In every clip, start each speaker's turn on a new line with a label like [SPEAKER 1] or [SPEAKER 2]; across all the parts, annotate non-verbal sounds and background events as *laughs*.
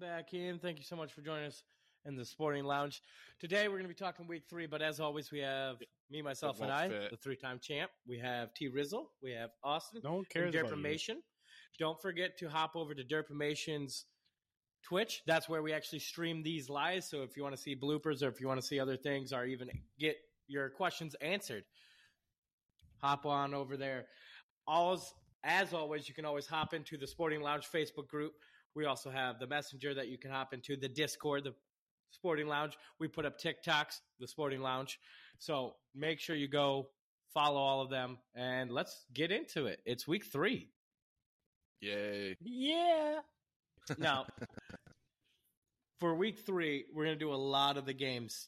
[SPEAKER 1] back in. Thank you so much for joining us in the Sporting Lounge. Today we're going to be talking Week Three, but as always, we have me, myself,
[SPEAKER 2] It
[SPEAKER 1] and
[SPEAKER 2] won't
[SPEAKER 1] I,
[SPEAKER 2] fit.
[SPEAKER 1] the three-time champ. We have T Rizzle. We have Austin.
[SPEAKER 3] No one
[SPEAKER 1] and
[SPEAKER 3] cares about you.
[SPEAKER 1] Derpamation. Don't forget to hop over to Derpamation's Twitch. That's where we actually stream these live. So if you want to see bloopers or if you want to see other things or even get your questions answered, hop on over there. Alls, as always, you can always hop into the Sporting Lounge Facebook group. We also have the Messenger that you can hop into, the Discord, the Sporting Lounge. We put up TikToks, the Sporting Lounge. So make sure you go follow all of them and let's get into it. It's week three.
[SPEAKER 2] Yay.
[SPEAKER 1] Yeah. Now, for week three, we're going to do a lot of the games.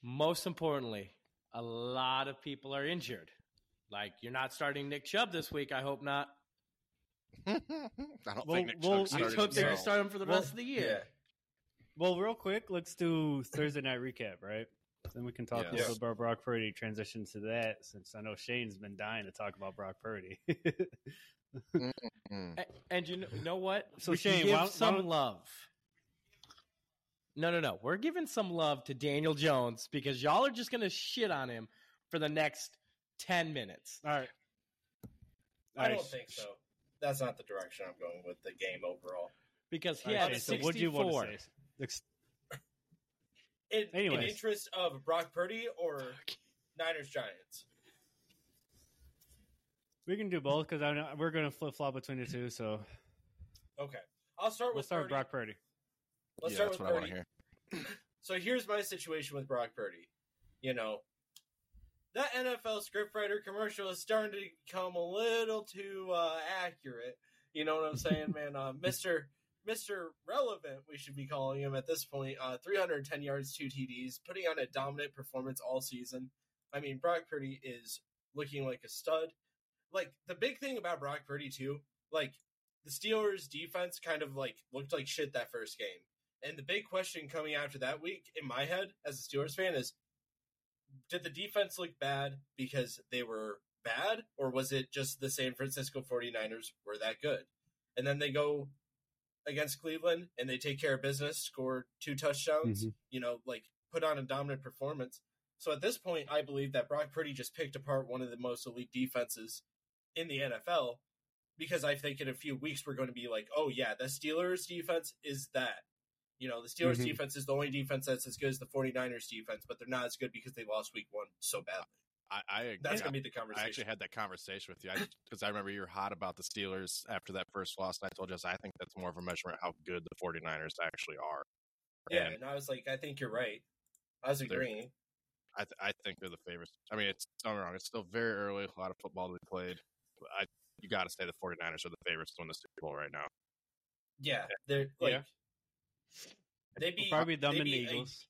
[SPEAKER 1] Most importantly, a lot of people are injured. Like, you're not starting Nick Chubb this week. I hope not.
[SPEAKER 2] I don't
[SPEAKER 3] Well,
[SPEAKER 2] think Nick
[SPEAKER 3] well,
[SPEAKER 2] Chubb
[SPEAKER 1] I
[SPEAKER 2] started.
[SPEAKER 1] just hope they're going to
[SPEAKER 2] himself.
[SPEAKER 1] start him for the
[SPEAKER 3] Well,
[SPEAKER 1] rest of the year.
[SPEAKER 3] Well, real quick, let's do Thursday night recap, right? Then we can talk
[SPEAKER 2] Yes.
[SPEAKER 3] a little bit about Brock Purdy. Transition to that, since I know Shane's been dying to talk about Brock Purdy. *laughs*
[SPEAKER 2] Mm.
[SPEAKER 1] A- And you know, you know what?
[SPEAKER 3] So,
[SPEAKER 1] We should
[SPEAKER 3] Shane,
[SPEAKER 1] give
[SPEAKER 3] why don't- why
[SPEAKER 1] some
[SPEAKER 3] don't-
[SPEAKER 1] love. No, no, no. We're giving some love to Daniel Jones because y'all are just going to shit on him for the next 10 minutes.
[SPEAKER 3] All right.
[SPEAKER 4] I don't think so. That's not the direction I'm going with the game overall.
[SPEAKER 1] because he
[SPEAKER 3] All
[SPEAKER 1] had
[SPEAKER 3] right, Shane, so
[SPEAKER 1] 64.
[SPEAKER 3] what do you want to say? Ex-
[SPEAKER 4] In, in
[SPEAKER 3] Anyways.
[SPEAKER 4] interest of Brock Purdy or Niners Giants.
[SPEAKER 3] We can do both because we're going to flip flop between the two. So
[SPEAKER 4] Okay, I'll start
[SPEAKER 3] we'll
[SPEAKER 4] with
[SPEAKER 3] start with
[SPEAKER 4] Purdy.
[SPEAKER 3] Brock Purdy.
[SPEAKER 4] Let's
[SPEAKER 2] yeah,
[SPEAKER 4] start
[SPEAKER 2] that's what
[SPEAKER 4] with
[SPEAKER 2] I want
[SPEAKER 4] Purdy.
[SPEAKER 2] to hear.
[SPEAKER 4] So here's my situation with Brock Purdy. You know, that NFL scriptwriter commercial is starting to become a little too uh, accurate. You know what I'm saying, man? Uh, Mister Mister Relevant, we should be calling him at this point. Uh, 310 yards, two TDs, putting on a dominant performance all season. I mean, Brock Purdy is looking like a stud. Like the big thing about Brock Purdy too, like the Steelers' defense kind of like looked like shit that first game. And the big question coming after that week in my head as a Steelers fan is did the defense look bad because they were bad, or was it just the San Francisco 49ers were that good? And then they go against Cleveland and they take care of business, score two touchdowns, you know, like put on a dominant performance. So at this point, I believe that Brock Purdy just picked apart one of the most elite defenses in the NFL because I think in a few weeks we're going to be like, oh, yeah, the Steelers defense is that. You know, the Steelers
[SPEAKER 3] Mhm.
[SPEAKER 4] defense is the only defense that's as good as the 49ers defense, but they're not as good because they lost week one so badly.
[SPEAKER 2] I, I agree.
[SPEAKER 4] That's
[SPEAKER 2] I,
[SPEAKER 4] going to be the
[SPEAKER 2] I actually
[SPEAKER 4] conversation.
[SPEAKER 2] had that conversation with you because I, remember you were hot about the Steelers after that first loss. And I told you, I, was, I think that's more of a measurement how good the 49ers actually are.
[SPEAKER 4] yeah,
[SPEAKER 2] And
[SPEAKER 4] and I was like, I think you're right. I was
[SPEAKER 2] They're-
[SPEAKER 4] agreeing.
[SPEAKER 2] I, th- I think they're the favorites. I mean, it's don't get me wrong. It's still very early. A lot of football to be played. But I, you got to say the 49ers are the favorites to win the Super Bowl right now.
[SPEAKER 4] Yeah, they're like,
[SPEAKER 3] Yeah.
[SPEAKER 4] they beat,
[SPEAKER 3] Probably them
[SPEAKER 4] they
[SPEAKER 3] and the
[SPEAKER 4] beat a-
[SPEAKER 3] Eagles.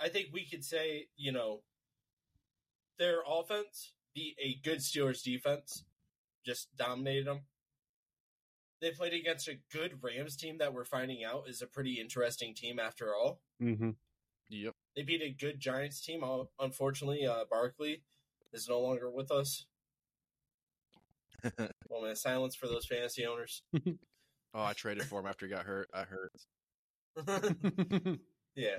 [SPEAKER 4] I think we could say, you know, their offense beat a good Steelers defense, just dominated them. They played against a good Rams team that we're finding out is a pretty interesting team after all.
[SPEAKER 3] Mm-hmm.
[SPEAKER 2] Yep.
[SPEAKER 4] They beat a good Giants team. Uh, Unfortunately, uh, Barkley is no longer with us. Moment of silence for those fantasy owners. *laughs*
[SPEAKER 2] Oh, I traded for him after he got hurt. I hurt.
[SPEAKER 4] yeah,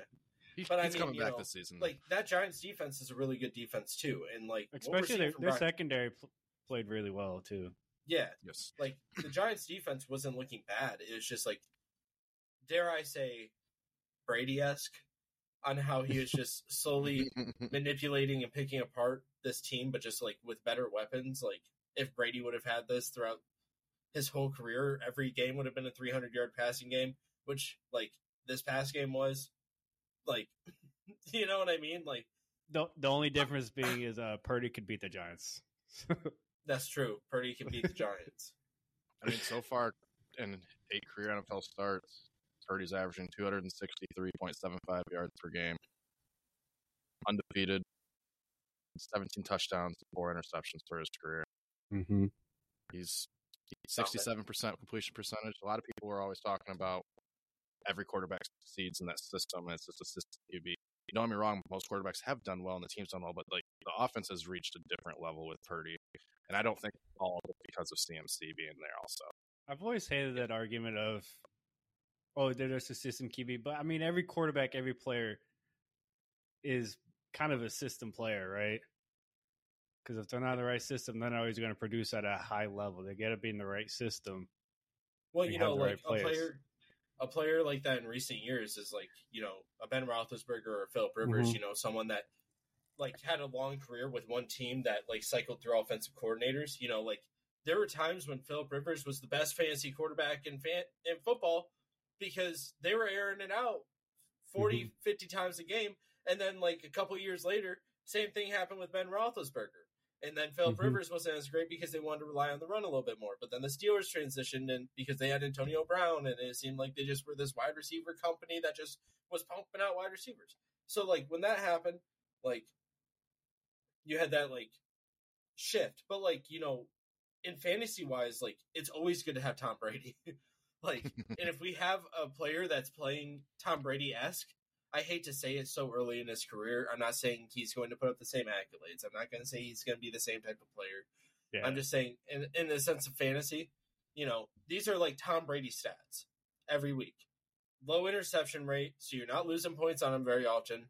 [SPEAKER 2] He,
[SPEAKER 4] But I
[SPEAKER 2] he's
[SPEAKER 4] mean,
[SPEAKER 2] coming
[SPEAKER 4] you
[SPEAKER 2] back
[SPEAKER 4] know,
[SPEAKER 2] this season.
[SPEAKER 4] like that Giants defense is a really good defense too, and like what we're
[SPEAKER 3] *laughs* Especially
[SPEAKER 4] seeing
[SPEAKER 3] their,
[SPEAKER 4] from
[SPEAKER 3] their
[SPEAKER 4] Brian-
[SPEAKER 3] secondary pl- played really well too.
[SPEAKER 4] yeah,
[SPEAKER 2] yes.
[SPEAKER 4] like the Giants defense wasn't looking bad. It was just like, dare I say, Brady esque on how he was just slowly
[SPEAKER 2] *laughs*
[SPEAKER 4] manipulating and picking apart this team, but just like with better weapons. Like if Brady would have had this throughout his whole career, every game would have been a 300 yard passing game, which like this past game was. Like, *laughs* you know what I mean? Like
[SPEAKER 3] The, the only difference being is uh, Purdy could beat the Giants.
[SPEAKER 4] that's true. Purdy can beat the Giants.
[SPEAKER 2] I mean, so far in eight career NFL starts, Purdy's averaging 263.75 yards per game. Undefeated, 17 touchdowns, four interceptions for his career.
[SPEAKER 3] mm-hmm.
[SPEAKER 2] He's 67% completion percentage. A lot of people are always talking about every quarterback succeeds in that system, and it's just a system you be. Don't get me wrong, most quarterbacks have done well and the team's done well, but like the offense has reached a different level with Purdy. And I don't think all of it because of CMC being there also.
[SPEAKER 3] I've always hated that argument of, oh, they're just a system QB. But I mean, every quarterback, every player is kind of a system player, right? Because if they're not in the right system, they're not always going to produce at a high level. They got to be in the right system.
[SPEAKER 4] Well,
[SPEAKER 3] They
[SPEAKER 4] you
[SPEAKER 3] have
[SPEAKER 4] know,
[SPEAKER 3] the
[SPEAKER 4] like
[SPEAKER 3] right
[SPEAKER 4] a
[SPEAKER 3] players.
[SPEAKER 4] player, a player like that in recent years is like you know a Ben Roethlisberger or Philip Rivers.
[SPEAKER 3] Mhm.
[SPEAKER 4] You know, someone that like had a long career with one team that like cycled through offensive coordinators. You know, like there were times when Philip Rivers was the best fantasy quarterback in fan in football because they were airing it out 40,
[SPEAKER 3] Mm-hmm.
[SPEAKER 4] 50 times a game, and then like a couple years later, same thing happened with Ben Roethlisberger. And then Philip
[SPEAKER 3] Mhm.
[SPEAKER 4] Rivers wasn't as great because they wanted to rely on the run a little bit more. But then the Steelers transitioned and because they had Antonio Brown and it seemed like they just were this wide receiver company that just was pumping out wide receivers. So like when that happened, like you had that like shift. But like, you know, in fantasy wise, like it's always good to have Tom Brady. *laughs* like and if we have a player that's playing Tom Brady esque, I hate to say it so early in his career. I'm not saying he's going to put up the same accolades. I'm not going to say he's going to be the same type of player.
[SPEAKER 3] Yeah.
[SPEAKER 4] I'm just saying, in, in the sense of fantasy, you know, these are like Tom Brady stats every week. Low interception rate, so you're not losing points on him very often.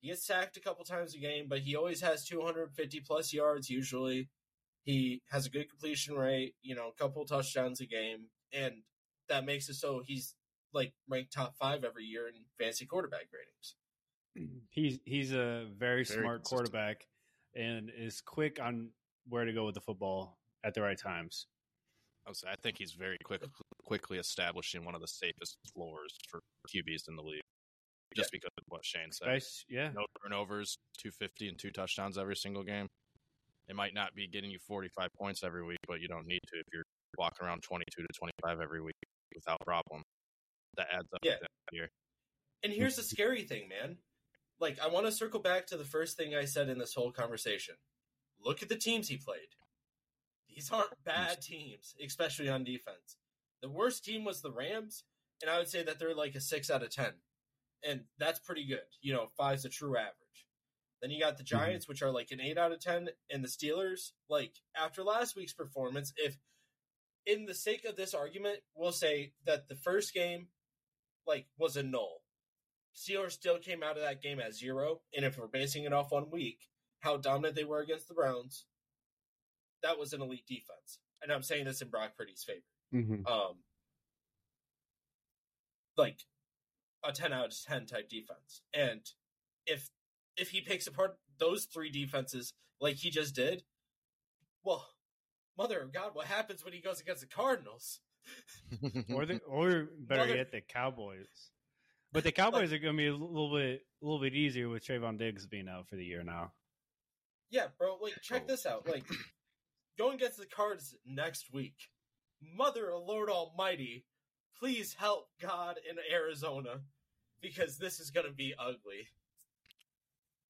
[SPEAKER 4] He gets sacked a couple times a game, but he always has 250 plus yards usually. He has a good completion rate, you know, a couple touchdowns a game, and that makes it so he's like ranked top five every year in fantasy quarterback ratings.
[SPEAKER 3] he's he's a
[SPEAKER 2] Very
[SPEAKER 3] very, smart
[SPEAKER 2] consistent.
[SPEAKER 3] quarterback and is quick on where to go with the football at the right times.
[SPEAKER 2] I was- I think he's very quick, quickly establishing one of the safest floors for QBs in the league, just because of what Shane said.
[SPEAKER 3] Espec- yeah,
[SPEAKER 2] No turnovers, two fifty and two touchdowns every single game. It might not be getting you forty five points every week, but you don't need to if you're walking around twenty two to twenty five every week without problem. That adds up.
[SPEAKER 4] Yeah.
[SPEAKER 2] at the end of the year.
[SPEAKER 4] And here's the scary thing, man. Like, I want to circle back to the first thing I said in this whole conversation. Look at the teams he played. These aren't bad teams, especially on defense. The worst team was the Rams, and I would say that they're like a six out of ten. And that's pretty good. You know, five's a true average. Then you got the Giants, which are like an eight out of ten, and the Steelers, like after last week's performance, if in the sake of this argument, we'll say that the first game like was a null. Steelers still came out of that game at zero, and if we're basing it off one week, how dominant they were against the Browns, that was an elite defense. And I'm saying this in Brock Purdy's favor. Um, like a ten out of ten type defense. And if if he picks apart those three defenses like he just did, well, mother of God, what happens when he goes against the Cardinals?
[SPEAKER 3] or
[SPEAKER 2] *laughs*
[SPEAKER 3] the or better
[SPEAKER 4] Mother-
[SPEAKER 3] yet, the Cowboys. But the Cowboys are going to be a little bit a little bit easier with Trayvon Diggs being out for the year now.
[SPEAKER 4] Yeah, bro. Like, check this out. Like, going against the Cards next week. Mother of Lord Almighty, please help God in Arizona because this is gonna be ugly.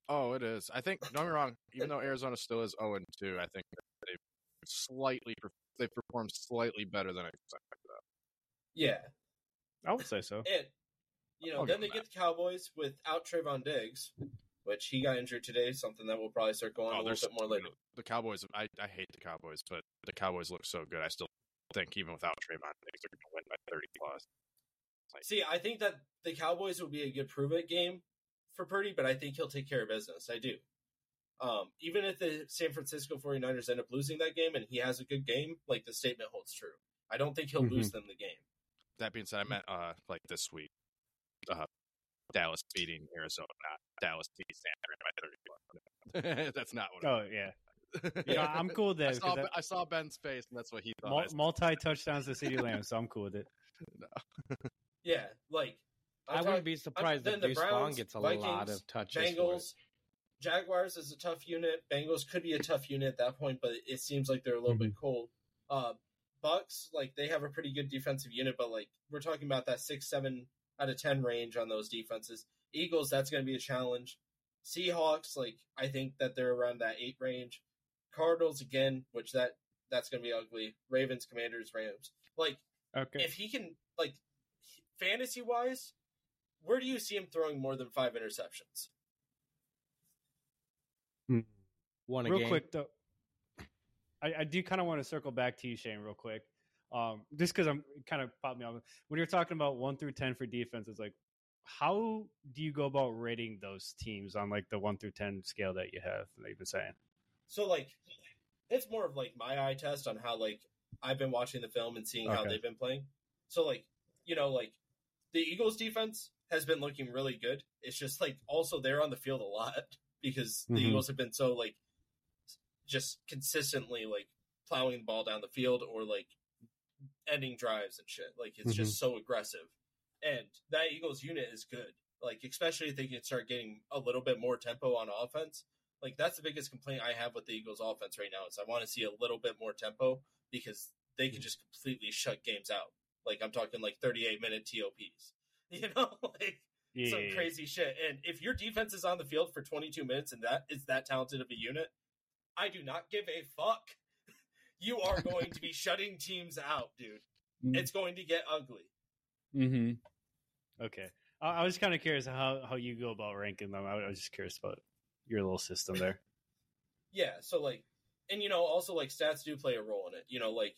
[SPEAKER 2] Oh, it is. I think. Don't get me wrong. Even though Arizona still is zero and two, I think they have slightly per- they performed slightly better than I expected.
[SPEAKER 4] Yeah,
[SPEAKER 3] I would say so.
[SPEAKER 4] and you know,
[SPEAKER 2] I'll
[SPEAKER 4] then
[SPEAKER 2] give
[SPEAKER 4] they
[SPEAKER 2] him
[SPEAKER 4] get the Cowboys without Trayvon Diggs, which he got injured today. Something that we'll probably circle on a
[SPEAKER 2] Oh,
[SPEAKER 4] little
[SPEAKER 2] there's
[SPEAKER 4] bit more later.
[SPEAKER 2] The Cowboys. I, I hate the Cowboys, but the Cowboys look so good. I still think even without Trayvon, things are going to win by thirty plus.
[SPEAKER 4] See, I think that the Cowboys will be a good prove it game for Purdy, but I think he'll take care of business. I do. Um, even if the San Francisco 49ers end up losing that game and he has a good game, like the statement holds true. I don't think he'll lose them the game.
[SPEAKER 2] That being
[SPEAKER 3] Mm-hmm.
[SPEAKER 2] said, I meant uh like this week, uh, Dallas beating Arizona, not Dallas beating San Fran by thirty plus. *laughs* that's not what.
[SPEAKER 3] Oh yeah,
[SPEAKER 2] I- *laughs*
[SPEAKER 3] yeah. I'm cool with
[SPEAKER 2] I
[SPEAKER 3] that.
[SPEAKER 2] saw,
[SPEAKER 3] 'cause
[SPEAKER 2] Ben- I saw Ben's face, and that's what he
[SPEAKER 3] I-
[SPEAKER 2] thought. I
[SPEAKER 3] mul- multi touchdowns to City Lamb, so I'm cool with it.
[SPEAKER 4] Yeah, like
[SPEAKER 1] I wouldn't be surprised
[SPEAKER 4] then
[SPEAKER 1] if
[SPEAKER 4] the
[SPEAKER 1] Deuce Vaughn
[SPEAKER 4] Browns,
[SPEAKER 1] gets a
[SPEAKER 4] Vikings,
[SPEAKER 1] lot of touches. for it.
[SPEAKER 4] Bengals, Jaguars is a tough unit. Bengals could be a tough unit at that point, but it seems like they're a little bit cold. Uh, Bucks, like they have a pretty good defensive unit, but like we're talking about that six, seven out of ten range on those defenses. Eagles, that's going to be a challenge. Seahawks, like I think that they're around that eight range. Cardinals again, which that that's going to be ugly. Ravens, Commanders, Rams, like
[SPEAKER 3] Okay.
[SPEAKER 4] if he can like fantasy wise where do you see him throwing more than five interceptions
[SPEAKER 1] One a
[SPEAKER 3] real
[SPEAKER 1] game.
[SPEAKER 3] quick though, I, I do kind of want to circle back to you, Shane, real quick Um, just because I'm it kind of popped me off when you're talking about one through ten for defense. It's like, how do you go about rating those teams on like the one through ten scale that you have that you've been saying?
[SPEAKER 4] So like, it's more of like my eye test on how like I've been watching the film and seeing how
[SPEAKER 3] Okay.
[SPEAKER 4] they've been playing. So like, you know, like the Eagles defense has been looking really good. It's just like also they're on the field a lot *laughs* because the
[SPEAKER 3] Mhm.
[SPEAKER 4] Eagles have been so like s- just consistently like plowing the ball down the field or like ending drives and shit. Like it's just so aggressive. And that Eagles unit is good. Like especially if they can start getting a little bit more tempo on offense. Like that's the biggest complaint I have with the Eagles offense right now is I want to see a little bit more tempo because they can just completely shut games out. Like I'm talking like 38 minute TOPs. *laughs* You know, like
[SPEAKER 3] Yeah,
[SPEAKER 4] some crazy shit. And if your defense is on the field for 22 minutes and that is that talented of a unit, I do not give a fuck. *laughs* You are going to be shutting teams out, dude.
[SPEAKER 3] Mm.
[SPEAKER 4] It's going to get ugly.
[SPEAKER 3] Mm-hmm. Okay, I, I was kind of curious how how you go about ranking them. I, was- I was just curious about your little system there.
[SPEAKER 4] Yeah, so like, and you know, also like stats do play a role in it. You know, like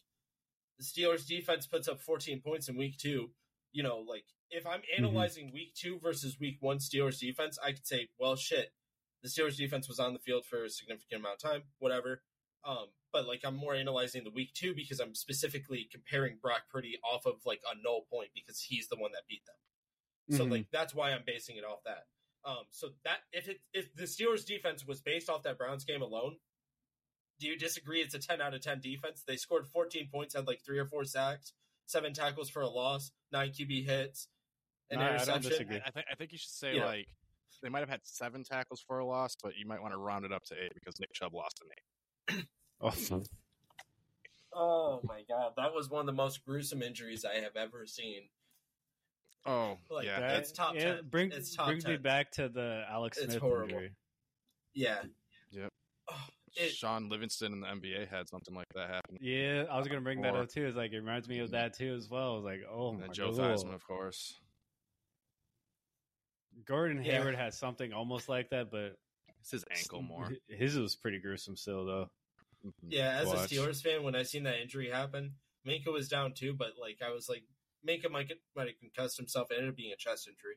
[SPEAKER 4] the Steelers defense puts up 14 points in week two. You know, like if I'm analyzing week two versus week one Steelers defense, I could say, well, shit, the Steelers defense was on the field for a significant amount of time, whatever. Um, but like I'm more analyzing the week two because I'm specifically comparing Brock Purdy off of like a null point because he's the one that beat them. So
[SPEAKER 2] Mm-hmm.
[SPEAKER 3] Mhm.
[SPEAKER 4] like that's why I'm basing it off that. Um, so that if it if the Steelers defense was based off that Browns game alone, do you disagree? It's a ten out of ten defense. They scored fourteen points, had like three or four sacks, seven tackles for a loss, nine QB hits, an
[SPEAKER 3] No, I don't
[SPEAKER 4] interception.
[SPEAKER 3] disagree.
[SPEAKER 2] I, I think I think you should say
[SPEAKER 4] Yeah.
[SPEAKER 2] like they might have had seven tackles for a loss, but you might want to round it up to eight because Nick Chubb lost an eight.
[SPEAKER 3] Awesome.
[SPEAKER 4] Oh my god, that was one of the most gruesome injuries I have ever seen.
[SPEAKER 2] Oh
[SPEAKER 4] Like
[SPEAKER 2] yeah,
[SPEAKER 4] *laughs* that- it's top 10.
[SPEAKER 3] Bring,
[SPEAKER 4] It's top
[SPEAKER 3] brings me
[SPEAKER 4] 10.
[SPEAKER 3] back to the Alex
[SPEAKER 4] It's
[SPEAKER 3] Smith
[SPEAKER 4] horrible.
[SPEAKER 3] injury.
[SPEAKER 4] Yeah.
[SPEAKER 2] Yep.
[SPEAKER 4] Oh,
[SPEAKER 2] that-
[SPEAKER 4] it-
[SPEAKER 2] Sean Livingston in the NBA had something like that happen.
[SPEAKER 3] Yeah, I was gonna bring that
[SPEAKER 2] Or-
[SPEAKER 3] up too. It's like it reminds me of that too as well. It's like, oh
[SPEAKER 2] and
[SPEAKER 3] my
[SPEAKER 2] then Joe
[SPEAKER 3] god,
[SPEAKER 2] Theismann, of course.
[SPEAKER 3] Gordon
[SPEAKER 4] Yeah.
[SPEAKER 3] Hayward has something almost like that, but
[SPEAKER 2] It's his ankle
[SPEAKER 3] *laughs*
[SPEAKER 2] more. Mm-hmm.
[SPEAKER 3] His was pretty gruesome still, though.
[SPEAKER 4] Yeah, as
[SPEAKER 2] Watch.
[SPEAKER 4] a Steelers fan, when I seen that injury happen, Minka was down too, but like I was like, Minka might get, might have concussed himself. It ended up being a chest injury.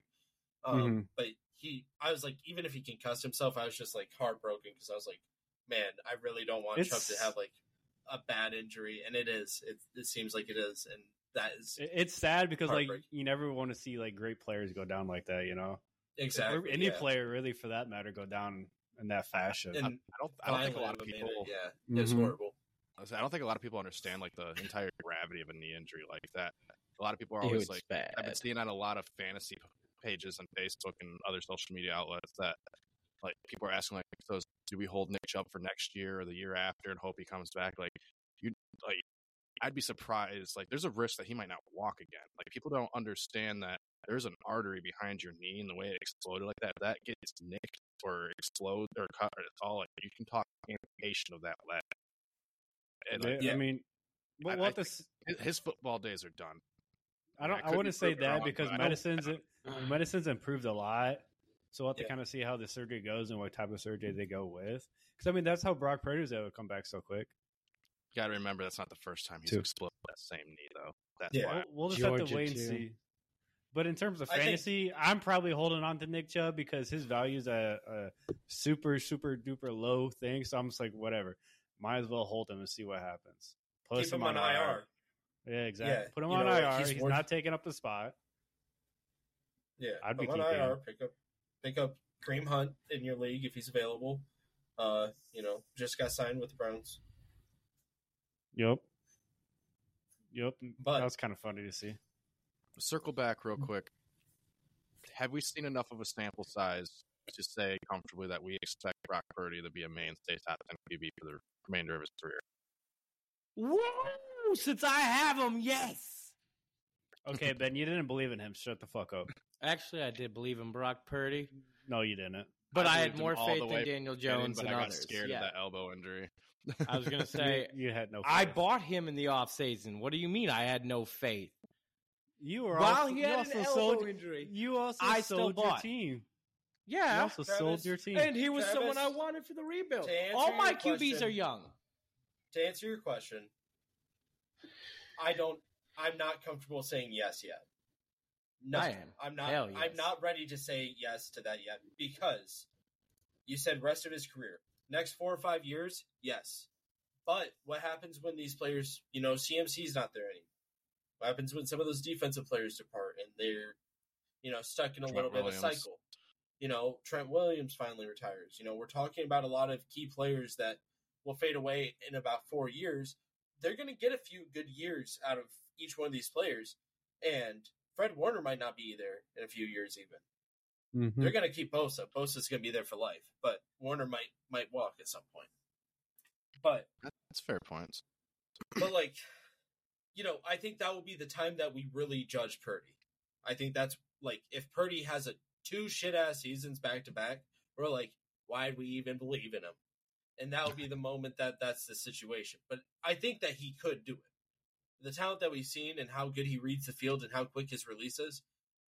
[SPEAKER 4] Um,
[SPEAKER 3] Mhm.
[SPEAKER 4] But he, I was like, even if he concussed himself, I was just like heartbroken because I was like, man, I really don't want Chubb
[SPEAKER 3] It's-
[SPEAKER 4] to have like a bad injury, and it is. It, it seems like it is, and that is
[SPEAKER 3] It- It's sad because like
[SPEAKER 4] Heartbreaking.
[SPEAKER 3] you never want to see like great players go down like that, you know.
[SPEAKER 4] exactly
[SPEAKER 3] or any
[SPEAKER 4] yeah.
[SPEAKER 3] player really, for that matter, go down in that fashion.
[SPEAKER 4] And
[SPEAKER 2] I don't. I don't think a
[SPEAKER 4] violent
[SPEAKER 2] lot of
[SPEAKER 4] in
[SPEAKER 2] people.
[SPEAKER 4] manner, yeah, it's
[SPEAKER 3] Mhm.
[SPEAKER 4] horrible.
[SPEAKER 2] I was- I don't think a lot of people understand like the entire gravity of a knee injury like that. A lot of people are
[SPEAKER 1] Dude,
[SPEAKER 2] always
[SPEAKER 1] it's
[SPEAKER 2] like,
[SPEAKER 1] bad.
[SPEAKER 2] I've been seeing on a lot of fantasy pages on Facebook and other social media outlets that like people are asking like, so is- do we hold Nick Chubb for next year or the year after and hope he comes back? Like you like I'd be surprised. Like there's a risk that he might not walk again. Like people don't understand that there's an artery behind your knee and the way it exploded like that, if that gets nicked or explodes or cut or it's all like you can talk amputation of that leg. And like,
[SPEAKER 3] They- I
[SPEAKER 4] yeah.
[SPEAKER 3] mean,
[SPEAKER 2] I-
[SPEAKER 3] but
[SPEAKER 2] I
[SPEAKER 3] what this?
[SPEAKER 2] his- his football days are done.
[SPEAKER 3] I don't.
[SPEAKER 2] I
[SPEAKER 3] I,
[SPEAKER 2] could be
[SPEAKER 3] wouldn't say
[SPEAKER 2] proven
[SPEAKER 3] that
[SPEAKER 2] wrong,
[SPEAKER 3] because
[SPEAKER 2] but I don't-
[SPEAKER 3] medicines
[SPEAKER 4] *laughs*
[SPEAKER 3] medicines improved a lot. So we'll have to
[SPEAKER 4] Mm-hmm. Yeah.
[SPEAKER 3] kind of see how the surgery goes and what type of surgery they go with. Because I mean, that's how Brock Purdy was able to come back so quick.
[SPEAKER 2] You got to remember that's not the first time he's
[SPEAKER 3] Two.
[SPEAKER 2] exploded that same knee though. That's
[SPEAKER 4] Yeah.
[SPEAKER 2] why.
[SPEAKER 3] We'll, we'll just have to
[SPEAKER 1] Georgia,
[SPEAKER 3] wait and
[SPEAKER 1] too.
[SPEAKER 3] see. But in terms of
[SPEAKER 4] I think-
[SPEAKER 3] fantasy, I'm probably holding on to Nick Chubb because his value's a, a super, super duper low thing. So I'm just like, whatever. Might as well hold him and see what happens. Plus
[SPEAKER 4] Keep him on IR.
[SPEAKER 3] Yeah, exactly.
[SPEAKER 4] Yeah,
[SPEAKER 3] Put him
[SPEAKER 4] you
[SPEAKER 3] on
[SPEAKER 4] know,
[SPEAKER 3] IR.
[SPEAKER 4] he's
[SPEAKER 3] He's,
[SPEAKER 4] worth-
[SPEAKER 3] not taking up the spot.
[SPEAKER 4] Yeah,
[SPEAKER 3] I'd be
[SPEAKER 4] I'm on
[SPEAKER 3] keeping
[SPEAKER 4] IR.
[SPEAKER 3] him.
[SPEAKER 4] Pick up, pick up Kareem Hunt in your league if he's available. Uh, you know, just got signed with the Browns.
[SPEAKER 3] Yep. Yep.
[SPEAKER 4] But-
[SPEAKER 3] that was kind of funny to see.
[SPEAKER 2] Circle back real quick. Have we seen enough of a sample size to say comfortably that we expect Brock Purdy to be a mainstay top ten QB for the remainder of his career?
[SPEAKER 1] Whoa! Since I have him, yes.
[SPEAKER 3] *laughs* Okay, Ben, you didn't believe in him. Shut the fuck up.
[SPEAKER 1] Actually, I did believe in Brock Purdy,
[SPEAKER 3] No, you didn't.
[SPEAKER 1] but I,
[SPEAKER 2] I
[SPEAKER 1] had
[SPEAKER 2] believed him
[SPEAKER 1] more
[SPEAKER 2] all
[SPEAKER 1] faith
[SPEAKER 2] the
[SPEAKER 1] in
[SPEAKER 2] way
[SPEAKER 1] Daniel Jones
[SPEAKER 2] but
[SPEAKER 1] and
[SPEAKER 2] I got
[SPEAKER 1] others.
[SPEAKER 2] scared
[SPEAKER 1] yeah.
[SPEAKER 2] of that elbow injury.
[SPEAKER 1] I was
[SPEAKER 2] *laughs*
[SPEAKER 1] gonna say
[SPEAKER 3] You, you had no.
[SPEAKER 1] I
[SPEAKER 3] faith.
[SPEAKER 1] bought him in the offseason. What do you mean I had no faith?
[SPEAKER 3] You were
[SPEAKER 1] While
[SPEAKER 3] also,
[SPEAKER 1] he
[SPEAKER 3] you
[SPEAKER 1] had
[SPEAKER 3] also
[SPEAKER 1] an
[SPEAKER 3] sold.
[SPEAKER 1] elbow injury.
[SPEAKER 3] You also
[SPEAKER 1] I still
[SPEAKER 3] sold your
[SPEAKER 1] bought.
[SPEAKER 3] team. You
[SPEAKER 1] Yeah.
[SPEAKER 3] also
[SPEAKER 4] Travis,
[SPEAKER 3] sold your team.
[SPEAKER 1] And he was
[SPEAKER 4] Travis,
[SPEAKER 1] someone I wanted for the rebuild.
[SPEAKER 4] to answer
[SPEAKER 1] All my
[SPEAKER 4] your
[SPEAKER 1] QBs
[SPEAKER 4] question-
[SPEAKER 1] are young.
[SPEAKER 4] To answer your question, I don't. I'm not comfortable saying yes yet. No,
[SPEAKER 1] I am.
[SPEAKER 4] I'm not.
[SPEAKER 1] Hell yes.
[SPEAKER 4] I'm not ready to say yes to that yet because you said rest of his career, next four or five years, yes. But what happens when these players, you know, CMC's not there anymore? What happens when some of those defensive players depart and they're, you know, stuck in a
[SPEAKER 2] Trent
[SPEAKER 4] little
[SPEAKER 2] Williams.
[SPEAKER 4] bit of a cycle? You know, Trent Williams finally retires. You know, we're talking about a lot of key players that will fade away in about four years. They're going to get a few good years out of each one of these players, and Fred Warner might not be there in a few years even.
[SPEAKER 3] Hmm.
[SPEAKER 4] They're going to keep Bosa. Bosa's going to be there for life, but Warner might might walk at some point. But
[SPEAKER 2] That's fair points.
[SPEAKER 4] but like, you know, I think that will be the time that we really judge Purdy. I think that's like if Purdy has a two shit ass seasons back to back, we're like, why'd we even believe in him? And that would be the moment that that's the situation. But I think that he could do it. The talent that we've seen and how good he reads the field and how quick his releases,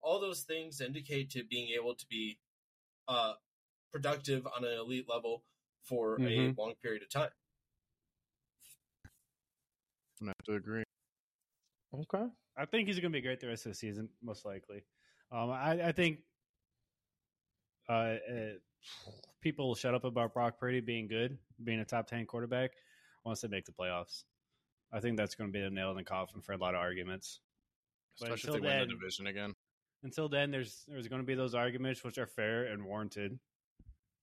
[SPEAKER 4] all those things indicate to being able to be uh, productive on an elite level for
[SPEAKER 3] Mhm.
[SPEAKER 4] a long period of time.
[SPEAKER 2] I'm gonna have to agree.
[SPEAKER 1] Okay.
[SPEAKER 3] I think he's going to be great the rest of the season, most likely. Um, I, I think uh, uh, people will shut up about Brock Purdy being good, being a top 10 quarterback once they make the playoffs. I think that's going to be the nail in the coffin for a lot of arguments. But
[SPEAKER 2] Especially if
[SPEAKER 3] until
[SPEAKER 2] they win the
[SPEAKER 3] then-
[SPEAKER 2] division again.
[SPEAKER 3] Until then, there's there's going to be those arguments which are fair and warranted.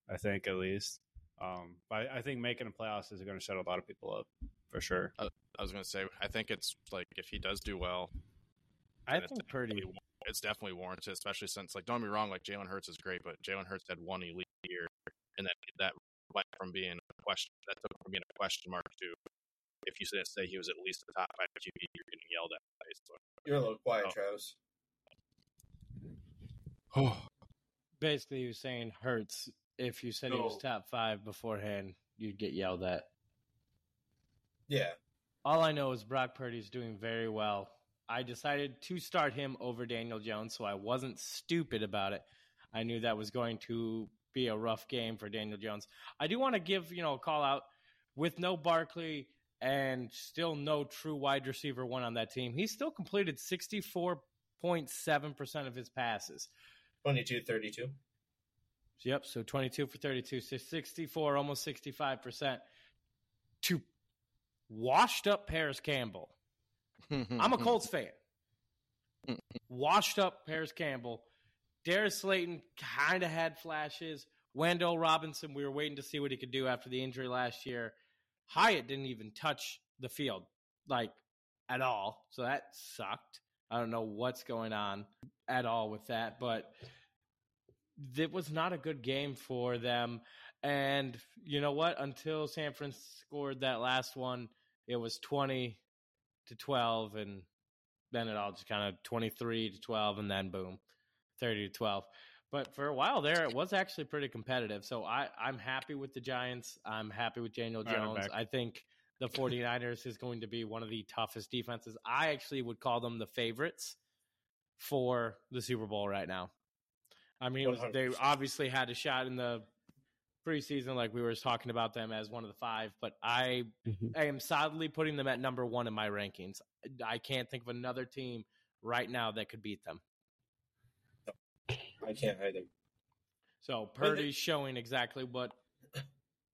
[SPEAKER 3] I think at least. Um, but I, I think making the playoffs is going to shut a lot of people up for sure.
[SPEAKER 2] I was gonna say I think it's like if he does do well,
[SPEAKER 1] I
[SPEAKER 2] That's
[SPEAKER 1] think Purdy.
[SPEAKER 2] it's definitely warranted, especially since like don't get me wrong, like Jalen Hurts is great, but Jalen Hurts had one elite year, and that that went from being a question that took from being a question mark to if you didn't say he was at least a top five QB, you're getting yelled at. on Facebook.
[SPEAKER 4] You're a little quiet,
[SPEAKER 2] Oh.
[SPEAKER 4] Travis.
[SPEAKER 1] Basically, he was saying Hurts. If you said he was
[SPEAKER 4] No.
[SPEAKER 1] top five beforehand, you'd get yelled at.
[SPEAKER 4] Yeah.
[SPEAKER 1] All I know is Brock Purdy's doing very well. I decided to start him over Daniel Jones, so I wasn't stupid about it. I knew that was going to be a rough game for Daniel Jones. I do want to give, you know, a call out with no Barkley and still no true wide receiver one on that team. He still completed 64.7% of his passes.
[SPEAKER 4] 22 32.
[SPEAKER 1] Yep. So 22 for 32, so 64, almost 65% to washed up Paris Campbell.
[SPEAKER 2] *laughs*
[SPEAKER 1] *laughs*
[SPEAKER 2] Mm-hmm,
[SPEAKER 1] I'm a Colts fan. Washed up Paris Campbell. Darius Slayton kind of had flashes. Wendell Robinson, we were waiting to see what he could do after the injury last year. Hyatt didn't even touch the field, like at all. So that sucked. I don't know what's going on at all with that, but it was not a good game for them. And you know what? Until San Francisco scored that last one, it was 20 to 12 and then it all just kind of 23 to 12 and then boom 30 to 12 but for a while there it was actually pretty competitive so i i'm happy with the giants i'm happy with daniel
[SPEAKER 3] All right, I'm
[SPEAKER 1] jones
[SPEAKER 3] back.
[SPEAKER 1] i think
[SPEAKER 3] *laughs*
[SPEAKER 1] the 49ers is going to be one of the toughest defenses i actually would call them the favorites for the super bowl right now i mean it was, they
[SPEAKER 4] 100%.
[SPEAKER 1] obviously had a shot in the preseason like we were talking about them as one of the five but i
[SPEAKER 3] Mm-hmm.
[SPEAKER 1] I am solidly putting them at number one in my rankings. I can't think of another team right now that could beat them.
[SPEAKER 4] I can't either.
[SPEAKER 1] So
[SPEAKER 4] But the-
[SPEAKER 1] Purdy's showing exactly what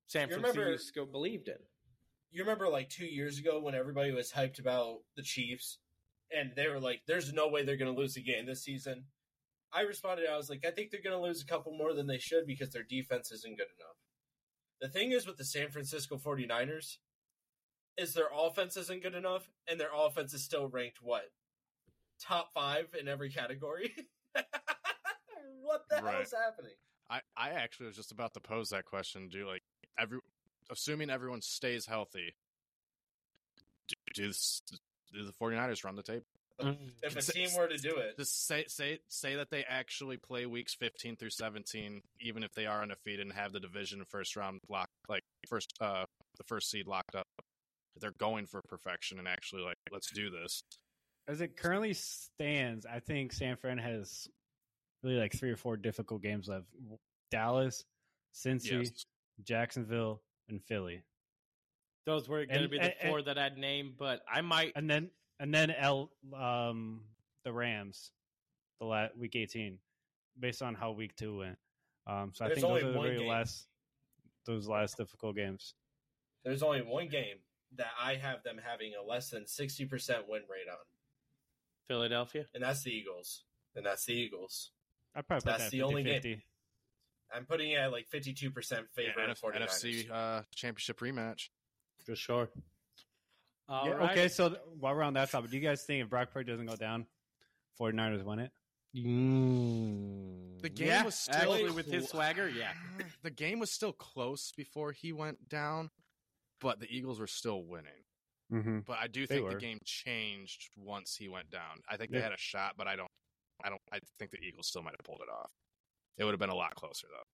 [SPEAKER 1] San
[SPEAKER 4] You remember-
[SPEAKER 1] Francisco believed in.
[SPEAKER 4] You remember like two years ago when everybody was hyped about the Chiefs and they were like, there's no way they're going to lose a game this season. I responded, I was like, I think they're going to lose a couple more than they should because their defense isn't good enough. The thing is with the San Francisco 49ers is their offense isn't good enough and their offense is still ranked what? Top five in every category? *laughs* what the hell
[SPEAKER 2] Right.
[SPEAKER 4] is happening?
[SPEAKER 2] I, I actually was just about to pose that question. Do like every assuming everyone stays healthy, do, do, s- do the 49ers run the table?
[SPEAKER 4] If a
[SPEAKER 2] It's-
[SPEAKER 4] team were to do it,
[SPEAKER 2] Just say say say that they actually play weeks 15 through 17, even if they are undefeated and have the division first round locked, like first uh the first seed locked up. They're going for perfection and actually like let's do this.
[SPEAKER 3] As it currently stands, I think San Fran has really like three or four difficult games left: Dallas, Cincy,
[SPEAKER 2] Yes.
[SPEAKER 3] Jacksonville, and Philly.
[SPEAKER 1] Those were going to
[SPEAKER 3] And-
[SPEAKER 1] be the
[SPEAKER 3] and-
[SPEAKER 1] four that I'd name, but I might
[SPEAKER 3] And then and then L um the Rams, the la- week eighteen, based on how week two went. Um, so
[SPEAKER 4] There's
[SPEAKER 3] I think
[SPEAKER 4] only
[SPEAKER 3] those are the
[SPEAKER 4] one
[SPEAKER 3] very
[SPEAKER 4] game.
[SPEAKER 3] last those last difficult games.
[SPEAKER 4] There's only one game that I have them having a less than 60% win rate on,
[SPEAKER 1] Philadelphia.
[SPEAKER 4] and that's the Eagles. And that's the Eagles.
[SPEAKER 3] I probably put
[SPEAKER 4] That's
[SPEAKER 3] that
[SPEAKER 4] the only game.
[SPEAKER 3] 50-50.
[SPEAKER 4] I'm putting it at like 52% favor
[SPEAKER 2] Yeah,
[SPEAKER 4] of 49ers.
[SPEAKER 2] NFC uh, Championship rematch.
[SPEAKER 1] For sure. All
[SPEAKER 3] Yeah,
[SPEAKER 1] right.
[SPEAKER 3] Okay, so th- while we're on that topic, do you guys think if Brock Purdy doesn't go down, 49ers win it?
[SPEAKER 2] The game
[SPEAKER 1] Yeah,
[SPEAKER 2] was still
[SPEAKER 1] actually with his
[SPEAKER 2] clo-
[SPEAKER 1] swagger. Yeah,
[SPEAKER 2] the game was still close before he went down, but the Eagles were still winning.
[SPEAKER 3] Mm-hmm.
[SPEAKER 2] But I do
[SPEAKER 3] They
[SPEAKER 2] think the
[SPEAKER 3] were.
[SPEAKER 2] game changed once he went down. I think they
[SPEAKER 3] Yeah.
[SPEAKER 2] had a shot, but I don't. I don't. I think the Eagles still might have pulled it off. It would have been a lot closer though.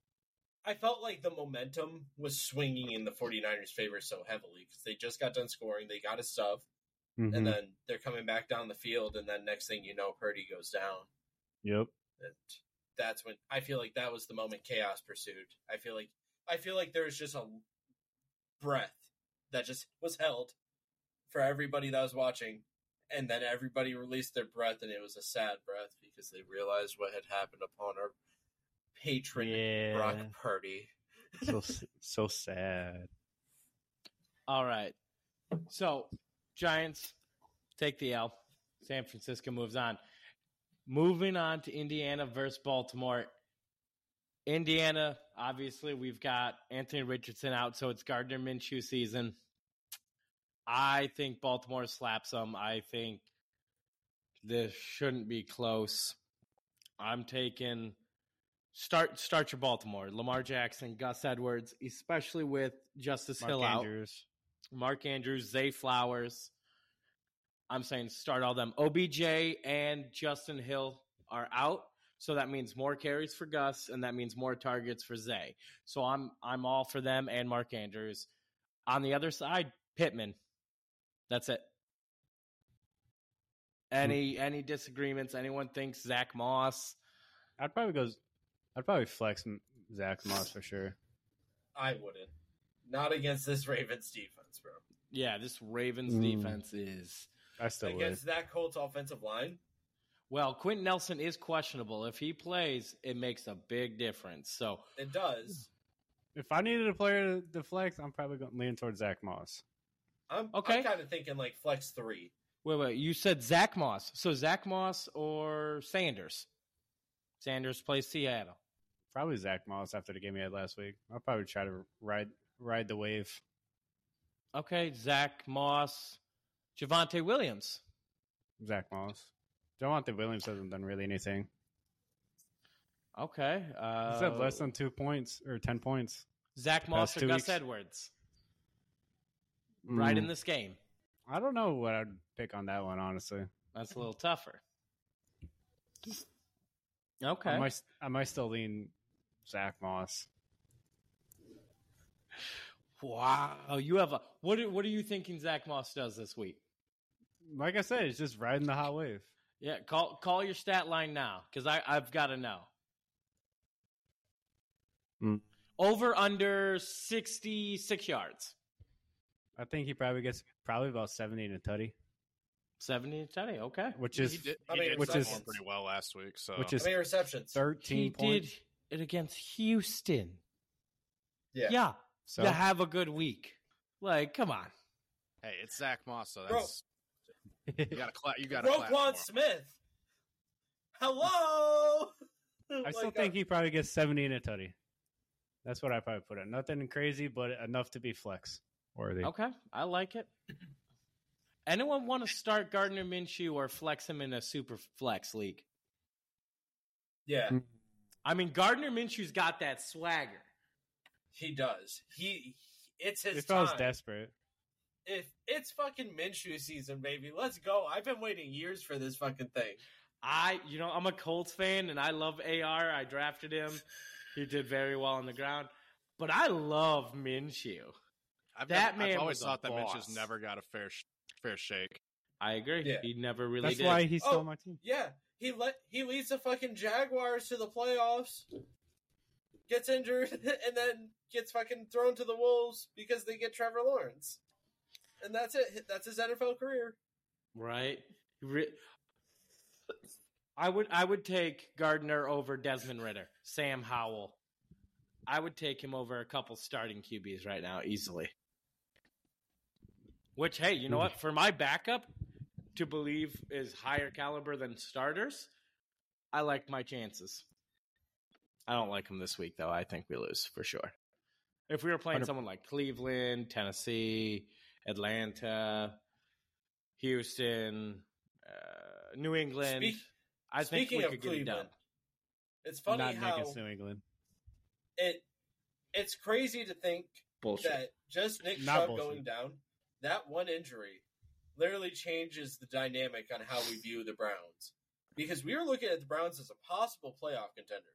[SPEAKER 4] I felt like the momentum was swinging in the 49ers' favor so heavily because they just got done scoring. They got a stuff,
[SPEAKER 1] Mm-hmm.
[SPEAKER 3] Mm-hmm.
[SPEAKER 4] and then they're coming back down the field, and then next thing you know, Purdy goes down.
[SPEAKER 3] Yep.
[SPEAKER 4] And that's when I feel like that was the moment chaos pursued. I feel like I feel like there was just a breath that just was held for everybody that was watching, and then everybody released their breath, and it was a sad breath because they realized what had happened upon our patron
[SPEAKER 3] Yeah.
[SPEAKER 4] Brock Purdy.
[SPEAKER 3] so s- so sad.
[SPEAKER 1] All right. So Giants take the L. San Francisco moves on. Moving on to Indiana versus Baltimore. Indiana, obviously, we've got Anthony Richardson out, so it's Gardner Minshew season. I think Baltimore slaps them. I think this shouldn't be close. I'm taking start start your Baltimore. Lamar Jackson, Gus Edwards, especially with Justice
[SPEAKER 3] Mark
[SPEAKER 1] Hill out.
[SPEAKER 3] Andrews.
[SPEAKER 1] Mark Andrews, Zay Flowers. I'm saying start all them. OBJ and Justin Hill are out, so that means more carries for Gus, and that means more targets for Zay. So I'm I'm all for them and Mark Andrews. On the other side, Pittman. That's it. Any any disagreements? Anyone thinks Zach Moss?
[SPEAKER 3] I'd probably go. I'd probably flex M- Zach Moss for sure.
[SPEAKER 4] I wouldn't. Not against this Ravens defense, bro.
[SPEAKER 1] Yeah, this Ravens
[SPEAKER 3] Mm.
[SPEAKER 1] defense is
[SPEAKER 3] I still would.
[SPEAKER 4] against that Colts offensive line.
[SPEAKER 1] well. Quentin Nelson is questionable. If he plays, it makes a big difference. So
[SPEAKER 4] It does.
[SPEAKER 3] If I needed a player to, to flex, I'm probably going to lean towards Zach Moss.
[SPEAKER 4] I'm,
[SPEAKER 1] Okay.
[SPEAKER 4] I'm kind of thinking like flex three.
[SPEAKER 1] Wait, wait. You said Zach Moss. So Zach Moss or Sanders? Sanders plays Seattle.
[SPEAKER 3] Probably Zach Moss after the game he had last week. I'll probably try to ride ride the wave.
[SPEAKER 1] Okay, Zach Moss, Javante Williams.
[SPEAKER 3] Zach Moss. Javante Williams hasn't done really anything.
[SPEAKER 1] Okay, uh,
[SPEAKER 3] He's had less than two points or ten points.
[SPEAKER 1] Zach Moss
[SPEAKER 3] past
[SPEAKER 1] or
[SPEAKER 3] two
[SPEAKER 1] Gus
[SPEAKER 3] weeks.
[SPEAKER 1] Edwards? Right in this game.
[SPEAKER 3] Mm, I don't know what I'd pick on that one. Honestly,
[SPEAKER 1] That's a little tougher. Okay.
[SPEAKER 3] I might I might still lean Zach Moss.
[SPEAKER 1] Wow. You have a what? Are, what are you thinking? Zach Moss does this week?
[SPEAKER 3] Like I said, it's just riding the hot wave.
[SPEAKER 1] Yeah. Call call your stat line now because I I've got to know.
[SPEAKER 3] Hmm.
[SPEAKER 1] Over under sixty six yards.
[SPEAKER 3] I think he probably gets probably about seventy to tutty,
[SPEAKER 1] 70 to 10. Okay.
[SPEAKER 3] which is
[SPEAKER 2] he did,
[SPEAKER 4] I
[SPEAKER 2] he
[SPEAKER 4] mean,
[SPEAKER 2] did
[SPEAKER 3] which
[SPEAKER 2] perform
[SPEAKER 3] is-
[SPEAKER 2] pretty well last week. So
[SPEAKER 3] which is
[SPEAKER 4] How many receptions?
[SPEAKER 3] thirteen
[SPEAKER 1] He
[SPEAKER 3] points.
[SPEAKER 1] did it against Houston.
[SPEAKER 4] Yeah.
[SPEAKER 1] Yeah. yeah.
[SPEAKER 3] So
[SPEAKER 1] You
[SPEAKER 3] *laughs*
[SPEAKER 1] have a good week. Like, come on.
[SPEAKER 2] hey, it's Zach Moss. So
[SPEAKER 4] Bro.
[SPEAKER 2] that's you got to clap. You got to clap.
[SPEAKER 4] Roquan
[SPEAKER 2] for him.
[SPEAKER 4] Smith. Hello. *laughs* Oh uh,
[SPEAKER 3] I still think he probably gets seventy in a tutty. That's what I probably put in. Nothing crazy, but enough to be flex worthy.
[SPEAKER 1] Okay. I like it. Anyone want to start Gardner Minshew or flex him in a super flex league?
[SPEAKER 4] Yeah,
[SPEAKER 1] I mean, Gardner Minshew's got that swagger.
[SPEAKER 4] he does. He. It's his
[SPEAKER 3] If I
[SPEAKER 4] time.
[SPEAKER 3] was desperate,
[SPEAKER 4] if it's fucking Minshew season, baby, let's go. I've been waiting years for this fucking thing.
[SPEAKER 1] I, you know, I'm a Colts fan and I love AR. I drafted him. He did very well on the ground. But I love Minshew.
[SPEAKER 2] I've
[SPEAKER 1] That
[SPEAKER 2] never,
[SPEAKER 1] man
[SPEAKER 2] I've always
[SPEAKER 1] was a
[SPEAKER 2] thought that
[SPEAKER 1] boss.
[SPEAKER 2] Mitch has never got a fair sh- fair shake.
[SPEAKER 1] I agree.
[SPEAKER 4] Yeah.
[SPEAKER 1] He never really
[SPEAKER 3] that's
[SPEAKER 1] did.
[SPEAKER 3] why he's still
[SPEAKER 4] Oh.
[SPEAKER 3] on my team.
[SPEAKER 4] Yeah, he let he leads the fucking Jaguars to the playoffs. Gets injured *laughs* and then gets fucking thrown to the wolves because they get Trevor Lawrence, and that's it. That's his NFL career.
[SPEAKER 1] right? Re- I would I would take Gardner over Desmond Ritter, Sam Howell. I would take him over a couple starting QBs right now easily. Which hey, you know what? For my backup to believe is higher caliber than starters, I like my chances. I don't like him this week though. I think we lose for sure. If we were playing
[SPEAKER 2] Hundred-
[SPEAKER 1] someone like Cleveland, Tennessee, Atlanta, Houston, uh, New England,
[SPEAKER 4] Speak-
[SPEAKER 1] I think we
[SPEAKER 4] Speaking
[SPEAKER 1] could
[SPEAKER 4] of
[SPEAKER 1] get it done.
[SPEAKER 4] Cleveland, it's funny
[SPEAKER 3] Not
[SPEAKER 4] how
[SPEAKER 3] against New England.
[SPEAKER 4] it it's crazy to think
[SPEAKER 1] Bullshit.
[SPEAKER 4] that just Nick
[SPEAKER 3] Not
[SPEAKER 4] Chubb
[SPEAKER 3] bullshit.
[SPEAKER 4] going down, that one injury literally changes the dynamic on how we view the Browns. Because we were looking at the Browns as a possible playoff contender.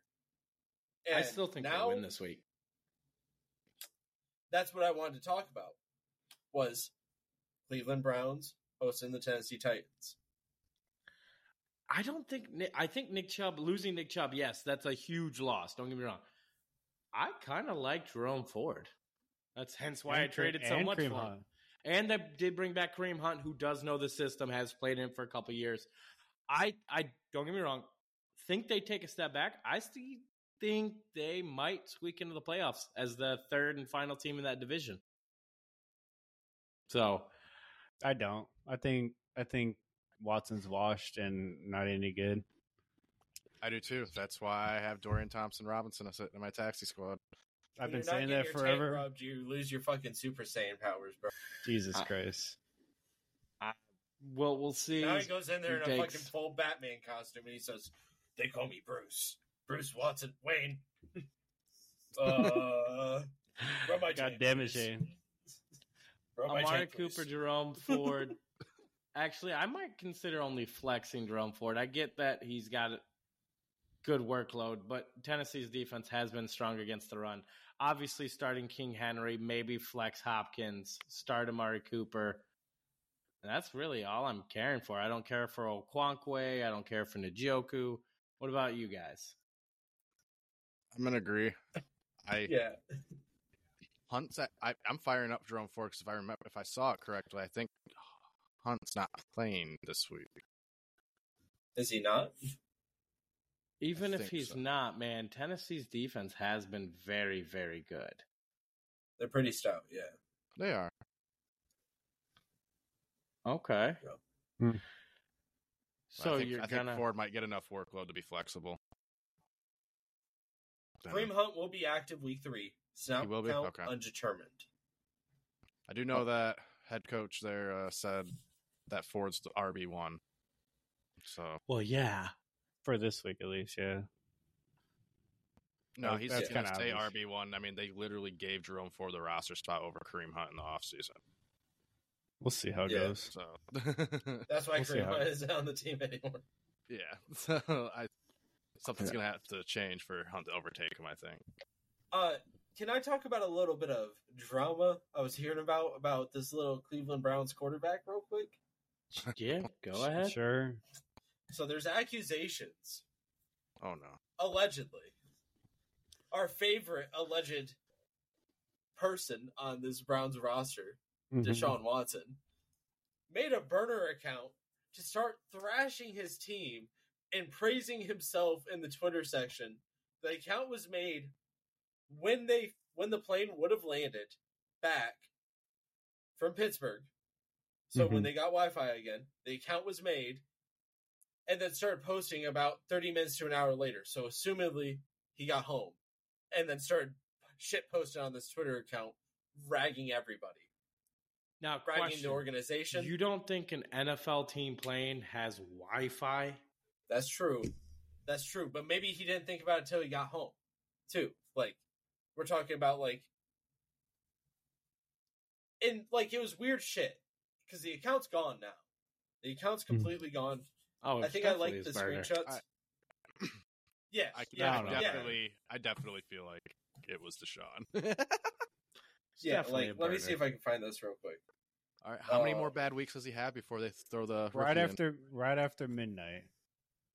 [SPEAKER 1] I
[SPEAKER 4] And
[SPEAKER 1] still think we
[SPEAKER 4] now
[SPEAKER 1] win this week.
[SPEAKER 4] that's what I wanted to talk about was Cleveland Browns hosting the Tennessee Titans.
[SPEAKER 1] I don't think Ni- I think Nick Chubb losing Nick Chubb. Yes, that's a huge loss. Don't get me wrong. I kind of like Jerome Ford. That's hence why I
[SPEAKER 3] And Kare-
[SPEAKER 1] traded so
[SPEAKER 3] and
[SPEAKER 1] much for
[SPEAKER 3] Kareem
[SPEAKER 1] him.
[SPEAKER 3] Hunt.
[SPEAKER 1] And they did bring back Kareem Hunt, who does know the system, has played in it for a couple years. I I don't get me wrong. Think they take a step back. I still think they might squeak into the playoffs as the third and final team in that division. So
[SPEAKER 3] I don't. I think I think Watson's washed and not any good.
[SPEAKER 2] I do too. That's why I have Dorian Thompson Robinson uh, sitting in my taxi squad.
[SPEAKER 3] I've been
[SPEAKER 4] When you're not
[SPEAKER 3] saying
[SPEAKER 4] getting
[SPEAKER 3] that
[SPEAKER 4] your taint
[SPEAKER 3] forever.
[SPEAKER 4] rubbed, you lose your fucking Super Saiyan powers, bro.
[SPEAKER 3] Jesus
[SPEAKER 1] I-
[SPEAKER 3] Christ.
[SPEAKER 1] well, we'll see.
[SPEAKER 4] Now he goes in there in a
[SPEAKER 1] Yikes.
[SPEAKER 4] fucking full Batman costume and he says, They call me Bruce. Bruce Watson Wayne. *laughs* uh, rub my
[SPEAKER 3] God
[SPEAKER 4] taint,
[SPEAKER 3] damn it,
[SPEAKER 4] please.
[SPEAKER 3] Shane.
[SPEAKER 4] Rub my
[SPEAKER 1] Amari
[SPEAKER 4] taint, *laughs* please.
[SPEAKER 1] Cooper, Jerome Ford. Actually, I might consider only flexing Jerome Ford. I get that he's got a good workload, but Tennessee's defense has been strong against the run. Obviously, starting King Henry, maybe flex Hopkins, start Amari Cooper. And that's really all I'm caring for. I don't care for Okwankwe. I don't care for Njoku. What about you guys?
[SPEAKER 2] I'm gonna agree. I
[SPEAKER 4] Yeah.
[SPEAKER 2] Hunt's. at- I, I'm firing up Jerome Ford 'cause if I remember, if I saw it correctly, I think Hunt's not playing this week.
[SPEAKER 4] Is he not?
[SPEAKER 1] Even if
[SPEAKER 2] think
[SPEAKER 1] he's
[SPEAKER 2] so.
[SPEAKER 1] not, man, Tennessee's defense has been very, very good.
[SPEAKER 4] They're pretty stout, yeah.
[SPEAKER 2] They are.
[SPEAKER 1] Okay.
[SPEAKER 3] Hmm.
[SPEAKER 1] So
[SPEAKER 2] I think,
[SPEAKER 1] you're
[SPEAKER 2] I
[SPEAKER 1] gonna
[SPEAKER 2] think Ford might get enough workload to be flexible. Then
[SPEAKER 4] Kareem Hunt will be active week three. Snap
[SPEAKER 2] He will be?
[SPEAKER 4] count
[SPEAKER 2] Okay.
[SPEAKER 4] undetermined.
[SPEAKER 2] I do know that head coach there uh, said that Ford's the RB one. So
[SPEAKER 1] Well, yeah.
[SPEAKER 3] For this week at least, yeah.
[SPEAKER 2] no,
[SPEAKER 3] Oh,
[SPEAKER 2] he's
[SPEAKER 3] that's
[SPEAKER 2] going to
[SPEAKER 3] kinda
[SPEAKER 2] stay
[SPEAKER 3] obvious.
[SPEAKER 2] RB one. I mean, they literally gave Jerome Ford the roster spot over Kareem Hunt in the offseason.
[SPEAKER 3] We'll see how it
[SPEAKER 4] Yeah.
[SPEAKER 3] goes.
[SPEAKER 2] So *laughs*
[SPEAKER 4] That's why
[SPEAKER 3] We'll see
[SPEAKER 4] Kareem
[SPEAKER 3] how-
[SPEAKER 4] Hunt isn't on the team anymore.
[SPEAKER 2] yeah, *laughs* so I something's
[SPEAKER 1] Yeah.
[SPEAKER 2] going to have to change for Hunt to overtake him. I think.
[SPEAKER 4] Uh, can I talk about a little bit of drama I was hearing about about this little Cleveland Browns quarterback real quick?
[SPEAKER 1] *laughs*
[SPEAKER 4] *laughs*
[SPEAKER 1] Yeah, go ahead.
[SPEAKER 3] Sure.
[SPEAKER 4] So there's accusations,
[SPEAKER 2] Oh no,
[SPEAKER 4] allegedly. Our favorite alleged person on this Browns roster,
[SPEAKER 3] Mm-hmm.
[SPEAKER 4] Deshaun Watson, made a burner account to start thrashing his team and praising himself in the Twitter section. The account was made when they when the plane would have landed back from Pittsburgh. So when
[SPEAKER 3] Mhm.
[SPEAKER 4] they got Wi-Fi again, the account was made and then started posting about 30 minutes to an hour later. So assumedly he got home and then started shit posting on this Twitter account ragging everybody
[SPEAKER 1] Now,
[SPEAKER 4] bragging the
[SPEAKER 1] question.
[SPEAKER 4] organization.
[SPEAKER 1] You don't think an NFL team plane has Wi-Fi?
[SPEAKER 4] That's true. That's true. But maybe he didn't think about it till he got home, too. Like we're talking about like, and like it was weird shit because the account's gone now. The account's completely gone.
[SPEAKER 1] Hmm. Oh,
[SPEAKER 4] I
[SPEAKER 1] it's
[SPEAKER 4] think I
[SPEAKER 1] definitely
[SPEAKER 4] like the
[SPEAKER 1] his burner.
[SPEAKER 4] screenshots.
[SPEAKER 2] I-
[SPEAKER 4] *coughs* yeah,
[SPEAKER 2] I,
[SPEAKER 4] yeah,
[SPEAKER 2] I
[SPEAKER 3] don't know.
[SPEAKER 4] yeah.
[SPEAKER 2] definitely, I definitely feel like it was Deshaun.
[SPEAKER 3] *laughs*
[SPEAKER 1] It's
[SPEAKER 4] Yeah,
[SPEAKER 1] definitely
[SPEAKER 4] like
[SPEAKER 1] a
[SPEAKER 4] let me
[SPEAKER 1] burner.
[SPEAKER 4] see if I can find this real quick.
[SPEAKER 2] All right, how many
[SPEAKER 4] Uh,
[SPEAKER 2] more bad weeks does he have before they throw the rookie
[SPEAKER 3] Right
[SPEAKER 2] in?
[SPEAKER 3] after right after midnight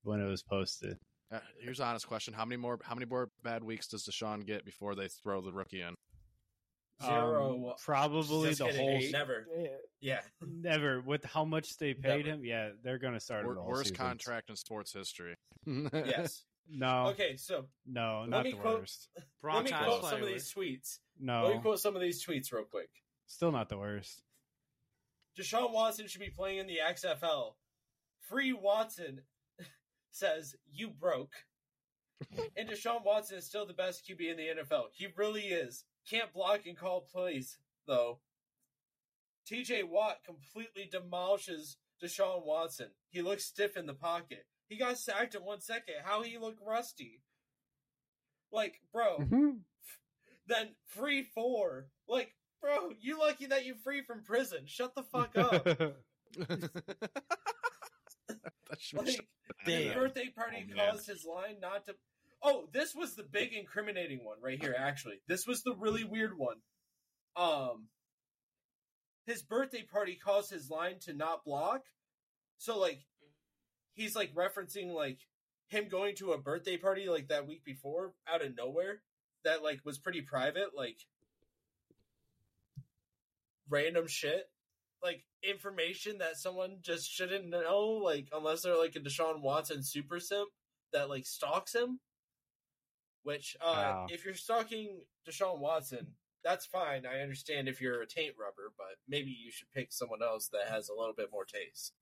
[SPEAKER 3] when it was posted.
[SPEAKER 2] Uh, here's an honest question: How many more? How many more bad weeks does Deshaun get before they throw the rookie in?
[SPEAKER 1] Um,
[SPEAKER 4] Zero.
[SPEAKER 3] Um, probably
[SPEAKER 4] Just
[SPEAKER 3] the
[SPEAKER 4] kidding.
[SPEAKER 3] whole
[SPEAKER 4] Eight? Never. Yeah.
[SPEAKER 1] *laughs*
[SPEAKER 3] never with how much they paid
[SPEAKER 4] Never.
[SPEAKER 3] him. Yeah, they're gonna start
[SPEAKER 2] Wor-
[SPEAKER 3] it all
[SPEAKER 2] worst
[SPEAKER 3] seasons.
[SPEAKER 2] contract in sports
[SPEAKER 3] *laughs*
[SPEAKER 2] history. *laughs*
[SPEAKER 4] Yes.
[SPEAKER 1] Oh.
[SPEAKER 3] No,
[SPEAKER 4] Okay, so
[SPEAKER 3] no,
[SPEAKER 4] Let
[SPEAKER 3] not
[SPEAKER 4] me
[SPEAKER 3] the
[SPEAKER 4] quote-
[SPEAKER 3] worst.
[SPEAKER 4] let
[SPEAKER 1] Bronx
[SPEAKER 4] me
[SPEAKER 1] Eyes
[SPEAKER 4] quote some of
[SPEAKER 1] Plywood.
[SPEAKER 4] these tweets.
[SPEAKER 1] Oh.
[SPEAKER 4] Let me
[SPEAKER 3] No,
[SPEAKER 4] quote some of these tweets real quick.
[SPEAKER 3] still not the worst.
[SPEAKER 4] Deshaun Watson should be playing in the XFL. Free Watson *laughs* says, You broke. and Deshaun Watson is still the best QB in the NFL. He really is. Can't block and call plays, though. TJ Watt completely demolishes Deshaun Watson. He looks stiff in the pocket. He got sacked in one second. How he looked rusty. Like, bro
[SPEAKER 3] *laughs*
[SPEAKER 4] than free for. Like, bro, you lucky that you free from prison. Shut the fuck up.
[SPEAKER 2] That should be
[SPEAKER 4] like,
[SPEAKER 1] Damn.
[SPEAKER 4] the birthday party
[SPEAKER 2] Oh, man.
[SPEAKER 4] caused his line not to. Oh, this was the big incriminating one right here. Actually, this was the really weird one. Um, his birthday party caused his line to not block. So like, he's like referencing like him going to a birthday party like that week before out of nowhere that like was pretty private like random shit like information that someone just shouldn't know, like unless they're like a Deshaun Watson super simp that like stalks him. Which, uh,
[SPEAKER 3] Wow.
[SPEAKER 4] if you're stalking Deshaun Watson, that's fine. I understand if you're a taint rubber, but maybe you should pick someone else that has a little bit more taste.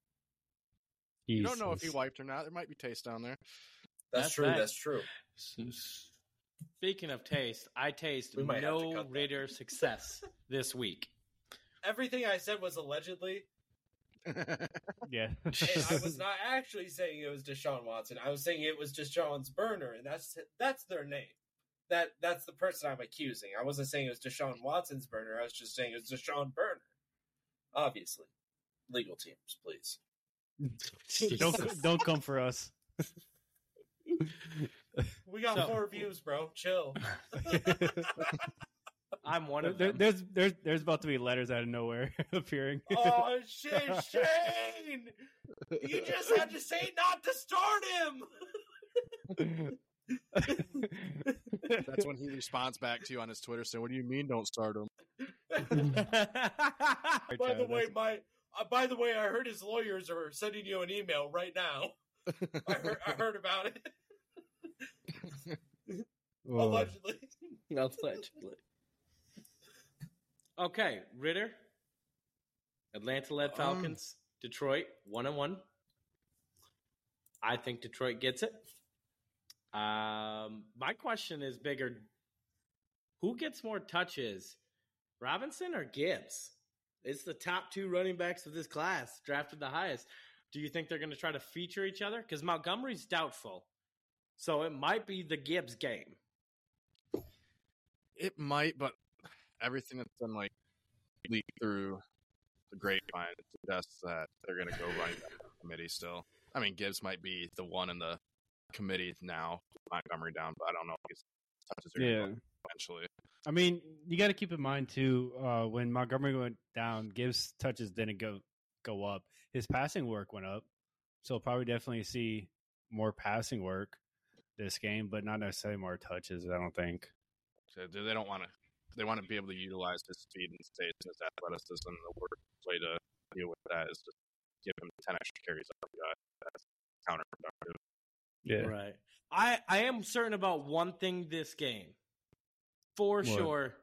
[SPEAKER 2] You don't know if he
[SPEAKER 3] Jesus.
[SPEAKER 2] wiped or not. There might be taste down there. *laughs*
[SPEAKER 4] That's,
[SPEAKER 1] That's
[SPEAKER 4] true.
[SPEAKER 1] right.
[SPEAKER 4] That's true.
[SPEAKER 1] Speaking of taste, I taste
[SPEAKER 4] We might have to
[SPEAKER 1] no
[SPEAKER 4] cut that.
[SPEAKER 1] Raider success this
[SPEAKER 4] *laughs*
[SPEAKER 1] week.
[SPEAKER 4] Everything I said was allegedly,
[SPEAKER 3] Yeah,
[SPEAKER 2] *laughs*
[SPEAKER 4] and
[SPEAKER 3] *laughs*
[SPEAKER 4] I was not actually saying it was Deshaun Watson. I was saying it was Deshaun's burner, and that's that's their name. That that's the person I'm accusing. I wasn't saying it was Deshaun Watson's burner. I was just saying it was Deshaun Burner. Obviously, legal teams, please.
[SPEAKER 3] don't don't come for us.
[SPEAKER 4] We got
[SPEAKER 1] So-
[SPEAKER 4] four views, bro. Chill.
[SPEAKER 1] I'm one of
[SPEAKER 3] There-
[SPEAKER 1] them.
[SPEAKER 3] there's there's there's about to be letters out of nowhere *laughs* appearing.
[SPEAKER 4] oh shit, Shane! You just had to say not to start him. *laughs*
[SPEAKER 2] That's when he responds back to you on his Twitter saying, "What do you mean, don't start him?"
[SPEAKER 1] *laughs*
[SPEAKER 4] By the
[SPEAKER 3] That's-
[SPEAKER 4] way, my uh, by the way, I heard his lawyers are sending you an email right now. I heard, I heard about it
[SPEAKER 3] Oh.
[SPEAKER 4] allegedly.
[SPEAKER 1] Allegedly. *laughs* Okay, Ritter. Atlanta led
[SPEAKER 2] Um.
[SPEAKER 1] Falcons. Detroit, one on one. I think Detroit gets it. Um, my question is bigger. Who gets more touches, Robinson or Gibbs? It's the top two running backs of this class, drafted the highest. Do you think they're going to try to feature each other? Because Montgomery's doubtful, so it might be the Gibbs game.
[SPEAKER 2] It might, but everything that's been like leaked through the grapevine suggests that they're going to go running back to the committee still. I mean, Gibbs might be the one in the committee now, Montgomery down, but I don't know if he's touches are
[SPEAKER 3] yeah.
[SPEAKER 2] yeah. eventually.
[SPEAKER 3] I mean, you got to keep in mind too uh, when Montgomery went down, Gibbs touches didn't go go up. His passing work went up, so we'll probably definitely see more passing work this game, but not necessarily more touches. I don't think.
[SPEAKER 2] So they they don't want to. They want to be able to utilize his speed and his taste and his athleticism. And the worst way to deal with that is to give him ten extra carries. Up the gut. That's counterproductive.
[SPEAKER 3] Yeah,
[SPEAKER 1] Right. I I am certain about one thing this game. For
[SPEAKER 3] What?
[SPEAKER 1] sure.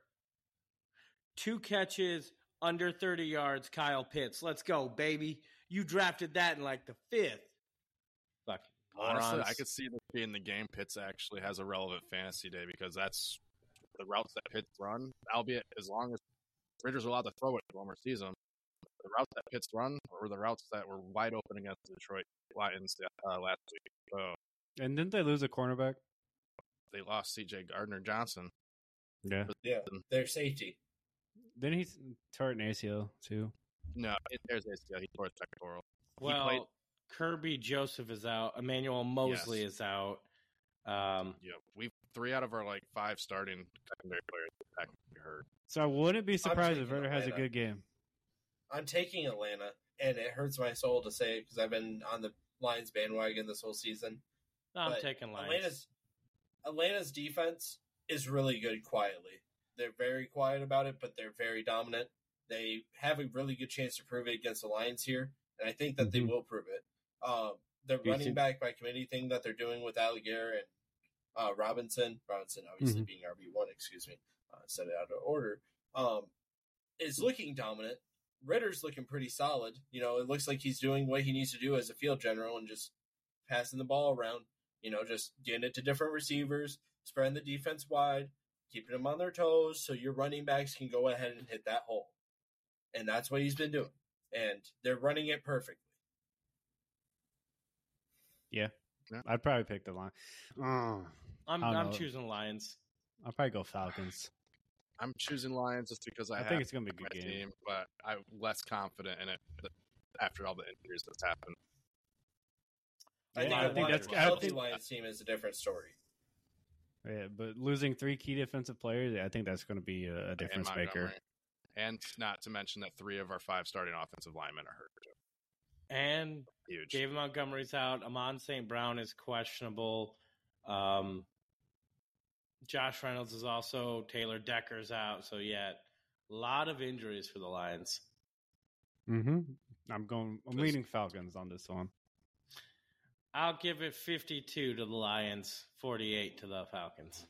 [SPEAKER 1] Two catches under 30 yards Kyle Pitts. Let's go, baby. You drafted that in like the 5th. Fucking
[SPEAKER 2] Honestly,
[SPEAKER 1] morons.
[SPEAKER 2] I could see this being the game Pitts actually has a relevant fantasy day because that's the routes that Pitts run, albeit as long as Ridger's allowed to throw it one more season, the routes that Pitts run were the routes that were wide open against the Detroit Lions uh, last week. So
[SPEAKER 3] and didn't they lose a cornerback?
[SPEAKER 2] they lost C.J. Gardner Johnson.
[SPEAKER 3] Yeah,
[SPEAKER 4] Their safety.
[SPEAKER 3] then he tore an ACL too.
[SPEAKER 2] No, it, there's ACL. He tore his pectoral. He
[SPEAKER 1] well,
[SPEAKER 2] played-
[SPEAKER 1] Kirby Joseph is out. Emmanuel Mosley is out. Um
[SPEAKER 2] yeah, we've three out of our like five starting secondary players that can be hurt.
[SPEAKER 3] So I wouldn't be surprised if
[SPEAKER 4] taking
[SPEAKER 3] Ritter has a
[SPEAKER 4] Atlanta.
[SPEAKER 3] good game.
[SPEAKER 4] I'm taking Atlanta, and it hurts my soul to say it because I've been on the Lions bandwagon this whole season.
[SPEAKER 1] I'm
[SPEAKER 4] But
[SPEAKER 1] taking Lions.
[SPEAKER 4] Atlanta's Atlanta's defense is really good quietly. They're very quiet about it, but they're very dominant. They have a really good chance to prove it against the Lions here, and I think that they
[SPEAKER 3] Mhm.
[SPEAKER 4] will prove it. Uh, the
[SPEAKER 3] Do you
[SPEAKER 4] running
[SPEAKER 3] think-
[SPEAKER 4] back by committee thing that they're doing with Alligator and uh, Robinson, Robinson
[SPEAKER 3] Mm-hmm.
[SPEAKER 4] obviously being RB one, excuse me, uh, set it out of order, um, is looking dominant. Ritter's looking pretty solid. You know, it looks like he's doing what he needs to do as a field general and just passing the ball around. You know, just getting it to different receivers, spreading the defense wide, keeping them on their toes, so your running backs can go ahead and hit that hole. And that's what he's been doing. And they're running it perfectly.
[SPEAKER 3] I'd probably pick the line. Oh,
[SPEAKER 1] I'm
[SPEAKER 3] I don't
[SPEAKER 1] I'm
[SPEAKER 3] know.
[SPEAKER 1] choosing Lions.
[SPEAKER 3] I'll probably go Falcons.
[SPEAKER 2] I'm choosing Lions just because I,
[SPEAKER 3] I
[SPEAKER 2] have
[SPEAKER 3] think it's gonna be a
[SPEAKER 2] my
[SPEAKER 3] good game.
[SPEAKER 2] team, but I'm less confident in it th- after all the injuries that's happened.
[SPEAKER 4] I think,
[SPEAKER 3] Yeah,
[SPEAKER 4] I
[SPEAKER 3] I think
[SPEAKER 4] that's
[SPEAKER 3] that's-
[SPEAKER 4] a
[SPEAKER 3] I
[SPEAKER 4] healthy
[SPEAKER 3] think-
[SPEAKER 4] Lions team is a different story.
[SPEAKER 3] Yeah, but losing three key defensive players, I think that's gonna be a, a
[SPEAKER 2] in
[SPEAKER 3] difference maker.
[SPEAKER 2] Montgomery. And not to mention that three of our five starting offensive linemen are hurt. too.
[SPEAKER 1] And
[SPEAKER 2] Huge.
[SPEAKER 1] David Montgomery's out. Amon St. Brown is questionable. Um, Josh Reynolds is also. Taylor Decker's out. So yeah, a lot of injuries for the Lions.
[SPEAKER 3] Mm-hmm. I'm going. I'm
[SPEAKER 2] Just-
[SPEAKER 3] leaning Falcons on this one.
[SPEAKER 1] I'll give it 52 to the Lions, 48 to the Falcons.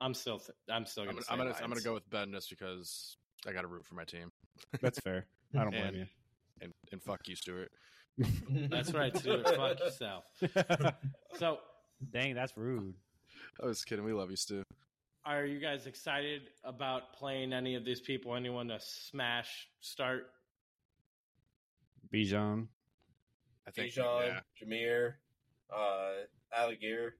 [SPEAKER 1] I'm still, th- I'm still
[SPEAKER 2] I'm
[SPEAKER 1] going
[SPEAKER 2] gonna,
[SPEAKER 1] to.
[SPEAKER 2] I'm gonna, I'm gonna go with Ben just because I got to root for my team.
[SPEAKER 3] That's fair. I don't blame
[SPEAKER 2] And- And and fuck you, Stuart.
[SPEAKER 3] you.
[SPEAKER 1] *laughs* That's
[SPEAKER 2] *laughs*
[SPEAKER 1] right,
[SPEAKER 4] *laughs*
[SPEAKER 1] too. Fuck yourself.
[SPEAKER 3] *laughs*
[SPEAKER 1] So,
[SPEAKER 3] Dang, that's rude.
[SPEAKER 2] I was kidding. We love you, Stu.
[SPEAKER 1] are you guys excited about playing any of these people? Anyone to smash start?
[SPEAKER 3] Bijan.
[SPEAKER 2] I think.
[SPEAKER 4] Bijan,
[SPEAKER 2] Yeah.
[SPEAKER 4] Jameer, uh, Alligator,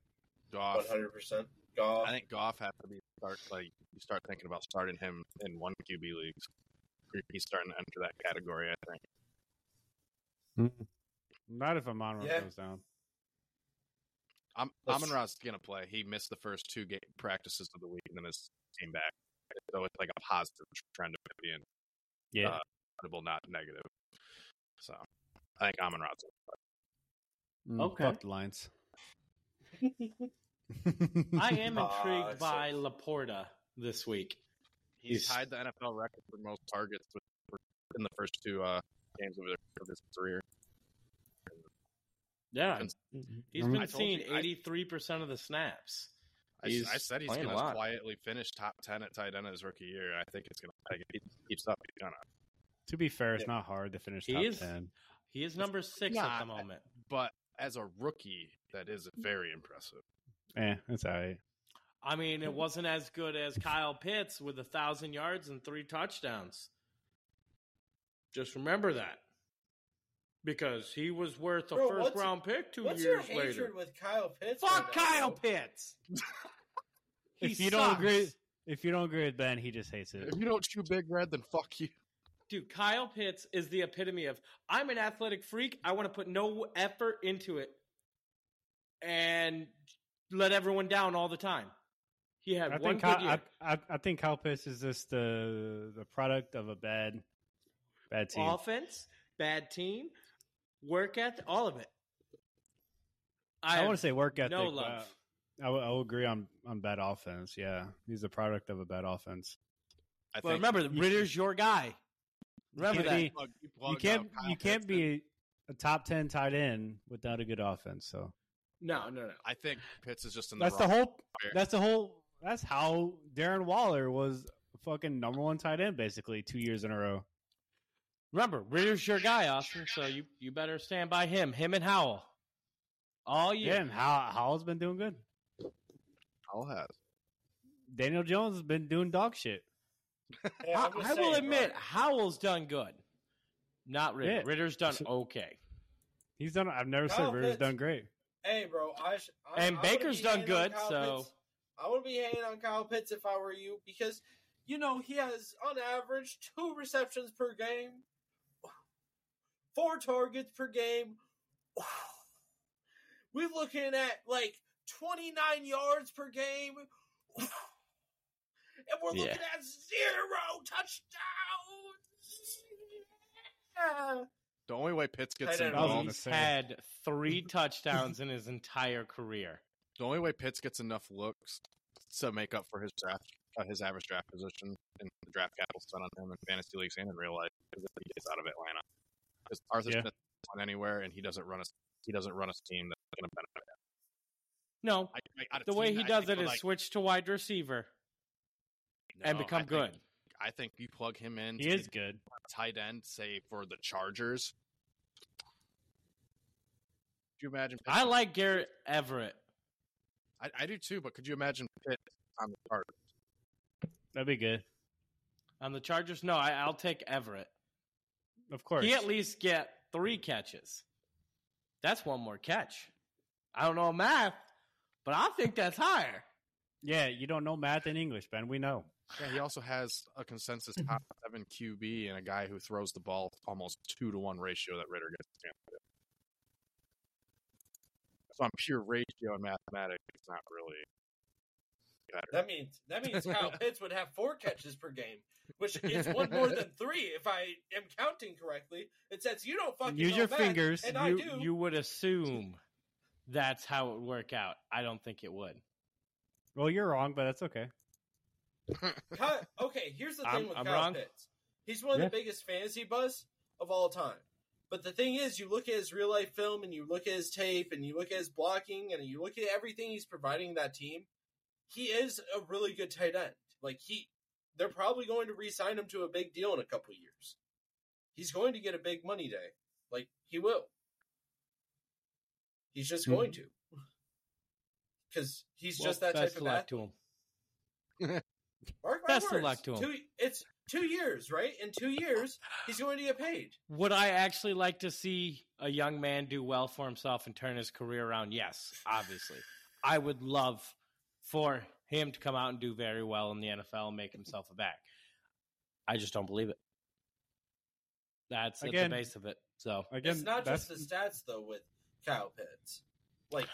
[SPEAKER 2] Goff.
[SPEAKER 4] 100%. Goff.
[SPEAKER 2] I think Goff has to be start like you start thinking about starting him in one QB leagues. He's starting to enter that category. I think.
[SPEAKER 3] Not if Amon Ra
[SPEAKER 4] Yeah.
[SPEAKER 3] goes down.
[SPEAKER 2] I'm,
[SPEAKER 4] Let's-
[SPEAKER 2] Amon Ra's gonna play. He missed the first two ga- practices of the week, and then his came back. So it's like a positive trend of it being
[SPEAKER 3] Yeah.
[SPEAKER 2] Uh, credible, not negative. So I think Amon Ra's.
[SPEAKER 3] Mm,
[SPEAKER 1] okay.
[SPEAKER 3] Fuck the Lions.
[SPEAKER 1] I
[SPEAKER 2] *laughs*
[SPEAKER 1] am
[SPEAKER 4] Ah,
[SPEAKER 1] intrigued
[SPEAKER 4] so-
[SPEAKER 1] by Laporta this week.
[SPEAKER 2] He
[SPEAKER 1] He's-
[SPEAKER 2] tied the NFL record for most targets with, for- in the first two uh, games of, their, of his career.
[SPEAKER 1] Yeah,
[SPEAKER 2] Cons-
[SPEAKER 1] he's
[SPEAKER 3] I
[SPEAKER 1] been
[SPEAKER 2] told
[SPEAKER 1] seen
[SPEAKER 2] you, I-
[SPEAKER 1] 83% of the snaps.
[SPEAKER 2] I, s-
[SPEAKER 1] He's
[SPEAKER 2] I said he's
[SPEAKER 1] playing
[SPEAKER 2] going
[SPEAKER 1] a
[SPEAKER 2] to
[SPEAKER 1] lot.
[SPEAKER 2] quietly finish top ten at tight end of his rookie year. I think it's going to. If he keeps up, he's going to.
[SPEAKER 3] To be fair, it's not hard to finish
[SPEAKER 1] He
[SPEAKER 3] top
[SPEAKER 1] is-
[SPEAKER 3] ten.
[SPEAKER 1] He is number six at
[SPEAKER 2] not-
[SPEAKER 1] the moment.
[SPEAKER 2] But as a rookie, that is very impressive.
[SPEAKER 3] Eh, that's all right.
[SPEAKER 1] I mean, it wasn't as good as Kyle Pitts with a thousand yards and three touchdowns. Just remember that. Because he was worth a
[SPEAKER 4] Bro,
[SPEAKER 1] first
[SPEAKER 4] what's-
[SPEAKER 1] round pick two
[SPEAKER 4] What's your
[SPEAKER 1] years
[SPEAKER 4] hatred
[SPEAKER 1] later.
[SPEAKER 4] with Kyle Pitts?
[SPEAKER 1] Fuck
[SPEAKER 4] right now,
[SPEAKER 1] Kyle
[SPEAKER 4] bro?
[SPEAKER 1] Pitts. He
[SPEAKER 3] If you don't agree-
[SPEAKER 1] sucks.
[SPEAKER 3] If you don't agree with Ben, he just hates it.
[SPEAKER 2] If you don't chew big red, then fuck you.
[SPEAKER 1] Dude, Kyle Pitts is the epitome of I'm an athletic freak. I want to put no effort into it and let everyone down all the time. He had
[SPEAKER 3] I
[SPEAKER 1] one
[SPEAKER 3] think
[SPEAKER 1] good
[SPEAKER 3] Kyle,
[SPEAKER 1] year.
[SPEAKER 3] I, I, I think Kyle Pitts is just the the product of a bad bad team.
[SPEAKER 1] offense, bad team, work at all of it.
[SPEAKER 3] I,
[SPEAKER 1] I,
[SPEAKER 3] want to say work ethic.
[SPEAKER 1] no
[SPEAKER 3] but
[SPEAKER 1] love.
[SPEAKER 3] I will- I will agree on on bad offense. Yeah, he's a product of a bad offense.
[SPEAKER 2] I
[SPEAKER 1] but remember, the Ritter's your guy. Remember
[SPEAKER 3] Can't
[SPEAKER 1] that.
[SPEAKER 3] be-
[SPEAKER 2] plug- you,
[SPEAKER 3] you
[SPEAKER 2] plug, uh,
[SPEAKER 3] can't
[SPEAKER 2] Kyle
[SPEAKER 3] you can't
[SPEAKER 2] Pitts in.
[SPEAKER 3] be a top ten tight end without a good offense. So
[SPEAKER 1] No, no, no.
[SPEAKER 2] I think Pitts is just in the
[SPEAKER 3] that's the
[SPEAKER 2] wrong
[SPEAKER 3] whole.
[SPEAKER 2] player.
[SPEAKER 3] That's the whole. That's how Darren Waller was fucking number one tight end basically two years in a row.
[SPEAKER 1] Remember, Ritter's your guy, Austin. So you you better stand by him. Him and Howell. All year.
[SPEAKER 3] Yeah, and How Howell's been doing good.
[SPEAKER 2] Howell has.
[SPEAKER 3] Daniel Jones has been doing dog shit.
[SPEAKER 4] Hey,
[SPEAKER 1] I,
[SPEAKER 4] I'm just
[SPEAKER 1] I will
[SPEAKER 4] saying, bro.
[SPEAKER 1] admit, Howell's done good. Not Ritter.
[SPEAKER 3] Yeah.
[SPEAKER 1] Ritter's done
[SPEAKER 3] So-
[SPEAKER 1] okay.
[SPEAKER 3] He's done. I've never
[SPEAKER 4] Kyle
[SPEAKER 3] said Ritter's
[SPEAKER 4] Pitts.
[SPEAKER 3] done great.
[SPEAKER 4] Hey, bro, I sh- I,
[SPEAKER 1] And
[SPEAKER 4] I wouldn't
[SPEAKER 1] Baker's
[SPEAKER 4] be
[SPEAKER 1] done
[SPEAKER 4] hating on
[SPEAKER 1] good,
[SPEAKER 4] Kyle
[SPEAKER 1] so-
[SPEAKER 4] Pitts. I would be hating on Kyle Pitts if I were you because you know he has on average two receptions per game, four targets per game. We're looking at like twenty nine yards per game, and we're
[SPEAKER 1] Yeah.
[SPEAKER 4] looking at zero touchdowns. Yeah.
[SPEAKER 2] The only way Pitts gets
[SPEAKER 4] Tight end
[SPEAKER 2] involved.
[SPEAKER 3] gonna
[SPEAKER 1] He's
[SPEAKER 3] say.
[SPEAKER 1] had
[SPEAKER 3] *laughs*
[SPEAKER 1] three touchdowns in his entire career.
[SPEAKER 2] The only way Pitts gets enough looks to make up for his draft on his average draft position, and the draft capital spent on him in fantasy leagues and in real life because if he gets out of Atlanta, because Arthur
[SPEAKER 3] Yeah.
[SPEAKER 2] Smith on anywhere, and he doesn't run a he doesn't run a team that's going to benefit. him.
[SPEAKER 1] No,
[SPEAKER 2] I, I- out of
[SPEAKER 1] the way
[SPEAKER 2] team,
[SPEAKER 1] he
[SPEAKER 2] I
[SPEAKER 1] does
[SPEAKER 2] think
[SPEAKER 1] it
[SPEAKER 2] we're
[SPEAKER 1] is
[SPEAKER 2] like,
[SPEAKER 1] switch to wide receiver and
[SPEAKER 2] no,
[SPEAKER 1] become
[SPEAKER 2] I think-
[SPEAKER 1] good.
[SPEAKER 2] I think you plug him in.
[SPEAKER 3] He
[SPEAKER 2] to
[SPEAKER 3] is good.
[SPEAKER 2] tight end, say for the Chargers. Could you imagine?
[SPEAKER 1] I like Garrett Everett.
[SPEAKER 2] I, I do too, but could you imagine Pitt on the Chargers?
[SPEAKER 3] That'd be good.
[SPEAKER 1] On the Chargers, no, I, I'll take Everett.
[SPEAKER 3] Of course.
[SPEAKER 1] He at least get three catches. That's one more catch. I don't know math, but I think that's higher.
[SPEAKER 3] yeah, you don't know math and English, Ben. We know.
[SPEAKER 2] Yeah, he also has a consensus top seven QB and a guy who throws the ball almost two to one ratio that Ritter gets. to Tampa Bay. So on pure ratio and mathematics, it's not really better.
[SPEAKER 4] *laughs* That means that means
[SPEAKER 3] *laughs*
[SPEAKER 4] Kyle Pitts would have four catches per game, which is one more than three if I am counting correctly. And since you don't fucking
[SPEAKER 3] Use
[SPEAKER 4] know
[SPEAKER 3] your
[SPEAKER 4] math,
[SPEAKER 3] fingers.
[SPEAKER 4] and I
[SPEAKER 1] You,
[SPEAKER 4] do,
[SPEAKER 1] you would assume that's how it would work out. I don't think it would.
[SPEAKER 3] Well, you're wrong, but that's okay.
[SPEAKER 4] Kyle, okay, here's the thing
[SPEAKER 1] I'm-
[SPEAKER 4] with
[SPEAKER 1] I'm
[SPEAKER 4] Kyle
[SPEAKER 1] wrong.
[SPEAKER 4] Pitts. He's one of
[SPEAKER 3] Yeah.
[SPEAKER 4] the biggest fantasy busts of all time. But the thing is, you look at his real life film and you look at his tape and you look at his blocking and you look at everything he's providing that team. He is a really good tight end. Like he, they're probably going to re-sign him to a big deal in a couple years. He's going to get a big money day. Like he will. He's just going to. Because he's just
[SPEAKER 1] Hmm. Well,
[SPEAKER 4] that type
[SPEAKER 1] best
[SPEAKER 4] of
[SPEAKER 1] of luck
[SPEAKER 4] athlete.
[SPEAKER 1] to him.
[SPEAKER 4] Mark my
[SPEAKER 1] Best of
[SPEAKER 4] words.
[SPEAKER 1] luck to him.
[SPEAKER 4] Two, it's two years, right? In two years, he's going to get paid.
[SPEAKER 1] Would I actually like to see a young man do well for himself and turn his career around? Yes, obviously. I would love for him to come out and do very well in the NFL and make himself a back. I just don't believe it. That's at the
[SPEAKER 3] Again-
[SPEAKER 1] base of it. So
[SPEAKER 3] Again,
[SPEAKER 4] it's not
[SPEAKER 3] that's,
[SPEAKER 4] just the stats though with Kyle Pitts. Like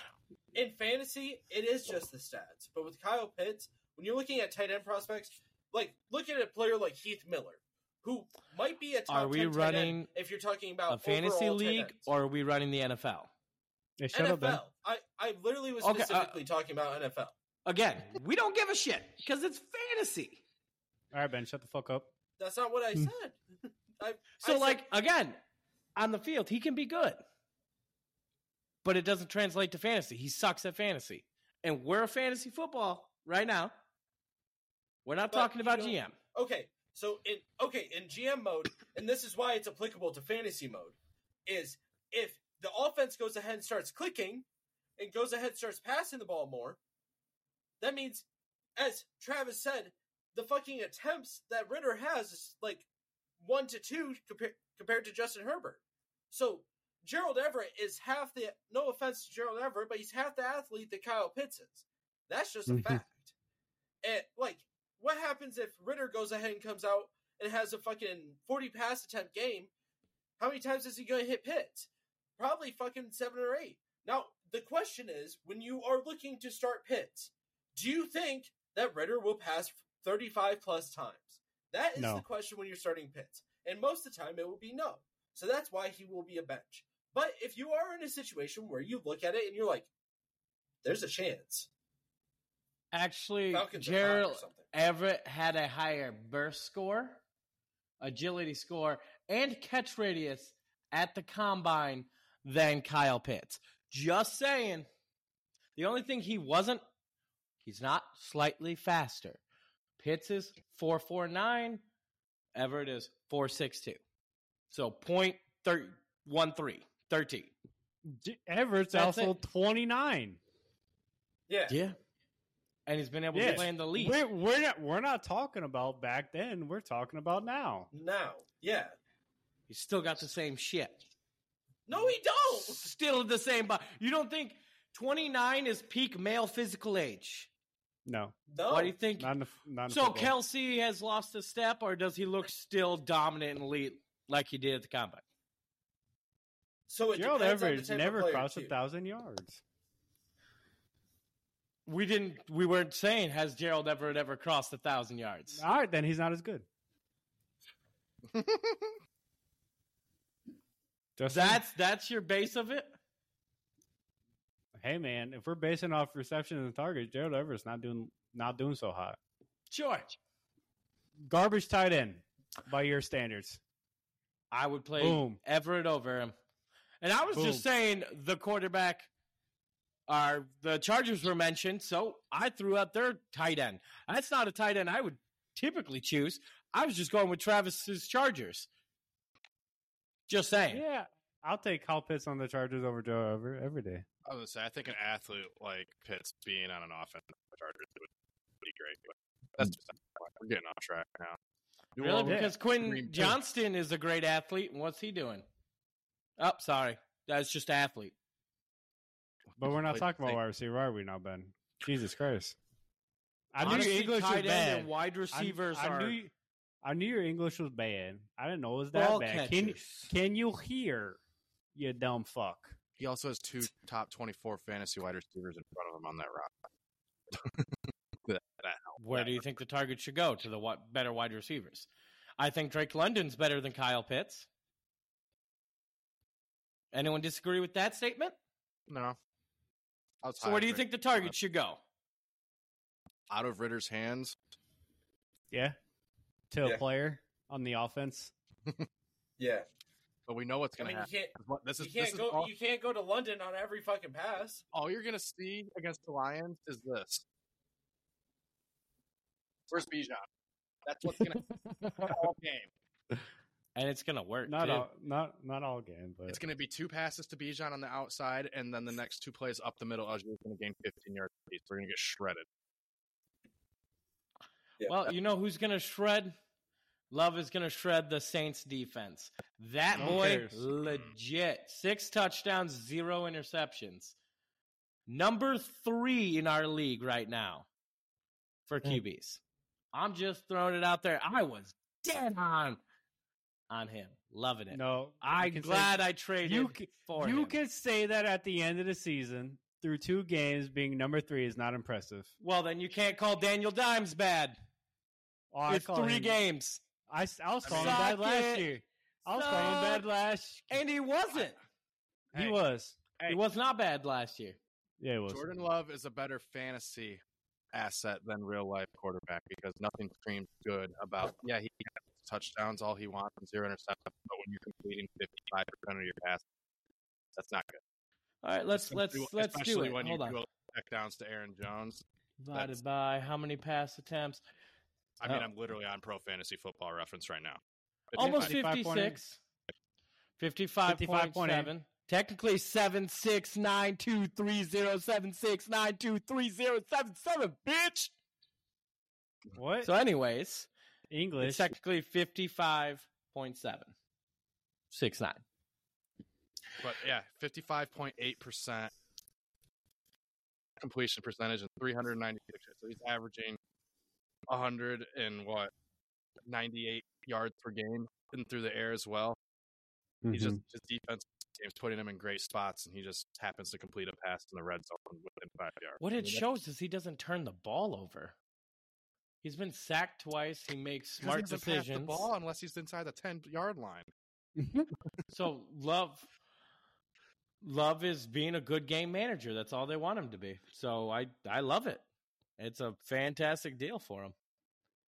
[SPEAKER 4] in fantasy, it is just the stats. But with Kyle Pitts, when you're looking at tight end prospects, like look at a player like Heath Miller, who might be a top
[SPEAKER 1] Are we
[SPEAKER 4] 10 tight
[SPEAKER 1] running
[SPEAKER 4] end if you're talking about
[SPEAKER 1] a fantasy
[SPEAKER 4] overall tight
[SPEAKER 1] league,
[SPEAKER 4] ends.
[SPEAKER 1] or are we running the NFL?
[SPEAKER 3] Hey, shut up, Ben.
[SPEAKER 4] NFL. I, I literally was
[SPEAKER 1] Okay, uh,
[SPEAKER 4] specifically talking about NFL.
[SPEAKER 1] Again, we don't give a shit because it's fantasy.
[SPEAKER 3] All right, Ben, shut the fuck up.
[SPEAKER 4] That's not what I
[SPEAKER 3] Hmm.
[SPEAKER 4] said. I, I
[SPEAKER 1] So,
[SPEAKER 4] said-
[SPEAKER 1] like, again, on the field, he can be good, but it doesn't translate to fantasy. He sucks at fantasy. And we're a fantasy football right now. We're not
[SPEAKER 4] But
[SPEAKER 1] talking
[SPEAKER 4] you
[SPEAKER 1] about
[SPEAKER 4] don't-
[SPEAKER 1] GM.
[SPEAKER 4] okay so in okay in gm mode and this is why it's applicable to fantasy mode is if the offense goes ahead and starts clicking and goes ahead and starts passing the ball more that means as travis said the fucking attempts that ritter has is like one to two compared compared to justin herbert so gerald everett is half the no offense to gerald everett but he's half the athlete that kyle pitts is that's just a
[SPEAKER 3] Mhm.
[SPEAKER 4] fact and like what happens if Ritter goes ahead and comes out and has a fucking 40 pass attempt game? How many times is he going to hit Pitts? Probably fucking seven or eight. Now, the question is when you are looking to start Pitts, do you think that Ritter will pass 35 plus times? That is
[SPEAKER 3] No.
[SPEAKER 4] the question when you're starting Pitts. And most of the time, it will be no. So that's why he will be a bench. But if you are in a situation where you look at it and you're like, there's a chance.
[SPEAKER 1] Actually,
[SPEAKER 4] Falcons are hot or
[SPEAKER 1] Gerald
[SPEAKER 4] something.
[SPEAKER 1] Everett had a higher burst score, agility score, and catch radius at the combine than Kyle Pitts. Just saying. The only thing he wasn't, he's not slightly faster. Pitts is 449, Everett is 462. So point thir- one three, 13.
[SPEAKER 3] J- Everett's
[SPEAKER 1] That's
[SPEAKER 3] also
[SPEAKER 1] it.
[SPEAKER 3] 29.
[SPEAKER 4] Yeah.
[SPEAKER 1] Yeah. And he's been able
[SPEAKER 3] Yeah.
[SPEAKER 1] to play in the league.
[SPEAKER 3] We're, we're not we're not talking about back then. We're talking about now.
[SPEAKER 4] Now. Yeah.
[SPEAKER 1] He's still got the same shit.
[SPEAKER 4] No, he don't.
[SPEAKER 1] still the same body. You don't think 29 is peak male physical age?
[SPEAKER 3] No,
[SPEAKER 4] No.
[SPEAKER 1] Why do you think?
[SPEAKER 3] Oh. not in the, not in
[SPEAKER 1] so
[SPEAKER 3] football.
[SPEAKER 1] Kelsey has lost a step, or does he look still dominant and elite like he did at the combine?
[SPEAKER 4] so it
[SPEAKER 3] Gerald
[SPEAKER 4] depends on the
[SPEAKER 3] Everett's
[SPEAKER 4] type of
[SPEAKER 3] never
[SPEAKER 4] player,
[SPEAKER 3] crossed a
[SPEAKER 4] too.
[SPEAKER 3] thousand yards.
[SPEAKER 1] We didn't. We weren't saying has Gerald Everett ever crossed a thousand yards?
[SPEAKER 3] All right, then he's not as good. Just saying.
[SPEAKER 1] That's that's your base of it.
[SPEAKER 3] hey man. If we're basing off reception and target, Gerald Everett's not doing not doing so hot. Sure. Garbage tight end by your standards.
[SPEAKER 1] I would play
[SPEAKER 3] Boom.
[SPEAKER 1] Everett over him. And I was
[SPEAKER 3] Boom.
[SPEAKER 1] just saying the quarterback are the Chargers were mentioned, so I threw out their tight end. That's not a tight end I would typically choose. I was just going with Travis's Chargers. Just saying.
[SPEAKER 3] Yeah. I'll take Kyle Pitts on the Chargers over Joe Over every day.
[SPEAKER 2] I was gonna say, I think an athlete like Pitts being on an offense with the Chargers would be great, but that's just we're getting off track now. New
[SPEAKER 1] Really?
[SPEAKER 2] Orleans-
[SPEAKER 1] Because Quentin
[SPEAKER 2] Green Bay.
[SPEAKER 1] Johnston is a great athlete, and what's he doing? Oh, sorry. That's just athlete.
[SPEAKER 3] But we're not
[SPEAKER 2] Like,
[SPEAKER 3] talking about
[SPEAKER 2] think-
[SPEAKER 3] wide receiver, are we now, Ben? Jesus Christ. I knew
[SPEAKER 1] Honestly,
[SPEAKER 3] your English was
[SPEAKER 1] tight end
[SPEAKER 3] bad.
[SPEAKER 1] and wide
[SPEAKER 3] I-
[SPEAKER 1] receivers
[SPEAKER 3] I,
[SPEAKER 1] are
[SPEAKER 3] knew, you- I knew your English was bad. I didn't know it was that
[SPEAKER 1] ball
[SPEAKER 3] bad. Can you,
[SPEAKER 1] catchers.
[SPEAKER 3] can you hear, you dumb fuck?
[SPEAKER 2] He also has two top twenty-four fantasy wide receivers in front of him on that rock. *laughs*
[SPEAKER 1] Where do you think the target should go to the wi- better wide receivers? I think Drake London's better than Kyle Pitts. Anyone disagree with that statement?
[SPEAKER 2] No.
[SPEAKER 1] So where do you think the target should go?
[SPEAKER 2] Out of Ritter's hands,
[SPEAKER 3] Yeah. To
[SPEAKER 4] Yeah.
[SPEAKER 3] a player on the offense.
[SPEAKER 4] Yeah,
[SPEAKER 2] but we know what's
[SPEAKER 4] I
[SPEAKER 2] going to
[SPEAKER 4] mean you
[SPEAKER 2] happen.
[SPEAKER 4] can't
[SPEAKER 2] What- This
[SPEAKER 4] you
[SPEAKER 2] is,
[SPEAKER 4] can't
[SPEAKER 2] this is
[SPEAKER 4] go
[SPEAKER 2] all,
[SPEAKER 4] you can't go to London on every fucking pass.
[SPEAKER 2] all you're going to see against the Lions is this. Where's Bijan? That's what's going to all game.
[SPEAKER 1] And it's gonna work.
[SPEAKER 3] Not
[SPEAKER 1] too.
[SPEAKER 3] all, not not all game, but
[SPEAKER 2] It's going to be two passes to Bijan on the outside, and
[SPEAKER 1] *sighs*
[SPEAKER 2] then the next two plays up the middle. Ajay's going to gain 15 yards apiece. They're going to get shredded.
[SPEAKER 4] Yeah.
[SPEAKER 1] Well, you know who's gonna shred? Love is gonna shred the Saints defense. That
[SPEAKER 3] Who
[SPEAKER 1] boy
[SPEAKER 3] cares?
[SPEAKER 1] legit. Six touchdowns, zero interceptions. Number three in our league right now for
[SPEAKER 3] Hmm.
[SPEAKER 1] QBs. I'm just throwing it out there. I was dead on on him. Loving it.
[SPEAKER 3] no. you
[SPEAKER 1] I'm
[SPEAKER 3] can say-
[SPEAKER 1] glad I traded
[SPEAKER 3] you can,
[SPEAKER 1] for
[SPEAKER 3] you
[SPEAKER 1] him.
[SPEAKER 3] can say that at the end of the season through two games being number three is not impressive.
[SPEAKER 1] well, then you can't call Daniel Dimes bad.
[SPEAKER 3] Oh, I
[SPEAKER 1] it's
[SPEAKER 3] call
[SPEAKER 1] three
[SPEAKER 3] him-
[SPEAKER 1] games.
[SPEAKER 3] I, s- I was
[SPEAKER 2] I
[SPEAKER 3] calling
[SPEAKER 1] mean-
[SPEAKER 3] him bad
[SPEAKER 1] Suck
[SPEAKER 3] last
[SPEAKER 1] it.
[SPEAKER 3] year. I was calling him
[SPEAKER 1] Suck.
[SPEAKER 3] bad last.
[SPEAKER 1] And he wasn't.
[SPEAKER 3] He
[SPEAKER 2] Hey.
[SPEAKER 3] was.
[SPEAKER 1] He was not bad last year.
[SPEAKER 3] Yeah, he
[SPEAKER 1] uh,
[SPEAKER 3] was.
[SPEAKER 2] Jordan Love is a better fantasy asset than real life quarterback because nothing screams good
[SPEAKER 1] *laughs*
[SPEAKER 2] about, yeah, he has touchdowns all he wants and zero interceptions, but when you're completing 55% of your passes, that's not good.
[SPEAKER 1] All right, let's let's
[SPEAKER 2] Especially-
[SPEAKER 1] let's do
[SPEAKER 2] especially
[SPEAKER 1] it.
[SPEAKER 2] when
[SPEAKER 1] Hold
[SPEAKER 2] you
[SPEAKER 1] on.
[SPEAKER 2] do checkdowns to Aaron Jones.
[SPEAKER 1] Divided
[SPEAKER 2] That's-
[SPEAKER 1] by how many pass attempts?
[SPEAKER 2] I mean,
[SPEAKER 1] Oh.
[SPEAKER 2] I'm literally on pro fantasy football reference right now.
[SPEAKER 1] Almost
[SPEAKER 3] 55.8.
[SPEAKER 1] 56. 55.7. Technically 76923076923077, bitch.
[SPEAKER 3] What?
[SPEAKER 1] So anyways, it's
[SPEAKER 3] English.
[SPEAKER 1] technically 55.7. 69.
[SPEAKER 2] But yeah, fifty-five point eight percent completion percentage and three hundred ninety-six. So he's averaging hundred and what ninety-eight yards per game and through the air as well. He
[SPEAKER 3] *laughs*
[SPEAKER 2] just his defense game's putting him in great spots, and he just happens to complete a pass in the red zone within five yards.
[SPEAKER 1] What
[SPEAKER 2] I
[SPEAKER 1] it
[SPEAKER 2] mean,
[SPEAKER 1] shows is he doesn't turn the ball over. He's been sacked twice. He makes
[SPEAKER 2] that's- 'cause he
[SPEAKER 1] smart
[SPEAKER 2] doesn't pass
[SPEAKER 1] decisions.
[SPEAKER 2] The ball unless he's inside the ten yard line.
[SPEAKER 3] Mm-hmm.
[SPEAKER 1] So love, love is being a good game manager. That's all they want him to be. So I, I love it. It's a fantastic deal for him,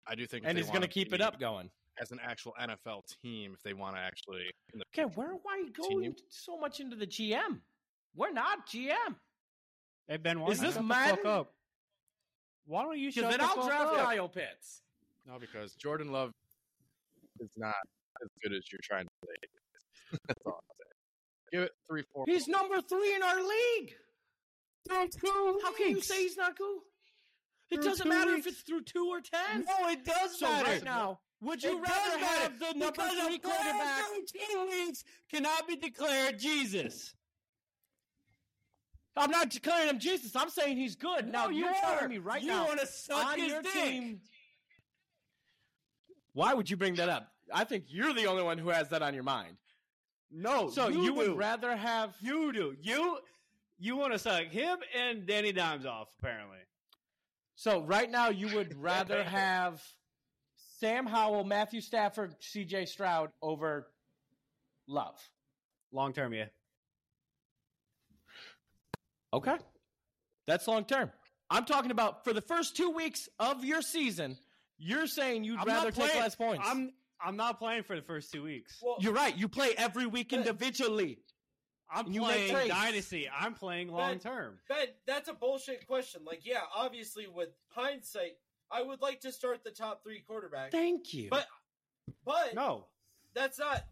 [SPEAKER 2] I do think, if
[SPEAKER 1] and
[SPEAKER 2] they
[SPEAKER 1] he's going
[SPEAKER 2] want
[SPEAKER 1] to
[SPEAKER 2] him,
[SPEAKER 1] keep
[SPEAKER 2] they
[SPEAKER 1] it
[SPEAKER 2] need
[SPEAKER 1] up going.
[SPEAKER 2] as an actual NFL team if they want to actually. in the
[SPEAKER 1] Okay,
[SPEAKER 2] future.
[SPEAKER 1] where why you going so much into the GM? We're not GM.
[SPEAKER 3] hey Ben, why
[SPEAKER 1] Is
[SPEAKER 3] don't you
[SPEAKER 1] this
[SPEAKER 3] shut the
[SPEAKER 1] Madden?
[SPEAKER 3] fuck up? Why don't you shut
[SPEAKER 1] Because then
[SPEAKER 3] the
[SPEAKER 1] I'll
[SPEAKER 3] fuck
[SPEAKER 1] draft
[SPEAKER 3] up?
[SPEAKER 1] Kyle Pitts.
[SPEAKER 2] No, because Jordan Love is not as good as you're trying to say. *laughs* That's all I'm saying. Give it three, four.
[SPEAKER 1] He's number three in our league.
[SPEAKER 3] How
[SPEAKER 1] How can you say he's not cool? It
[SPEAKER 3] Through
[SPEAKER 1] doesn't
[SPEAKER 3] two
[SPEAKER 1] matter
[SPEAKER 3] weeks.
[SPEAKER 1] if it's through two or ten.
[SPEAKER 3] No, it does
[SPEAKER 1] so
[SPEAKER 3] matter.
[SPEAKER 1] right now, would you rather have the number three quarterback?
[SPEAKER 3] Two weeks cannot be declared Jesus.
[SPEAKER 1] I'm not declaring him Jesus. I'm saying he's good. now
[SPEAKER 3] you
[SPEAKER 1] you're telling
[SPEAKER 3] are.
[SPEAKER 1] me right
[SPEAKER 3] You
[SPEAKER 1] now
[SPEAKER 3] wanna suck
[SPEAKER 1] on
[SPEAKER 3] his
[SPEAKER 1] your
[SPEAKER 3] dick.
[SPEAKER 1] team. Why would you bring that up? I think you're the only one who has that on your mind.
[SPEAKER 3] No,
[SPEAKER 1] So you, would
[SPEAKER 3] Oh, do.
[SPEAKER 1] rather have
[SPEAKER 3] you do you you want to suck him and Danny Dimes off apparently.
[SPEAKER 1] So right now you would
[SPEAKER 3] *laughs*
[SPEAKER 1] rather have Sam Howell, Matthew Stafford, CJ Stroud over Love.
[SPEAKER 3] Long term, yeah.
[SPEAKER 1] Okay. That's long term. I'm talking about for the first two weeks of your season, You're saying you'd
[SPEAKER 3] I'm not
[SPEAKER 1] rather take
[SPEAKER 3] playing.
[SPEAKER 1] less points.
[SPEAKER 3] I'm I'm not playing for the first two weeks.
[SPEAKER 4] Well,
[SPEAKER 1] You're right. You play every week
[SPEAKER 4] Ben.
[SPEAKER 1] individually.
[SPEAKER 3] I'm
[SPEAKER 1] you make
[SPEAKER 3] playing
[SPEAKER 1] trades.
[SPEAKER 3] dynasty. I'm playing long term.
[SPEAKER 4] Ben, that's a bullshit question. Like, yeah, obviously, with hindsight, I would like to start the top three quarterbacks,
[SPEAKER 1] Thank you.
[SPEAKER 4] But- but
[SPEAKER 3] No,
[SPEAKER 4] that's not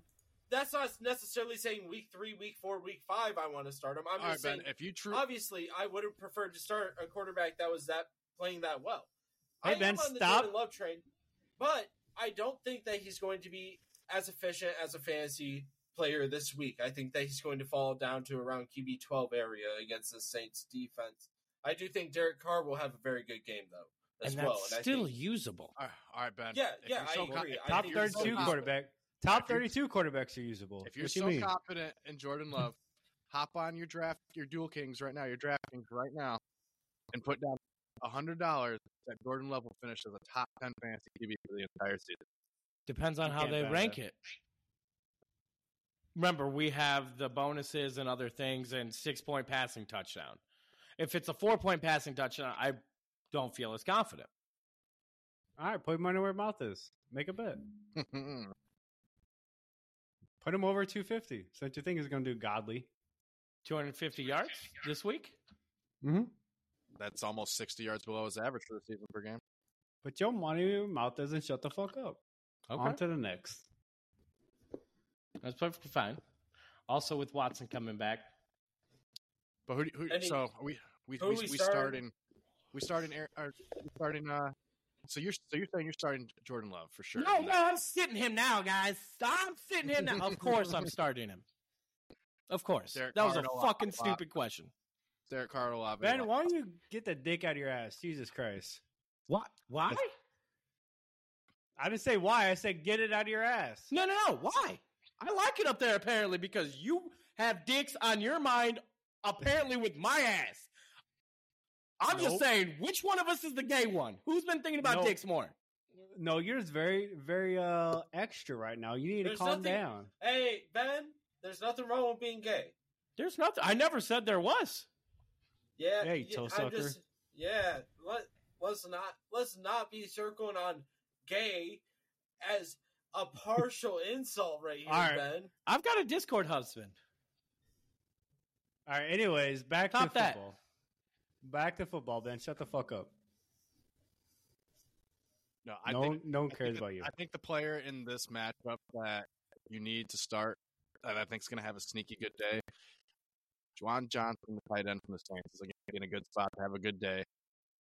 [SPEAKER 4] that's not necessarily saying week three, week four, week five. I want to start him. I'm
[SPEAKER 2] All right,
[SPEAKER 4] just saying.
[SPEAKER 2] Ben. If you true,
[SPEAKER 4] obviously, I would have preferred to start a quarterback that was that playing that well.
[SPEAKER 3] Hey,
[SPEAKER 4] I
[SPEAKER 3] Ben,
[SPEAKER 4] am on the
[SPEAKER 3] stop.
[SPEAKER 4] Jordan Love train, but I don't think that he's going to be as efficient as a fantasy player this week. I think that he's going to fall down to around QB twelve area against the Saints defense. I do think Derek Carr will have a very good game though as
[SPEAKER 1] and that's
[SPEAKER 4] well. and I
[SPEAKER 1] still
[SPEAKER 4] think,
[SPEAKER 1] usable.
[SPEAKER 2] all right- all right, Ben.
[SPEAKER 4] Yeah,
[SPEAKER 2] if
[SPEAKER 4] yeah,
[SPEAKER 2] you're
[SPEAKER 4] I
[SPEAKER 2] so
[SPEAKER 4] agree.
[SPEAKER 2] con-
[SPEAKER 4] I
[SPEAKER 2] if
[SPEAKER 3] top
[SPEAKER 4] think
[SPEAKER 2] you're
[SPEAKER 4] he's
[SPEAKER 2] so
[SPEAKER 3] 32
[SPEAKER 4] still-
[SPEAKER 2] confident-
[SPEAKER 3] quarterback. Top
[SPEAKER 2] If you-
[SPEAKER 3] 32 quarterbacks are usable.
[SPEAKER 2] If you're
[SPEAKER 5] What you
[SPEAKER 2] so
[SPEAKER 5] mean?
[SPEAKER 2] confident in Jordan Love, hop on your draft, your Dual Kings right now, your Draft Kings right now, and put down hundred dollars that Jordan Love will finish as a top ten fantasy QB for the entire season.
[SPEAKER 1] Depends on
[SPEAKER 3] You
[SPEAKER 1] how
[SPEAKER 3] can't
[SPEAKER 1] they
[SPEAKER 3] bet
[SPEAKER 1] rank
[SPEAKER 3] that.
[SPEAKER 1] it. Remember, we have the bonuses and other things and six point passing touchdown. If it's a four point passing touchdown, I don't feel as confident.
[SPEAKER 3] All right, put money where mouth is. Make a bet.
[SPEAKER 2] All
[SPEAKER 3] Put him over 250. So that you think he's going to do godly.
[SPEAKER 1] 250 yards this week?
[SPEAKER 3] Mm-hmm.
[SPEAKER 2] *laughs* That's almost sixty yards below his average for the season per game.
[SPEAKER 3] But your money where your mouth doesn't shut the fuck up.
[SPEAKER 1] Okay.
[SPEAKER 3] On to the next.
[SPEAKER 1] That's perfectly fine. Also, with Watson coming back,
[SPEAKER 2] But who? do- who
[SPEAKER 4] Any-
[SPEAKER 2] so we we
[SPEAKER 4] who
[SPEAKER 2] we,
[SPEAKER 4] we
[SPEAKER 2] we
[SPEAKER 4] starting?
[SPEAKER 2] starting we starting Aaron- or we starting uh. So you're so you're saying you're starting Jordan Love for sure?
[SPEAKER 1] No, no, I'm sitting him now, guys. I'm sitting him now. Of course, I'm starting him. Of course.
[SPEAKER 2] Derek
[SPEAKER 1] that was a
[SPEAKER 2] Carr, no,
[SPEAKER 1] fucking
[SPEAKER 2] uh,
[SPEAKER 1] stupid question.
[SPEAKER 2] Derek Carr will obviously-
[SPEAKER 3] Ben, why don't you get that dick out of your ass? Jesus Christ.
[SPEAKER 1] What? Why?
[SPEAKER 3] I didn't say why. I said get it out of your ass.
[SPEAKER 1] No, no, no. Why? I like it up there apparently because you have dicks on your mind apparently with my ass. I'm just
[SPEAKER 3] Nope.
[SPEAKER 1] saying, which one of us is the gay one? Who's been thinking about
[SPEAKER 3] Nope.
[SPEAKER 1] dicks more?
[SPEAKER 3] No, you're just very, very uh extra right now. You need
[SPEAKER 4] There's
[SPEAKER 3] to calm
[SPEAKER 4] nothing-
[SPEAKER 3] down.
[SPEAKER 4] Hey, Ben, there's nothing wrong with being gay.
[SPEAKER 1] There's nothing. I never said there was.
[SPEAKER 4] Yeah,
[SPEAKER 3] Yeah, you toe
[SPEAKER 4] I'm
[SPEAKER 3] sucker.
[SPEAKER 4] just- yeah, let let's not let's not be circling on gay as a partial insult right here,
[SPEAKER 3] All right.
[SPEAKER 4] Ben.
[SPEAKER 1] I've got a Discord husband.
[SPEAKER 3] All right. Anyways, back
[SPEAKER 1] Top
[SPEAKER 3] to
[SPEAKER 1] that.
[SPEAKER 3] football. Back to football, Ben. Shut the fuck up.
[SPEAKER 2] No, I
[SPEAKER 3] no,
[SPEAKER 2] think
[SPEAKER 3] one- no one
[SPEAKER 2] I think
[SPEAKER 3] cares
[SPEAKER 2] the-
[SPEAKER 3] about you.
[SPEAKER 2] I think the player in this matchup that you need to start, that I think is going to have a sneaky good day, Juwan Johnson, the tight end from the Saints, is going to be in a good spot to have a good day.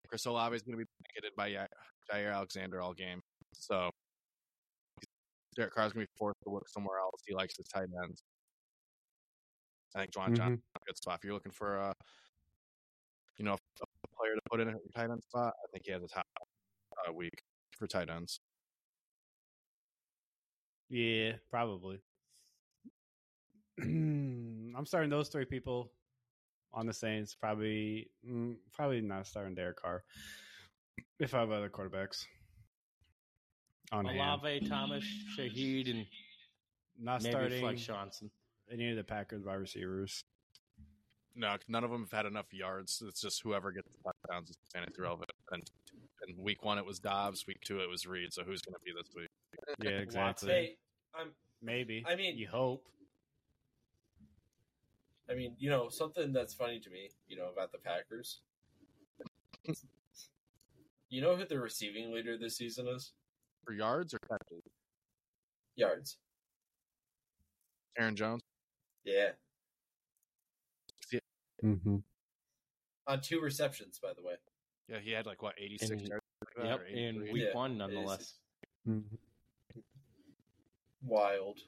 [SPEAKER 2] Chris Olave is going to be blanketed by Ya- Jair Alexander all game. So Derek Carr is going to be forced to look somewhere else. He likes his tight ends. I think Juwan
[SPEAKER 4] Mm-hmm.
[SPEAKER 2] Johnson
[SPEAKER 3] Mhm.
[SPEAKER 2] is a good spot. If you're looking for a, you know, a player to put in at your tight end spot, I think he has a top uh, week for tight ends.
[SPEAKER 3] Yeah, probably. *clears throat* I'm starting those three people on the Saints. Probably, mm, probably not starting Derek Carr. If I have other quarterbacks on hand,
[SPEAKER 1] Olave, Thomas, Shahid, and Uh,
[SPEAKER 3] not
[SPEAKER 1] maybe Flex
[SPEAKER 3] starting
[SPEAKER 1] Johnson.
[SPEAKER 3] any of the Packers wide receivers.
[SPEAKER 2] No, 'cause none of them have had enough yards. It's just whoever gets the touchdowns is fantasy relevant. And, and week one it was Dobbs, week two it was Reed. So who's going to be this week?
[SPEAKER 3] Yeah, exactly.
[SPEAKER 4] Hey, I'm
[SPEAKER 3] Maybe.
[SPEAKER 4] I mean-
[SPEAKER 3] you hope.
[SPEAKER 4] I mean, you know, something that's funny to me, you know, about the Packers. *laughs* you know who the receiving leader this season is?
[SPEAKER 2] For yards or catches?
[SPEAKER 4] Yards.
[SPEAKER 2] Aaron Jones?
[SPEAKER 4] Yeah.
[SPEAKER 3] Mm-hmm.
[SPEAKER 4] On two receptions, by the way.
[SPEAKER 2] Yeah, he had like what eighty six
[SPEAKER 1] And-
[SPEAKER 2] yards. or
[SPEAKER 1] Yep, in
[SPEAKER 2] 83?
[SPEAKER 1] week
[SPEAKER 4] Yeah.
[SPEAKER 1] one, nonetheless.
[SPEAKER 3] Mm-hmm.
[SPEAKER 4] Wild.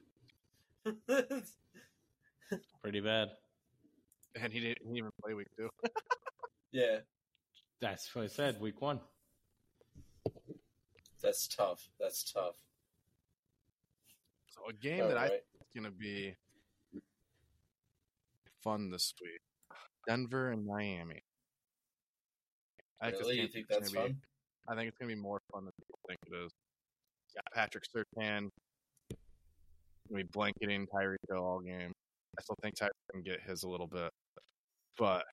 [SPEAKER 4] *laughs*
[SPEAKER 1] Pretty bad.
[SPEAKER 2] and he didn't, he didn't even play week two.
[SPEAKER 4] yeah,
[SPEAKER 1] That's what I said, week one.
[SPEAKER 4] that's tough. That's tough.
[SPEAKER 2] So a game that I
[SPEAKER 4] Alright.
[SPEAKER 2] think is going to be fun this week: Denver and Miami. just
[SPEAKER 4] Really? You
[SPEAKER 2] can't
[SPEAKER 4] think
[SPEAKER 2] it's
[SPEAKER 4] that's
[SPEAKER 2] gonna be-
[SPEAKER 4] fun?
[SPEAKER 2] I think it's going to be more fun than people think it is. Got Patrick Sertan. Going to be blanketing Tyreek Hill all game. I still think Tyreek can get his a little bit, but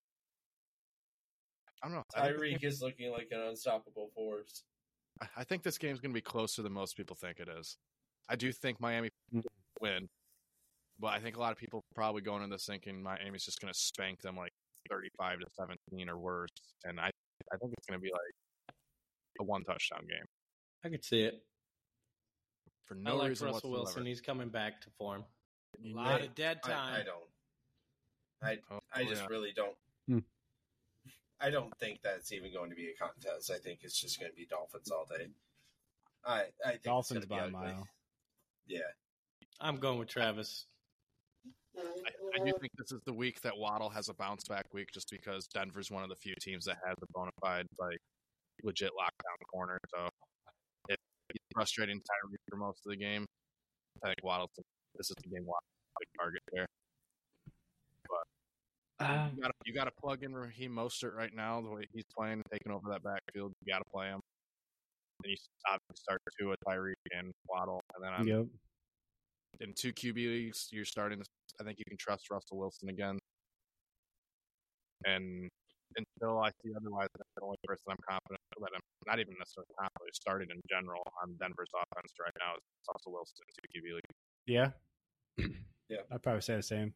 [SPEAKER 2] I don't know. I think it's
[SPEAKER 4] Tyreek is looking like an unstoppable force.
[SPEAKER 2] I- I think this game's going to be closer than most people think it is. I do think Miami
[SPEAKER 3] Mhm.
[SPEAKER 2] win, but I think a lot of people probably going into this thinking Miami's just going to spank them like thirty-five to seventeen or worse, and I I think it's going to be like a one touchdown game
[SPEAKER 1] I could see it.
[SPEAKER 2] for
[SPEAKER 1] I
[SPEAKER 2] no
[SPEAKER 1] like
[SPEAKER 2] reason
[SPEAKER 1] Russell
[SPEAKER 2] whatsoever.
[SPEAKER 1] Wilson. He's coming back to form. A
[SPEAKER 2] You
[SPEAKER 1] lot
[SPEAKER 4] know-
[SPEAKER 1] of dead time.
[SPEAKER 4] I, I don't. I
[SPEAKER 2] Oh,
[SPEAKER 4] I just
[SPEAKER 2] yeah.
[SPEAKER 4] really don't.
[SPEAKER 3] Hmm.
[SPEAKER 4] I don't think that's even going to be a contest. I think it's just going to be Dolphins all day. I I think
[SPEAKER 3] Dolphins
[SPEAKER 4] it's gonna
[SPEAKER 3] by a
[SPEAKER 4] be ugly.
[SPEAKER 3] mile.
[SPEAKER 4] Yeah.
[SPEAKER 1] I'm going with Travis.
[SPEAKER 2] I, I do think this is the week that Waddle has a bounce back week, just because Denver's one of the few teams that has a bona fide, like legit lockdown corner. So it's frustrating Tyreek for most of the game. I think Waddle. This is the game Waddle big target there. You got you got to plug in Raheem Mostert right now. The way he's playing, taking over that backfield, you got to play him. And you obviously start two with Tyreek and Waddle, and then on
[SPEAKER 3] yep.
[SPEAKER 2] in two QB leagues, you're starting. To, I think you can trust Russell Wilson again. And until I see otherwise, that's the only person I'm confident that I'm not even necessarily confident starting in general on Denver's offense right now is Russell Wilson in two QB league.
[SPEAKER 3] Yeah.
[SPEAKER 4] Yeah.
[SPEAKER 3] I'd probably say the same.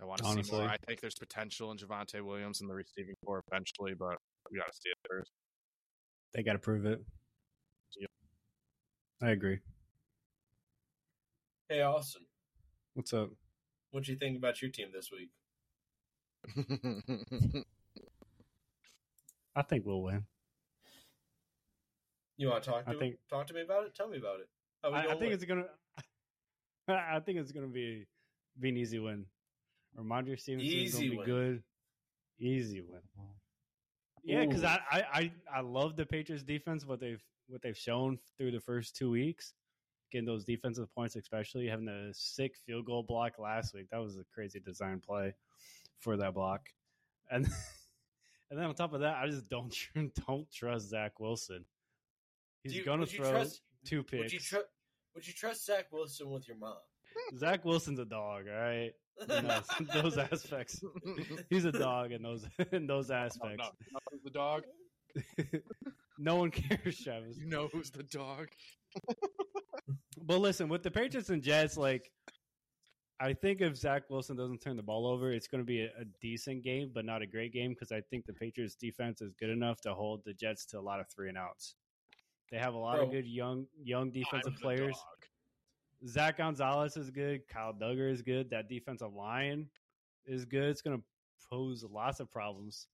[SPEAKER 2] I want to see
[SPEAKER 3] Honestly.
[SPEAKER 2] more. I think there's potential in Javante Williams and the receiving core eventually, but we got to see it first.
[SPEAKER 3] They got to prove it.
[SPEAKER 2] Yep.
[SPEAKER 3] I agree.
[SPEAKER 4] Hey Austin,
[SPEAKER 3] What's up?
[SPEAKER 4] what do you think about your team this week?
[SPEAKER 3] I think we'll win.
[SPEAKER 4] You want to talk
[SPEAKER 3] I
[SPEAKER 4] to
[SPEAKER 3] think-
[SPEAKER 4] talk to me about it? Tell me about it. How we
[SPEAKER 3] I, I
[SPEAKER 4] going
[SPEAKER 3] think
[SPEAKER 4] with-
[SPEAKER 3] it's gonna. *laughs* I think it's gonna be be an easy win. Ramondre Stevenson is
[SPEAKER 4] Easy
[SPEAKER 3] gonna be
[SPEAKER 4] win.
[SPEAKER 3] good. Easy win. Yeah, because I, I I I love the Patriots defense. What they've what they've shown through the first two weeks, getting those defensive points, especially having the sick field goal block last week. That was a crazy design play for that block, and *laughs* and then on top of that, I just don't *laughs* don't trust Zach Wilson. He's
[SPEAKER 4] Do you-
[SPEAKER 3] gonna
[SPEAKER 4] would you
[SPEAKER 3] throw
[SPEAKER 4] trust-
[SPEAKER 3] two picks.
[SPEAKER 4] Would you trust? Would you trust Zach Wilson with your mom?
[SPEAKER 3] Zach Wilson's a dog, all right. In
[SPEAKER 4] *laughs*
[SPEAKER 3] those, *laughs* those aspects, he's a dog in those *laughs* in
[SPEAKER 2] *laughs*
[SPEAKER 3] those
[SPEAKER 2] Oh, no,
[SPEAKER 3] aspects.
[SPEAKER 2] no, no, who's the dog.
[SPEAKER 3] no one cares, Travis.
[SPEAKER 2] You know who's the dog.
[SPEAKER 3] But listen, with the Patriots and Jets, like I think if Zach Wilson doesn't turn the ball over, it's going to be a, a decent game, but not a great game because I think the Patriots defense is good enough to hold the Jets to a lot of three and outs. They have a lot of
[SPEAKER 4] Bro.
[SPEAKER 3] good young young defensive
[SPEAKER 2] I'm the
[SPEAKER 3] players.
[SPEAKER 2] dog.
[SPEAKER 3] Zach Gonzalez is good. Kyle Duggar is good. That defensive line is good. It's going to pose lots of problems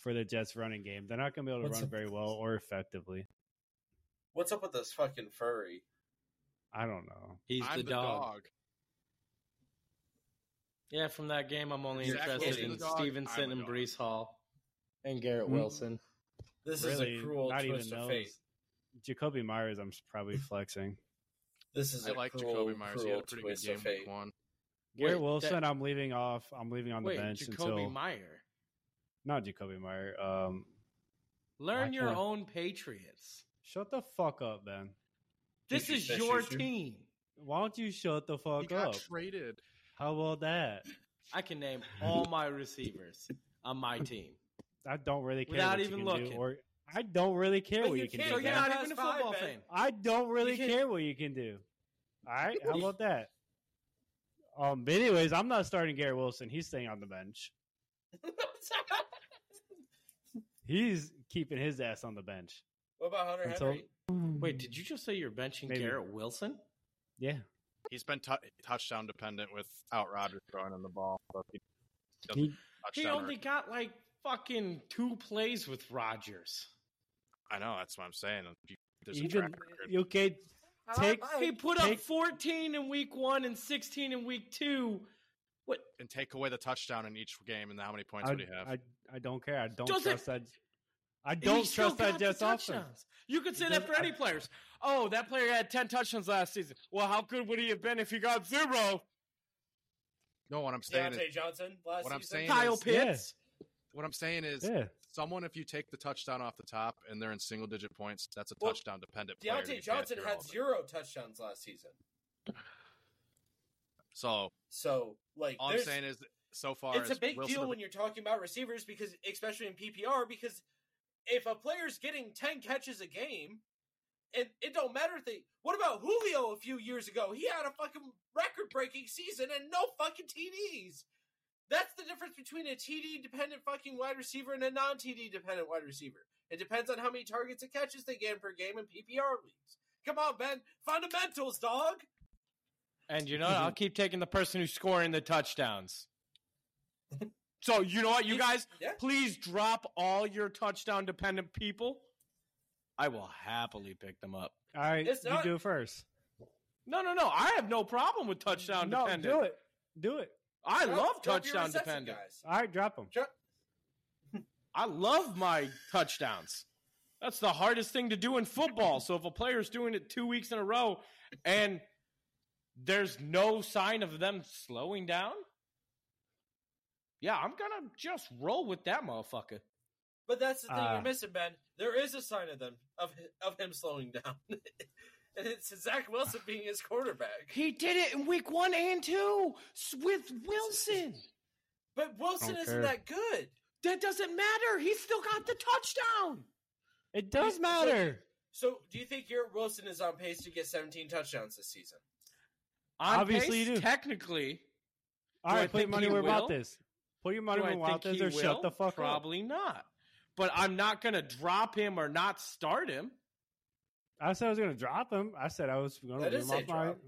[SPEAKER 3] for the Jets running game. They're not going to be able to
[SPEAKER 4] What's
[SPEAKER 3] run
[SPEAKER 4] up
[SPEAKER 3] very
[SPEAKER 4] with
[SPEAKER 3] well
[SPEAKER 4] this?
[SPEAKER 3] or effectively.
[SPEAKER 4] What's up with this fucking furry?
[SPEAKER 3] I don't know.
[SPEAKER 1] He's
[SPEAKER 2] I'm
[SPEAKER 1] the,
[SPEAKER 2] the
[SPEAKER 1] dog.
[SPEAKER 2] dog.
[SPEAKER 1] Yeah, from that game, I'm only
[SPEAKER 4] Zach
[SPEAKER 1] interested
[SPEAKER 4] Wilson's
[SPEAKER 1] in
[SPEAKER 4] the dog.
[SPEAKER 1] Stevenson
[SPEAKER 2] I'm the
[SPEAKER 1] and
[SPEAKER 2] dog.
[SPEAKER 1] Brees Hall and Garrett
[SPEAKER 3] Hmm.
[SPEAKER 1] Wilson.
[SPEAKER 4] This
[SPEAKER 3] really,
[SPEAKER 4] is a cruel
[SPEAKER 3] not
[SPEAKER 4] twist
[SPEAKER 3] even
[SPEAKER 4] of
[SPEAKER 3] knows.
[SPEAKER 4] fate.
[SPEAKER 3] Jacoby Myers, I'm s-
[SPEAKER 1] *laughs*
[SPEAKER 3] probably flexing.
[SPEAKER 4] This is
[SPEAKER 2] I
[SPEAKER 4] a
[SPEAKER 2] like
[SPEAKER 4] cruel,
[SPEAKER 2] Jacoby Myers. He had a
[SPEAKER 4] cruel
[SPEAKER 2] pretty good
[SPEAKER 4] twist
[SPEAKER 2] game
[SPEAKER 4] of
[SPEAKER 2] week
[SPEAKER 4] fate.
[SPEAKER 2] one.
[SPEAKER 3] Garrett
[SPEAKER 1] that-
[SPEAKER 3] Wilson, I'm leaving off. I'm leaving on the
[SPEAKER 1] Wait,
[SPEAKER 3] bench
[SPEAKER 1] Jacoby
[SPEAKER 3] until
[SPEAKER 1] Meyer.
[SPEAKER 3] not Jacoby Myers. Um,
[SPEAKER 1] Learn
[SPEAKER 3] Why
[SPEAKER 1] your
[SPEAKER 3] can't-
[SPEAKER 1] own Patriots.
[SPEAKER 3] shut the fuck up, Ben.
[SPEAKER 1] This
[SPEAKER 4] you
[SPEAKER 1] is
[SPEAKER 4] say
[SPEAKER 1] your
[SPEAKER 4] Schuster?
[SPEAKER 1] team.
[SPEAKER 3] Why don't you shut the
[SPEAKER 2] He
[SPEAKER 3] fuck
[SPEAKER 2] got
[SPEAKER 3] up?
[SPEAKER 2] traded.
[SPEAKER 3] How about that?
[SPEAKER 1] I can name all my receivers on
[SPEAKER 3] *laughs*
[SPEAKER 1] my team.
[SPEAKER 3] I don't really care
[SPEAKER 1] Without
[SPEAKER 3] what you
[SPEAKER 1] even
[SPEAKER 3] can
[SPEAKER 1] looking.
[SPEAKER 3] do, or I don't really care
[SPEAKER 4] But
[SPEAKER 3] what
[SPEAKER 4] you
[SPEAKER 3] you, can
[SPEAKER 4] can't-
[SPEAKER 1] So
[SPEAKER 3] do.
[SPEAKER 1] you're
[SPEAKER 3] Ben.
[SPEAKER 1] not
[SPEAKER 4] that's
[SPEAKER 1] even a
[SPEAKER 4] fine,
[SPEAKER 1] football
[SPEAKER 4] Ben.
[SPEAKER 1] fan.
[SPEAKER 3] I don't really
[SPEAKER 4] can-
[SPEAKER 3] care what you can do. All right, how about that? Um, but anyways, I'm not starting Garrett Wilson. He's staying on the bench. He's keeping his ass on the bench.
[SPEAKER 4] what about Hunter
[SPEAKER 3] Until-
[SPEAKER 4] Henry?
[SPEAKER 1] Wait, did you just say you're benching
[SPEAKER 3] Maybe.
[SPEAKER 1] Garrett Wilson?
[SPEAKER 3] Yeah,
[SPEAKER 2] He's been tou touchdown dependent without Rodgers throwing him the ball. So if he doesn't
[SPEAKER 3] He-
[SPEAKER 1] He
[SPEAKER 2] touchdown,
[SPEAKER 1] only got like fucking two plays with Rodgers.
[SPEAKER 2] I know that's what I'm saying. If you- There's
[SPEAKER 3] you
[SPEAKER 2] a track
[SPEAKER 3] can.
[SPEAKER 2] record.
[SPEAKER 3] You okay? Take
[SPEAKER 1] He put up
[SPEAKER 3] Take-
[SPEAKER 1] 14 in week one and 16 in week two. What
[SPEAKER 2] and take away the touchdown in each game, and how many points
[SPEAKER 3] I,
[SPEAKER 2] would he have?
[SPEAKER 3] I, I don't care. I don't
[SPEAKER 1] Doesn't-
[SPEAKER 3] trust that. I
[SPEAKER 1] He
[SPEAKER 3] don't
[SPEAKER 1] still
[SPEAKER 3] trust that
[SPEAKER 1] got the
[SPEAKER 3] Jets offense.
[SPEAKER 1] touchdowns. You could say
[SPEAKER 3] He
[SPEAKER 1] that for
[SPEAKER 3] doesn't-
[SPEAKER 1] any players. Oh, that player had 10 touchdowns last season. Well, how good would he have been if he got zero?
[SPEAKER 2] no, what I'm saying is,
[SPEAKER 4] Deontay Johnson last
[SPEAKER 2] What I'm
[SPEAKER 4] season.
[SPEAKER 2] saying
[SPEAKER 1] Kyle
[SPEAKER 2] is-
[SPEAKER 1] Pitts.
[SPEAKER 2] what I'm saying is,
[SPEAKER 3] Yeah,
[SPEAKER 2] someone if you take the touchdown off the top and they're in single digit points, that's a
[SPEAKER 4] Well,
[SPEAKER 2] touchdown dependent. player, and you
[SPEAKER 4] Deontay
[SPEAKER 2] can't
[SPEAKER 4] Johnson
[SPEAKER 2] throw
[SPEAKER 4] had
[SPEAKER 2] him.
[SPEAKER 4] zero touchdowns last season.
[SPEAKER 2] So
[SPEAKER 4] So like,
[SPEAKER 2] all I'm
[SPEAKER 4] there's-
[SPEAKER 2] saying is, so far
[SPEAKER 4] it's a
[SPEAKER 2] is
[SPEAKER 4] big
[SPEAKER 2] Wilson
[SPEAKER 4] deal
[SPEAKER 2] doesn't-
[SPEAKER 4] when you're talking about receivers because, especially in PPR, because if a player's getting 10 catches a game, and it don't matter if they. What about Julio a few years ago? He had a fucking record breaking season and no fucking TDs. That's the difference between a TD dependent fucking wide receiver and a non TD dependent wide receiver. It depends on how many targets and catches they get per game in PPR leagues. Come on, Ben. Fundamentals, dog.
[SPEAKER 1] And you know, what? I'll keep taking the person who's scoring the touchdowns. *laughs* So you know what, you guys,
[SPEAKER 4] Yeah.
[SPEAKER 1] please drop all your touchdown dependent people. I will happily pick them up.
[SPEAKER 3] All right,
[SPEAKER 4] It's
[SPEAKER 3] you
[SPEAKER 4] not-
[SPEAKER 3] do it first.
[SPEAKER 1] No, no, no. I have no problem with touchdown
[SPEAKER 3] no,
[SPEAKER 1] dependent.
[SPEAKER 3] do it. Do it.
[SPEAKER 1] I
[SPEAKER 4] Drop-
[SPEAKER 1] love
[SPEAKER 4] drop your
[SPEAKER 1] touchdown
[SPEAKER 4] reception
[SPEAKER 1] dependent.
[SPEAKER 4] guys.
[SPEAKER 3] All right, drop them.
[SPEAKER 4] Drop-
[SPEAKER 1] I love my touchdowns. That's the hardest thing to do in football. So if a player's doing it two weeks in a row and there's no sign of them slowing down, yeah, I'm gonna just roll with that motherfucker.
[SPEAKER 4] But that's the thing
[SPEAKER 3] Ah.
[SPEAKER 4] you're missing, Ben. There is a sign of them of of him slowing down, *laughs* and it's Zach Wilson being his quarterback.
[SPEAKER 1] He did it in week one and two s- with Wilson.
[SPEAKER 4] But Wilson
[SPEAKER 3] Don't
[SPEAKER 4] isn't
[SPEAKER 3] care.
[SPEAKER 4] that good.
[SPEAKER 1] That doesn't matter. He still got the touchdown.
[SPEAKER 3] It
[SPEAKER 4] does
[SPEAKER 3] does
[SPEAKER 4] matter.
[SPEAKER 3] matter.
[SPEAKER 4] So, do you think Garrett Wilson is on pace to get 17 touchdowns this season?
[SPEAKER 1] On
[SPEAKER 3] Obviously
[SPEAKER 1] pace,
[SPEAKER 3] you do.
[SPEAKER 1] Technically,
[SPEAKER 3] All
[SPEAKER 1] Do I
[SPEAKER 3] right, put your
[SPEAKER 1] think
[SPEAKER 3] money
[SPEAKER 1] he
[SPEAKER 3] where
[SPEAKER 1] will?
[SPEAKER 3] about this. Put your money
[SPEAKER 1] do
[SPEAKER 3] where
[SPEAKER 1] I
[SPEAKER 3] about
[SPEAKER 1] think
[SPEAKER 3] this,
[SPEAKER 1] he
[SPEAKER 3] or
[SPEAKER 1] will?
[SPEAKER 3] shut the fuck up.
[SPEAKER 1] Probably not. But I'm not gonna drop him or not start him.
[SPEAKER 3] I said I was going to drop him. I said I was going
[SPEAKER 4] I
[SPEAKER 3] to leave
[SPEAKER 4] did
[SPEAKER 3] him
[SPEAKER 4] say
[SPEAKER 3] off my.
[SPEAKER 4] drop.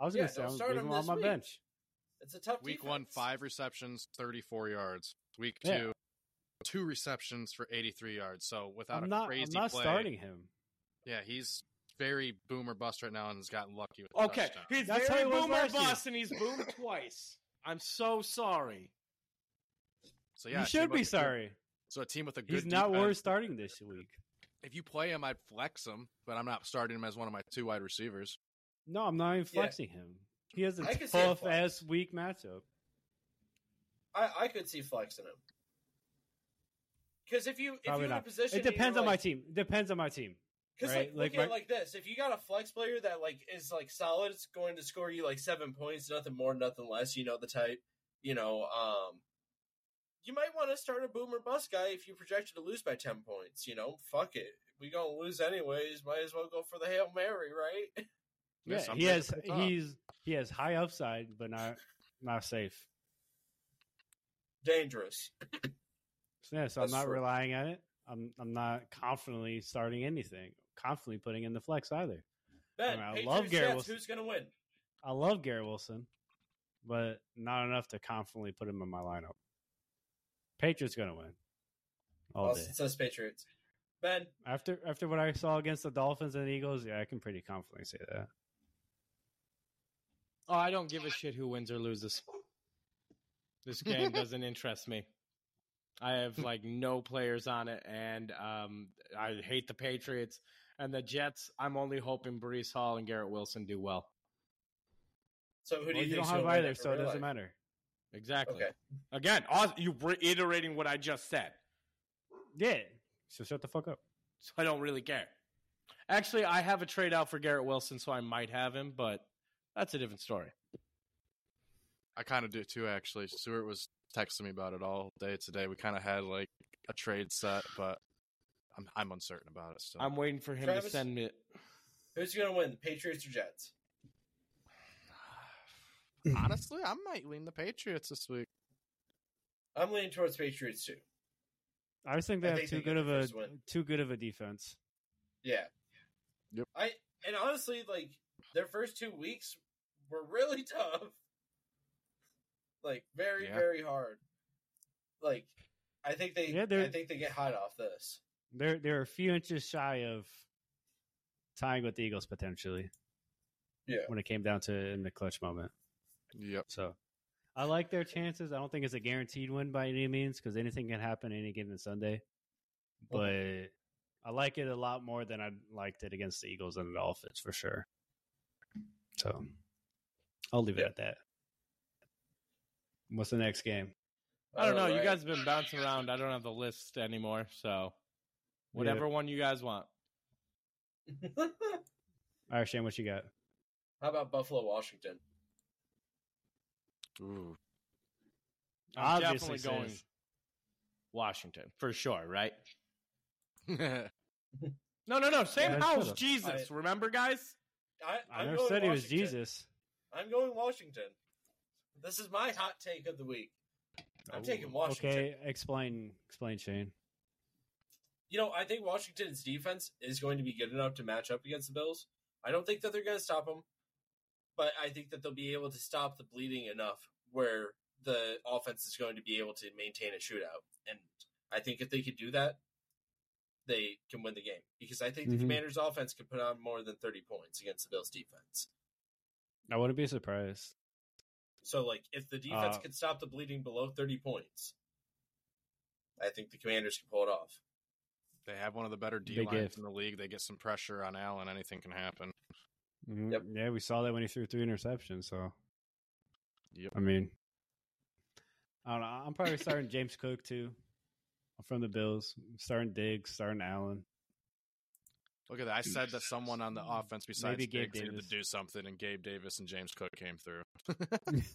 [SPEAKER 3] I was
[SPEAKER 4] Yeah,
[SPEAKER 3] going to say I
[SPEAKER 4] don't
[SPEAKER 3] was
[SPEAKER 4] start
[SPEAKER 3] leaving
[SPEAKER 4] him
[SPEAKER 3] him on
[SPEAKER 4] this
[SPEAKER 3] my
[SPEAKER 4] week.
[SPEAKER 3] bench.
[SPEAKER 4] It's a tough
[SPEAKER 2] Week
[SPEAKER 4] defense.
[SPEAKER 2] one, five receptions, 34 yards. Week two,
[SPEAKER 3] Yeah.
[SPEAKER 2] two receptions for 83 yards. So without
[SPEAKER 3] I'm
[SPEAKER 2] a
[SPEAKER 3] not. I'm
[SPEAKER 2] crazy
[SPEAKER 3] not
[SPEAKER 2] play,
[SPEAKER 3] starting him.
[SPEAKER 2] yeah, he's very boomer bust right now and has gotten lucky with the
[SPEAKER 1] Okay,
[SPEAKER 2] touchdown.
[SPEAKER 1] he's
[SPEAKER 3] That's how
[SPEAKER 1] very
[SPEAKER 3] he was
[SPEAKER 1] boomer
[SPEAKER 3] last year.
[SPEAKER 1] bust, and he's boomed twice. I'm so sorry.
[SPEAKER 2] So yeah, a
[SPEAKER 3] you
[SPEAKER 2] team
[SPEAKER 3] should
[SPEAKER 2] with
[SPEAKER 3] be
[SPEAKER 2] a good-
[SPEAKER 3] sorry.
[SPEAKER 2] So a team with a good
[SPEAKER 3] He's not
[SPEAKER 2] defense-
[SPEAKER 3] worth starting this week.
[SPEAKER 2] If you play him, I'd flex him, but I'm not starting him as one of my two wide receivers.
[SPEAKER 3] No, I'm not even
[SPEAKER 4] Yeah.
[SPEAKER 3] flexing him. He has a
[SPEAKER 4] I can see a
[SPEAKER 3] tough ass weak matchup.
[SPEAKER 4] I, I could see flexing him because if you if
[SPEAKER 3] Probably
[SPEAKER 4] you're in a
[SPEAKER 3] not.
[SPEAKER 4] position,
[SPEAKER 3] It depends on my team. It depends on my team.
[SPEAKER 4] Because
[SPEAKER 3] right?
[SPEAKER 4] like,
[SPEAKER 3] Like,
[SPEAKER 4] look at it
[SPEAKER 3] my-
[SPEAKER 4] like this: if you got a flex player that like is like solid, it's going to score you like seven points, nothing more, nothing less. You know the type. You know, um, you might want to start a boomer bust guy if you projected to lose by ten points. You know, fuck it, we gonna lose anyways. Might as well go for the hail mary, right? *laughs*
[SPEAKER 2] Yeah,
[SPEAKER 3] Yeah,
[SPEAKER 2] some
[SPEAKER 3] he
[SPEAKER 2] players
[SPEAKER 3] has.
[SPEAKER 2] are tough.
[SPEAKER 3] He's he has high upside, but not not safe.
[SPEAKER 4] Dangerous.
[SPEAKER 3] So, yeah, so I'm
[SPEAKER 4] That's
[SPEAKER 3] not
[SPEAKER 4] true.
[SPEAKER 3] relying on it. I'm I'm not confidently starting anything. Confidently putting in the flex either.
[SPEAKER 4] Ben,
[SPEAKER 3] I
[SPEAKER 4] I
[SPEAKER 3] love
[SPEAKER 4] love
[SPEAKER 3] Garrett Wilson.
[SPEAKER 4] Who's gonna win?
[SPEAKER 3] I love Garrett Wilson, but not enough to confidently put him in my lineup. Patriots gonna win all day.
[SPEAKER 4] Austin says Patriots. Ben,
[SPEAKER 3] After after what I saw against the Dolphins and Eagles, yeah, I can pretty confidently say that.
[SPEAKER 1] Oh, I don't give a shit who wins or loses. This *laughs* game doesn't interest me. I have like no players on it, and um, I hate the Patriots and the Jets. I'm only hoping Brees Hall and Garrett Wilson do well.
[SPEAKER 4] so who do
[SPEAKER 3] well,
[SPEAKER 4] you,
[SPEAKER 3] you
[SPEAKER 4] think
[SPEAKER 3] don't have either, so it doesn't matter.
[SPEAKER 1] Exactly.
[SPEAKER 4] Okay,
[SPEAKER 1] Again, Aus- you reiterating what I just said,
[SPEAKER 3] Yeah. So shut the fuck up.
[SPEAKER 1] so I don't really care. Actually, I have a trade out for Garrett Wilson, so I might have him, but that's a different story.
[SPEAKER 2] I kind of do too, actually. Stewart was texting me about it all day today. We kind of had like a trade set, but I'm I'm uncertain about it
[SPEAKER 3] Oh.
[SPEAKER 2] still.
[SPEAKER 1] I'm waiting for him to
[SPEAKER 4] Travis-
[SPEAKER 1] send it.
[SPEAKER 4] who's gonna win? The Patriots or Jets?
[SPEAKER 2] *laughs* Honestly, I might lean the Patriots this week.
[SPEAKER 4] I'm leaning towards Patriots too.
[SPEAKER 3] I just think they
[SPEAKER 4] I
[SPEAKER 3] have
[SPEAKER 4] think
[SPEAKER 3] too
[SPEAKER 4] they get
[SPEAKER 3] good of
[SPEAKER 4] the
[SPEAKER 3] a
[SPEAKER 4] first win.
[SPEAKER 3] too good of a defense.
[SPEAKER 4] Yeah.
[SPEAKER 2] Yep.
[SPEAKER 4] I and honestly, like their first two weeks were really *laughs* tough. Like very,
[SPEAKER 2] Yeah.
[SPEAKER 4] very hard. Like I think they
[SPEAKER 3] Yeah, they're-
[SPEAKER 4] I think they get hot off this.
[SPEAKER 3] They're they're a few inches shy of tying with the Eagles potentially.
[SPEAKER 4] Yeah.
[SPEAKER 3] When it came down to in the clutch moment.
[SPEAKER 2] Yep.
[SPEAKER 3] So I like their chances. I don't think it's a guaranteed win by any means because anything can happen any given Sunday. But I like it a lot more than I liked it against the Eagles and the Dolphins for sure. So I'll leave
[SPEAKER 4] Yeah.
[SPEAKER 3] it at that. What's the next game?
[SPEAKER 1] I don't know. You
[SPEAKER 4] Alright.
[SPEAKER 1] guys have been bouncing around. I don't have the list anymore, so whatever one you guys want.
[SPEAKER 3] All right, Shane, what you got?
[SPEAKER 4] *laughs* How about Buffalo, Washington?
[SPEAKER 2] Ooh. *laughs*
[SPEAKER 1] I'm
[SPEAKER 3] Obviously
[SPEAKER 1] definitely going
[SPEAKER 3] says-
[SPEAKER 1] Washington for sure, right? No, no, no. Same
[SPEAKER 3] Yeah, I
[SPEAKER 1] house,
[SPEAKER 3] should've.
[SPEAKER 1] Jesus. Remember, guys?
[SPEAKER 4] I,
[SPEAKER 3] I
[SPEAKER 4] I'm
[SPEAKER 3] never
[SPEAKER 4] going
[SPEAKER 3] said he was
[SPEAKER 4] Washington.
[SPEAKER 3] Jesus.
[SPEAKER 4] I'm going Washington. This is my hot take of the week. I'm taking Washington.
[SPEAKER 3] Okay, explain, explain, Shane.
[SPEAKER 4] You know, I think Washington's defense is going to be good enough to match up against the Bills. I don't think that they're going to stop them, but I think that they'll be able to stop the bleeding enough where the offense is going to be able to maintain a shootout. And I think if they could do that, they can win the game because I think the
[SPEAKER 3] Mhm.
[SPEAKER 4] Commanders' offense could put on more than 30 points against the Bills' defense.
[SPEAKER 3] I wouldn't be surprised.
[SPEAKER 4] So, like, if the defense
[SPEAKER 3] Uh,
[SPEAKER 4] could stop the bleeding below 30 points, I think the Commanders can pull it off.
[SPEAKER 2] they have one of the better D
[SPEAKER 3] Big
[SPEAKER 2] lines
[SPEAKER 3] if.
[SPEAKER 2] in the league. They get some pressure on Allen. Anything can happen.
[SPEAKER 3] Mhm.
[SPEAKER 4] Yep.
[SPEAKER 3] Yeah, we saw that when he threw three interceptions. So,
[SPEAKER 2] Yep.
[SPEAKER 3] I mean, I don't know. I'm probably starting James Cook too. I'm from the Bills. I'm starting Diggs. Starting Allen.
[SPEAKER 2] Look at that. I said that someone *laughs* on the offense besides
[SPEAKER 3] Maybe Gabe
[SPEAKER 2] Diggs needed
[SPEAKER 3] Davis.
[SPEAKER 2] to do something, and Gabe Davis and James Cook came through.
[SPEAKER 3] *laughs*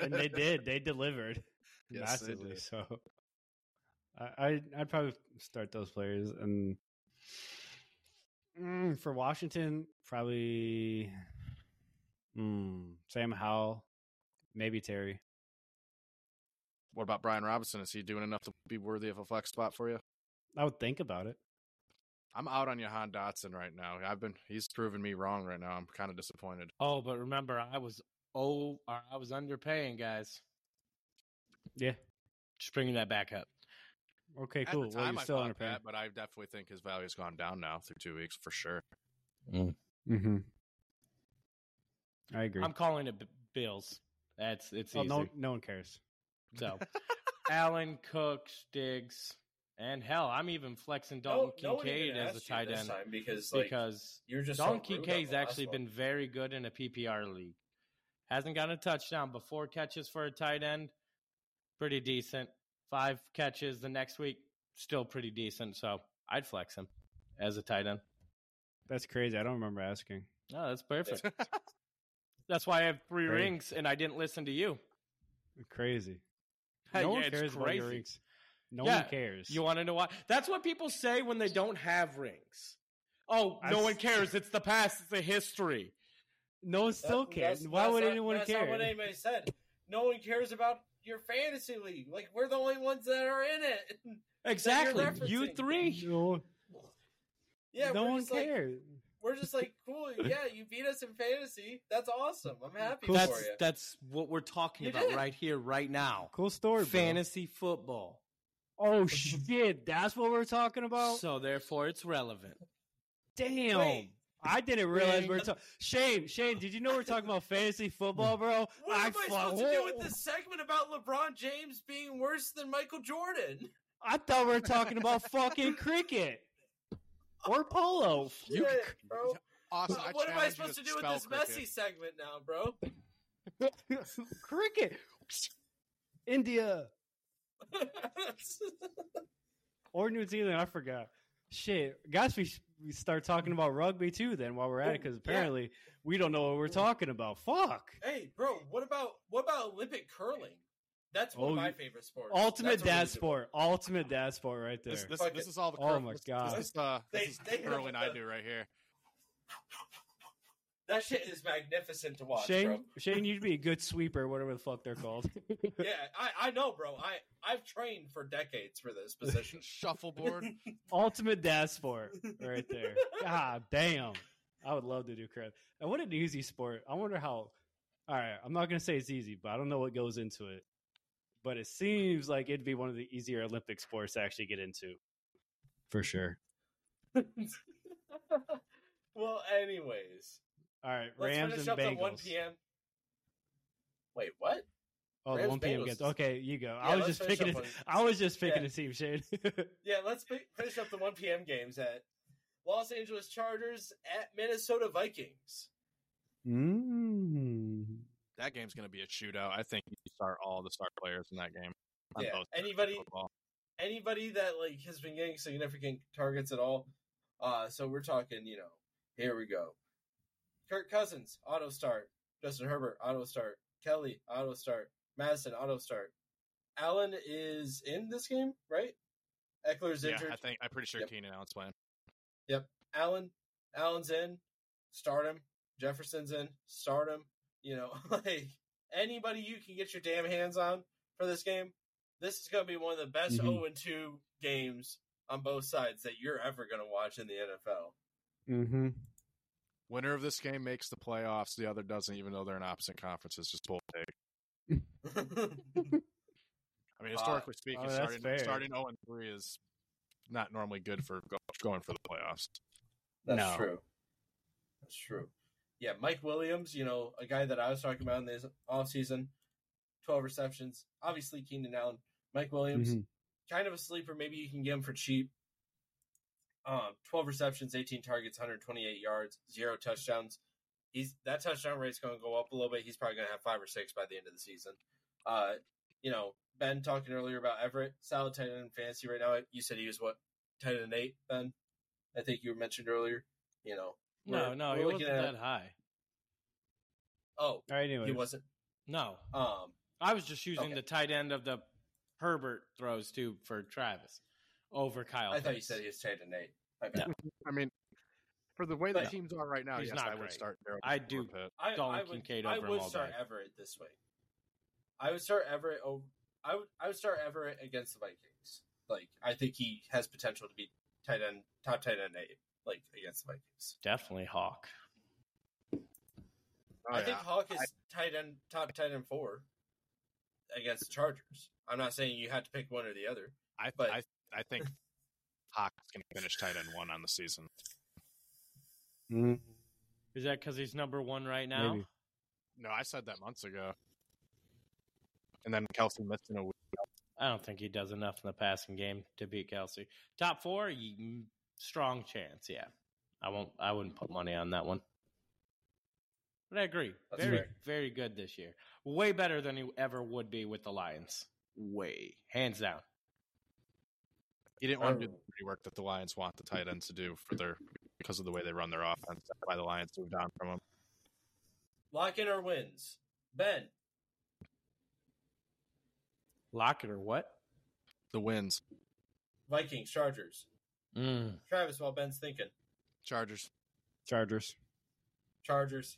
[SPEAKER 3] And they did. They delivered
[SPEAKER 2] *laughs* Yes, they
[SPEAKER 3] massively.
[SPEAKER 2] did.
[SPEAKER 3] So, I I'd, I'd probably start those players. And Mm, for Washington, probably mm, Sam Howell, maybe Terry.
[SPEAKER 2] What about Brian Robinson? Is he doing enough to be worthy of a flex spot for you?
[SPEAKER 3] I would think about it.
[SPEAKER 2] I'm out on Johan Dotson right now. I've been he's proven me wrong right now. I'm kind of disappointed.
[SPEAKER 1] Oh, but remember, I was oh, I was underpaying, guys.
[SPEAKER 3] Yeah.
[SPEAKER 1] Just bringing that back up.
[SPEAKER 3] Okay, cool.
[SPEAKER 2] At the
[SPEAKER 3] Well,
[SPEAKER 2] time,
[SPEAKER 3] you're
[SPEAKER 2] I
[SPEAKER 3] still
[SPEAKER 2] thought
[SPEAKER 3] on a
[SPEAKER 2] that, but I definitely think his value has gone down now through two weeks for sure.
[SPEAKER 3] Mm-hmm. I agree.
[SPEAKER 1] I'm calling it B- Bills. That's it's
[SPEAKER 3] Oh,
[SPEAKER 1] easy.
[SPEAKER 3] no, no one cares.
[SPEAKER 4] *laughs*
[SPEAKER 1] So, Allen, Cooks, Diggs, and hell, I'm even flexing Dalton Kincaid
[SPEAKER 4] even
[SPEAKER 1] as a
[SPEAKER 4] asked you
[SPEAKER 1] tight
[SPEAKER 4] this
[SPEAKER 1] end
[SPEAKER 4] time because like
[SPEAKER 1] because
[SPEAKER 4] you're just
[SPEAKER 1] Dalton
[SPEAKER 4] so rude on
[SPEAKER 1] Kincaid's
[SPEAKER 4] the last
[SPEAKER 1] actually
[SPEAKER 4] one.
[SPEAKER 1] been very good in a PPR league. Hasn't gotten a touchdown, but four catches for a tight end, pretty decent. Five catches the next week, still pretty decent. So I'd flex him as a tight end.
[SPEAKER 3] That's crazy. I don't remember asking.
[SPEAKER 1] No, that's
[SPEAKER 4] *laughs*
[SPEAKER 1] perfect. that's why I have three
[SPEAKER 3] Great.
[SPEAKER 1] rings and I didn't listen to you.
[SPEAKER 3] Crazy.
[SPEAKER 1] Hey,
[SPEAKER 3] *laughs* no
[SPEAKER 1] yeah,
[SPEAKER 3] one
[SPEAKER 1] it's
[SPEAKER 3] cares about your
[SPEAKER 1] crazy.
[SPEAKER 3] rings. No
[SPEAKER 1] Yeah,
[SPEAKER 3] one cares.
[SPEAKER 1] You want to know why? That's what people say when they don't have rings. Oh,
[SPEAKER 3] I
[SPEAKER 1] no
[SPEAKER 3] s-
[SPEAKER 1] one cares. It's the past. It's the history.
[SPEAKER 3] no one still
[SPEAKER 4] That-
[SPEAKER 3] cares.
[SPEAKER 4] that's-
[SPEAKER 3] Why
[SPEAKER 4] that's
[SPEAKER 3] would
[SPEAKER 4] not-
[SPEAKER 3] anyone
[SPEAKER 4] that's
[SPEAKER 3] care?
[SPEAKER 4] Not what anybody said. No one cares about your fantasy league. Like we're the only ones that are in it. *laughs*
[SPEAKER 1] Exactly.
[SPEAKER 4] referencing.
[SPEAKER 1] You three.
[SPEAKER 3] no
[SPEAKER 4] yeah,
[SPEAKER 3] no
[SPEAKER 4] we're
[SPEAKER 3] one
[SPEAKER 4] just like-
[SPEAKER 3] cares.
[SPEAKER 4] we're just
[SPEAKER 3] *laughs*
[SPEAKER 4] like, cool. Yeah, you beat us in fantasy. That's awesome. I'm happy
[SPEAKER 3] Cool.
[SPEAKER 4] for
[SPEAKER 1] That's
[SPEAKER 4] you.
[SPEAKER 1] that's what we're talking
[SPEAKER 4] You
[SPEAKER 1] about
[SPEAKER 4] did.
[SPEAKER 1] right here, right now.
[SPEAKER 3] cool story, bro.
[SPEAKER 1] Fantasy football.
[SPEAKER 3] Oh shit, that's what we're talking about.
[SPEAKER 1] so therefore, it's relevant.
[SPEAKER 3] Damn.
[SPEAKER 4] Wait.
[SPEAKER 3] I didn't realize
[SPEAKER 1] Dang.
[SPEAKER 3] we're talking. Shane, Shane, did you know we're talking about fantasy football, bro?
[SPEAKER 4] What am I
[SPEAKER 3] fuck-
[SPEAKER 4] supposed to do
[SPEAKER 3] Whoa.
[SPEAKER 4] with this segment about LeBron James being worse than Michael
[SPEAKER 3] *laughs*
[SPEAKER 4] Jordan?
[SPEAKER 3] I thought we were talking about fucking cricket or polo.
[SPEAKER 2] You-
[SPEAKER 4] Shit, bro.
[SPEAKER 2] Awesome.
[SPEAKER 4] what am I supposed to do with this messy segment now, bro? *laughs*
[SPEAKER 3] *laughs* cricket. India or New Zealand, I forgot. Shit, guys, we, sh- we start talking about rugby too then while we're at it because
[SPEAKER 4] Oh, Yeah.
[SPEAKER 3] apparently we don't know what we're talking about. Fuck.
[SPEAKER 4] Hey, bro, what about what about Olympic curling? That's one
[SPEAKER 3] Oh,
[SPEAKER 4] of my
[SPEAKER 3] you-
[SPEAKER 4] favorite sports.
[SPEAKER 3] Ultimate
[SPEAKER 4] That's a really
[SPEAKER 3] dad
[SPEAKER 4] good
[SPEAKER 3] sport. Ultimate dad sport right there.
[SPEAKER 2] This, this,
[SPEAKER 4] Fuck
[SPEAKER 2] this
[SPEAKER 4] it.
[SPEAKER 2] is all the
[SPEAKER 3] Oh
[SPEAKER 2] curl-
[SPEAKER 3] my
[SPEAKER 2] this-
[SPEAKER 3] God.
[SPEAKER 2] This, is, uh,
[SPEAKER 4] They-
[SPEAKER 2] this
[SPEAKER 4] they
[SPEAKER 2] is
[SPEAKER 4] have
[SPEAKER 2] curling I
[SPEAKER 4] the-
[SPEAKER 2] do right here.
[SPEAKER 4] one. That shit is magnificent to watch,
[SPEAKER 3] Shane, *laughs*
[SPEAKER 4] bro.
[SPEAKER 3] Shane, you'd
[SPEAKER 4] *laughs*
[SPEAKER 3] be a good sweeper, whatever the fuck they're called.
[SPEAKER 4] Yeah, I, I know, bro. I I've trained for decades for this position.
[SPEAKER 2] *laughs*
[SPEAKER 3] *laughs*
[SPEAKER 2] Shuffleboard.
[SPEAKER 3] Ultimate dad
[SPEAKER 4] *laughs*
[SPEAKER 3] sport right there. God damn. I would love to do crab. And what an easy sport. I wonder how. All right, I'm not going to say it's easy, but I don't know what goes into it. But it seems like it'd be one of the easier Olympic sports to actually get into. For sure.
[SPEAKER 4] well, anyways,
[SPEAKER 3] All right,
[SPEAKER 4] let's
[SPEAKER 3] Rams
[SPEAKER 4] finish
[SPEAKER 3] and
[SPEAKER 4] up the one
[SPEAKER 3] Bengals.
[SPEAKER 4] p.m. Wait, what?
[SPEAKER 3] Oh, the
[SPEAKER 4] Rams,
[SPEAKER 3] 1 p.m.
[SPEAKER 4] Bengals.
[SPEAKER 3] games. Okay, you go.
[SPEAKER 4] Yeah,
[SPEAKER 3] I was
[SPEAKER 4] let's
[SPEAKER 3] just
[SPEAKER 4] finish
[SPEAKER 3] picking.
[SPEAKER 4] up
[SPEAKER 3] A,
[SPEAKER 4] on-
[SPEAKER 3] I was just picking
[SPEAKER 4] Yeah.
[SPEAKER 3] a team, Shane. *laughs*
[SPEAKER 4] Yeah, let's fi- finish up the one p.m. games at Los Angeles Chargers at Minnesota Vikings.
[SPEAKER 3] mm.
[SPEAKER 2] that game's going to be a shootout. I think you start all the star players in that game. on
[SPEAKER 4] Yeah,
[SPEAKER 2] both sides of
[SPEAKER 4] anybody-
[SPEAKER 2] football.
[SPEAKER 4] anybody that like has been getting significant targets at all. Uh so we're talking, you know, here we go. Kirk Cousins, auto start. Justin Herbert, auto start. Kelly, auto start. Madison, auto start. Allen is in this game, right? Eckler's
[SPEAKER 2] Yeah,
[SPEAKER 4] injured.
[SPEAKER 2] I think I'm pretty sure
[SPEAKER 4] Yep.
[SPEAKER 2] Keenan Allen's playing.
[SPEAKER 4] Allen, Allen's in. Start him. Jefferson's in. Start him. You know, *laughs* like anybody you can get your damn hands on for this game. This is going to be one of the best
[SPEAKER 3] Mhm.
[SPEAKER 4] 0 2 games on both sides that you're ever going to watch in the NFL.
[SPEAKER 3] Mm-hmm.
[SPEAKER 2] Winner of this game makes the playoffs. The other doesn't, even though they're in opposite conferences. Just bull take.
[SPEAKER 4] *laughs*
[SPEAKER 2] I mean,
[SPEAKER 4] Uh,
[SPEAKER 2] historically speaking,
[SPEAKER 3] oh, that's
[SPEAKER 2] starting
[SPEAKER 3] fair.
[SPEAKER 2] starting zero and three is not normally good for go- going for the playoffs.
[SPEAKER 4] That's
[SPEAKER 3] No.
[SPEAKER 4] true. That's true. Yeah, Mike Williams, you know, a guy that I was talking about in this offseason, 12 receptions. Obviously, Keenan Allen. Mike Williams, kind of a sleeper. Maybe you can get him for cheap. Um, 12 receptions, 18 targets, 128 yards, zero touchdowns. He's that touchdown rate's going to go up a little bit. He's probably going to have five or six by the end of the season. Uh, you know, Ben talking earlier about Everett, solid tight end in fantasy right now. You said he was what tight end eight, Ben. I think you mentioned earlier. You know,
[SPEAKER 1] No,
[SPEAKER 4] we're-
[SPEAKER 1] no,
[SPEAKER 4] we're
[SPEAKER 1] he
[SPEAKER 4] looking
[SPEAKER 1] wasn't
[SPEAKER 4] at-
[SPEAKER 1] that high.
[SPEAKER 4] Oh,
[SPEAKER 3] All right, anyway.
[SPEAKER 4] he wasn't.
[SPEAKER 1] No,
[SPEAKER 4] Um,
[SPEAKER 1] I was just using
[SPEAKER 4] Okay.
[SPEAKER 1] the tight end of the Herbert throws too for Travis over Kyle.
[SPEAKER 4] I thought you
[SPEAKER 1] Pitts.
[SPEAKER 4] said he was tight end eight. My bad.
[SPEAKER 1] No.
[SPEAKER 2] I mean, for the way
[SPEAKER 4] But-
[SPEAKER 2] the teams are right now,
[SPEAKER 1] He's
[SPEAKER 2] yes,
[SPEAKER 1] not
[SPEAKER 2] I would
[SPEAKER 1] great.
[SPEAKER 2] start. Darryl
[SPEAKER 1] I
[SPEAKER 2] Pitt.
[SPEAKER 1] do-
[SPEAKER 4] I,
[SPEAKER 1] Dalton
[SPEAKER 4] I would,
[SPEAKER 1] Kincaid
[SPEAKER 4] I
[SPEAKER 1] over
[SPEAKER 4] would
[SPEAKER 1] him all
[SPEAKER 4] start
[SPEAKER 1] day.
[SPEAKER 4] Everett this way. I would start Everett. Over, I would I would start Everett against the Vikings. Like I think he has potential to be tight end top tight end eight. Like against the Vikings,
[SPEAKER 1] definitely Hawk.
[SPEAKER 2] Oh,
[SPEAKER 4] I
[SPEAKER 2] yeah.
[SPEAKER 4] think Hawk is tight end top tight end four against the Chargers. I'm not saying you have to pick one or the other.
[SPEAKER 2] I,
[SPEAKER 4] but-
[SPEAKER 2] I I think Hawk's going to finish tight end one on the season.
[SPEAKER 3] Mhm.
[SPEAKER 1] Is that because he's number one right now?
[SPEAKER 3] Maybe.
[SPEAKER 2] No, I said that months ago. And then Kelsey missed in a week.
[SPEAKER 1] I don't think he does enough in the passing game to beat Kelsey. Top four, ye- strong chance. Yeah, I won't. I wouldn't put money on that one. But I agree.
[SPEAKER 4] That's
[SPEAKER 1] very,
[SPEAKER 4] fair.
[SPEAKER 1] very good this year. Way better than he ever would be with the Lions. Way, hands down.
[SPEAKER 2] He didn't want to do
[SPEAKER 4] Oh.
[SPEAKER 2] the dirty work that the Lions want the tight ends to do for their because of the way they run their offense. That's why the Lions moved on from him.
[SPEAKER 4] Lock in our wins, Ben.
[SPEAKER 1] Lock it or what?
[SPEAKER 2] The wins,
[SPEAKER 4] Vikings, Chargers,
[SPEAKER 1] Mm.
[SPEAKER 4] Travis. While Ben's thinking,
[SPEAKER 2] Chargers.
[SPEAKER 3] Chargers.
[SPEAKER 4] Chargers.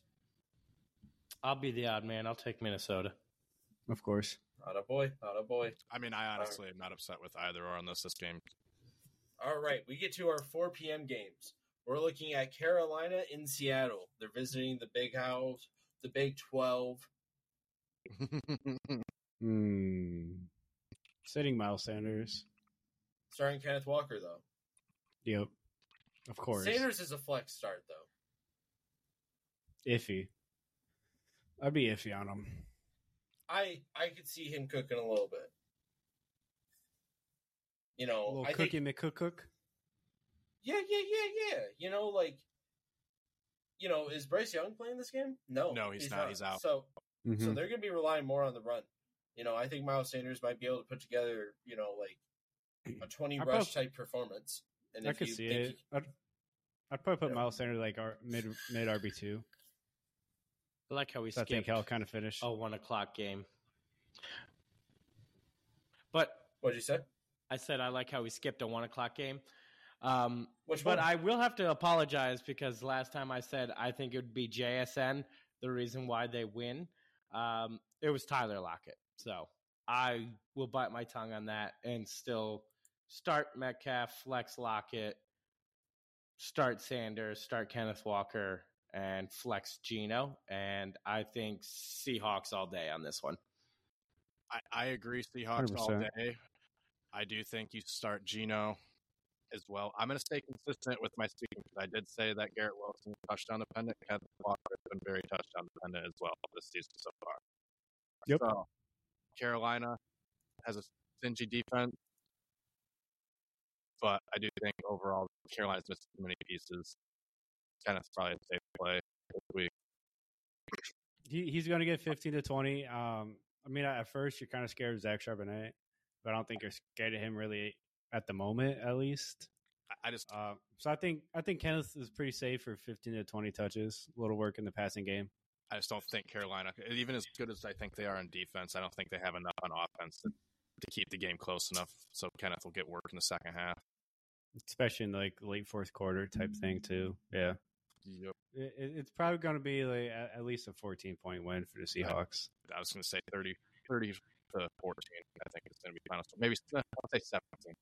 [SPEAKER 1] I'll be the odd man. I'll take Minnesota.
[SPEAKER 3] Of course.
[SPEAKER 4] Not a boy. Not a boy.
[SPEAKER 2] I mean, I honestly am not upset with either or on this this game.
[SPEAKER 4] All right, we get to our 4 p.m. games. We're looking at Carolina in Seattle. They're visiting the Big House, the Big 12.
[SPEAKER 3] Mm. Sitting Miles Sanders.
[SPEAKER 4] Starting Kenneth Walker, though.
[SPEAKER 3] Yep. Of course.
[SPEAKER 4] Sanders is a flex start, though.
[SPEAKER 3] Iffy. I'd be iffy on him.
[SPEAKER 4] I I could see him cooking a little bit. You
[SPEAKER 3] A
[SPEAKER 4] know,
[SPEAKER 3] little
[SPEAKER 4] I think,
[SPEAKER 3] cookie McCook cook.
[SPEAKER 4] yeah, yeah, yeah, yeah. You know, like, you know, is Bryce Young playing this game? No,
[SPEAKER 2] No, he's not. He's out.
[SPEAKER 4] So
[SPEAKER 3] Mm-hmm.
[SPEAKER 4] So they're going to be relying more on the run. You know, I think Miles Sanders might be able to put together, you know, like a 20
[SPEAKER 3] I
[SPEAKER 4] rush type performance. And
[SPEAKER 3] I
[SPEAKER 4] if
[SPEAKER 3] could
[SPEAKER 4] you
[SPEAKER 3] see
[SPEAKER 4] think
[SPEAKER 3] it. I'd, I'd probably put
[SPEAKER 4] Yeah.
[SPEAKER 3] Miles Sanders like our mid mid RB two.
[SPEAKER 1] I like how we
[SPEAKER 3] So I think
[SPEAKER 1] skipped
[SPEAKER 3] he'll kind of finish.
[SPEAKER 4] Oh.
[SPEAKER 1] a one o'clock game. But
[SPEAKER 4] what'd you say?
[SPEAKER 1] I said I like how we skipped a one o'clock game. Um,
[SPEAKER 4] Which
[SPEAKER 1] but
[SPEAKER 4] one?
[SPEAKER 1] I will have to apologize because last time I said I think it would be JSN the reason why they win. Um, it was Tyler Lockett, so I will bite my tongue on that and still start Metcalf, flex Lockett, start Sanders, start Kenneth Walker, and flex Gino. And I think Seahawks all day on this one.
[SPEAKER 2] I, I agree, Seahawks all
[SPEAKER 3] 100%.
[SPEAKER 2] day. I do think you start Gino as well. I'm going to stay consistent with my speaking because I did say that Garrett Wilson is touchdown dependent. Kenneth Walker has been very touchdown dependent as well this season so far.
[SPEAKER 3] Yep.
[SPEAKER 2] So, Carolina has a stingy defense, but I do think overall Carolina's missed too many pieces. Kenneth's probably a safe play this week.
[SPEAKER 3] He, he's going to get fifteen to twenty. Um, I mean, at first you're kind of scared of Zach Charbonnet, but I don't think you're scared of him really at the moment, at least.
[SPEAKER 2] I- I just
[SPEAKER 3] Uh, so I think I think Kenneth is pretty safe for fifteen to twenty touches. A little work in the passing game.
[SPEAKER 2] I just don't think Carolina, even as good as I think they are on defense, I don't think they have enough on offense to to keep the game close enough so Kenneth will get work in the second half.
[SPEAKER 3] especially in like late fourth quarter type thing too. Yeah,
[SPEAKER 2] Yep.
[SPEAKER 3] it, it- it's probably going to be like at, at least a fourteen point win for the Seahawks.
[SPEAKER 2] I was going to say 30, 30 to 14. I think it's going to be final. score. Maybe uh, I'll say 17.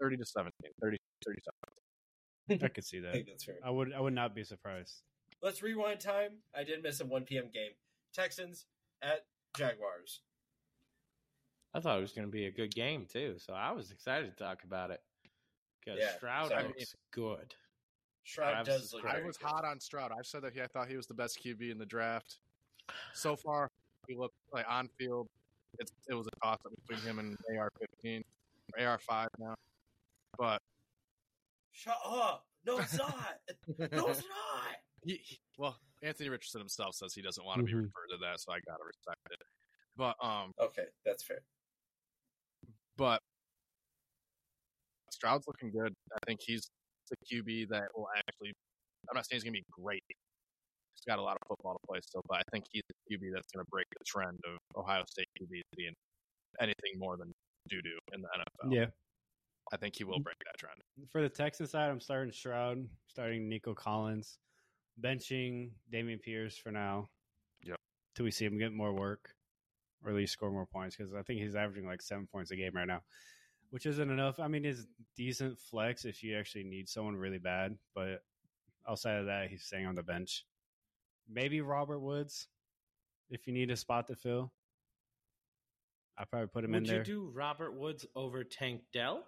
[SPEAKER 2] 30 to 17. 30, 30
[SPEAKER 3] I could see
[SPEAKER 4] I
[SPEAKER 3] that.
[SPEAKER 4] think that's fair.
[SPEAKER 3] I would. I would not be surprised.
[SPEAKER 4] Let's rewind time. I did miss a 1 p.m. game. Texans at Jaguars.
[SPEAKER 1] I thought it was going to be a good game too, so I was excited to talk about it because
[SPEAKER 4] Yeah,
[SPEAKER 1] Stroud
[SPEAKER 4] so I mean-
[SPEAKER 1] looks good.
[SPEAKER 4] Shroud
[SPEAKER 1] Travis
[SPEAKER 4] does
[SPEAKER 1] is
[SPEAKER 4] look.
[SPEAKER 1] great.
[SPEAKER 2] I
[SPEAKER 4] very
[SPEAKER 2] was
[SPEAKER 4] good.
[SPEAKER 2] hot on Stroud. I've said that he, I thought he was the best QB in the draft. So far, he looked like on field. It, it was a toss up between him and AR fifteen, AR five now. But
[SPEAKER 4] Shut up! No, it's not. no, it's not.
[SPEAKER 2] he, he- well, Anthony Richardson himself says he doesn't want to be
[SPEAKER 3] Mhm.
[SPEAKER 2] referred to that, so I gotta respect it. But um,
[SPEAKER 4] Okay, that's fair.
[SPEAKER 2] but Stroud's looking good. I think he's the QB that will actually. I'm not saying he's gonna be great. He's got a lot of football to play still, but I think he's the QB that's gonna break the trend of Ohio State QBs being anything more than doo doo in the NFL.
[SPEAKER 3] Yeah, Mm.
[SPEAKER 2] I think he will break that trend.
[SPEAKER 3] for the Texas side, I'm starting Shroud, starting Nico Collins, benching Damian Pierce for now.
[SPEAKER 2] Yep.
[SPEAKER 3] Till we see him get more work or at least score more points because I think he's averaging like seven points a game right now, which isn't enough. I mean, it's decent flex if you actually need someone really bad, but outside of that, he's staying on the bench. Maybe Robert Woods if you need a spot to fill. I probably put him in
[SPEAKER 1] Would
[SPEAKER 3] there.
[SPEAKER 1] you do Robert Woods over Tank Dell?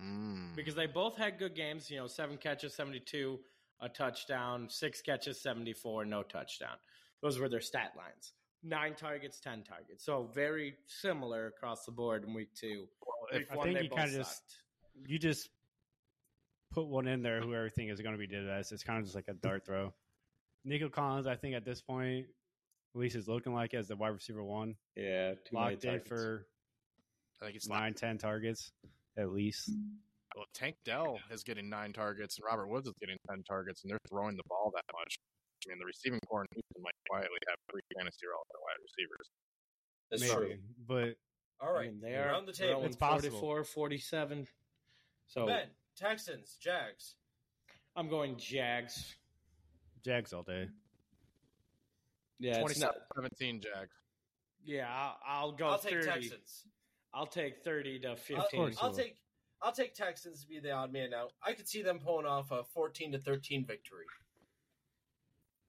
[SPEAKER 2] Mm.
[SPEAKER 1] because they both had good games. You know, seven catches, seventy-two, a touchdown. Six catches, seventy-four, no touchdown. Those were their stat lines. Nine targets, ten targets. So very similar across the board in week two. Week
[SPEAKER 3] I
[SPEAKER 1] one,
[SPEAKER 3] think
[SPEAKER 1] they
[SPEAKER 3] you
[SPEAKER 1] both
[SPEAKER 3] kinda just-
[SPEAKER 1] sucked.
[SPEAKER 3] you just put one in there who everything is going to be did as. It's kind of just like a dart throw. Nico Collins, I think at this point, at least is looking like as the wide receiver one,
[SPEAKER 1] yeah, too many
[SPEAKER 3] locked in
[SPEAKER 1] targets.
[SPEAKER 3] for
[SPEAKER 2] I think it's
[SPEAKER 3] nine,
[SPEAKER 2] nine.
[SPEAKER 3] ten targets at least.
[SPEAKER 2] Well, Tank Dell is getting nine targets, and Robert Woods is getting ten targets, and they're throwing the ball that much. I mean, the receiving core in Houston might quietly have three fantasy all the wide receivers.
[SPEAKER 4] That's
[SPEAKER 3] maybe.
[SPEAKER 4] true.
[SPEAKER 3] But
[SPEAKER 4] All right,
[SPEAKER 1] I mean, they are
[SPEAKER 4] around the table.
[SPEAKER 1] throwing
[SPEAKER 3] It's possible.
[SPEAKER 1] 44, 47. So
[SPEAKER 4] Ben, Texans, Jags.
[SPEAKER 1] I'm going Jags.
[SPEAKER 3] Jags all day.
[SPEAKER 1] Yeah, it's not,
[SPEAKER 2] 27-17 Jags.
[SPEAKER 1] yeah. I'll, I'll go
[SPEAKER 4] I'll take
[SPEAKER 1] thirty.
[SPEAKER 4] Texans.
[SPEAKER 1] I'll take thirty to
[SPEAKER 4] I'll,
[SPEAKER 1] fifteen.
[SPEAKER 4] I'll take. I'll take Texans to be the odd man out. I could see them pulling off a 14 to 13 victory.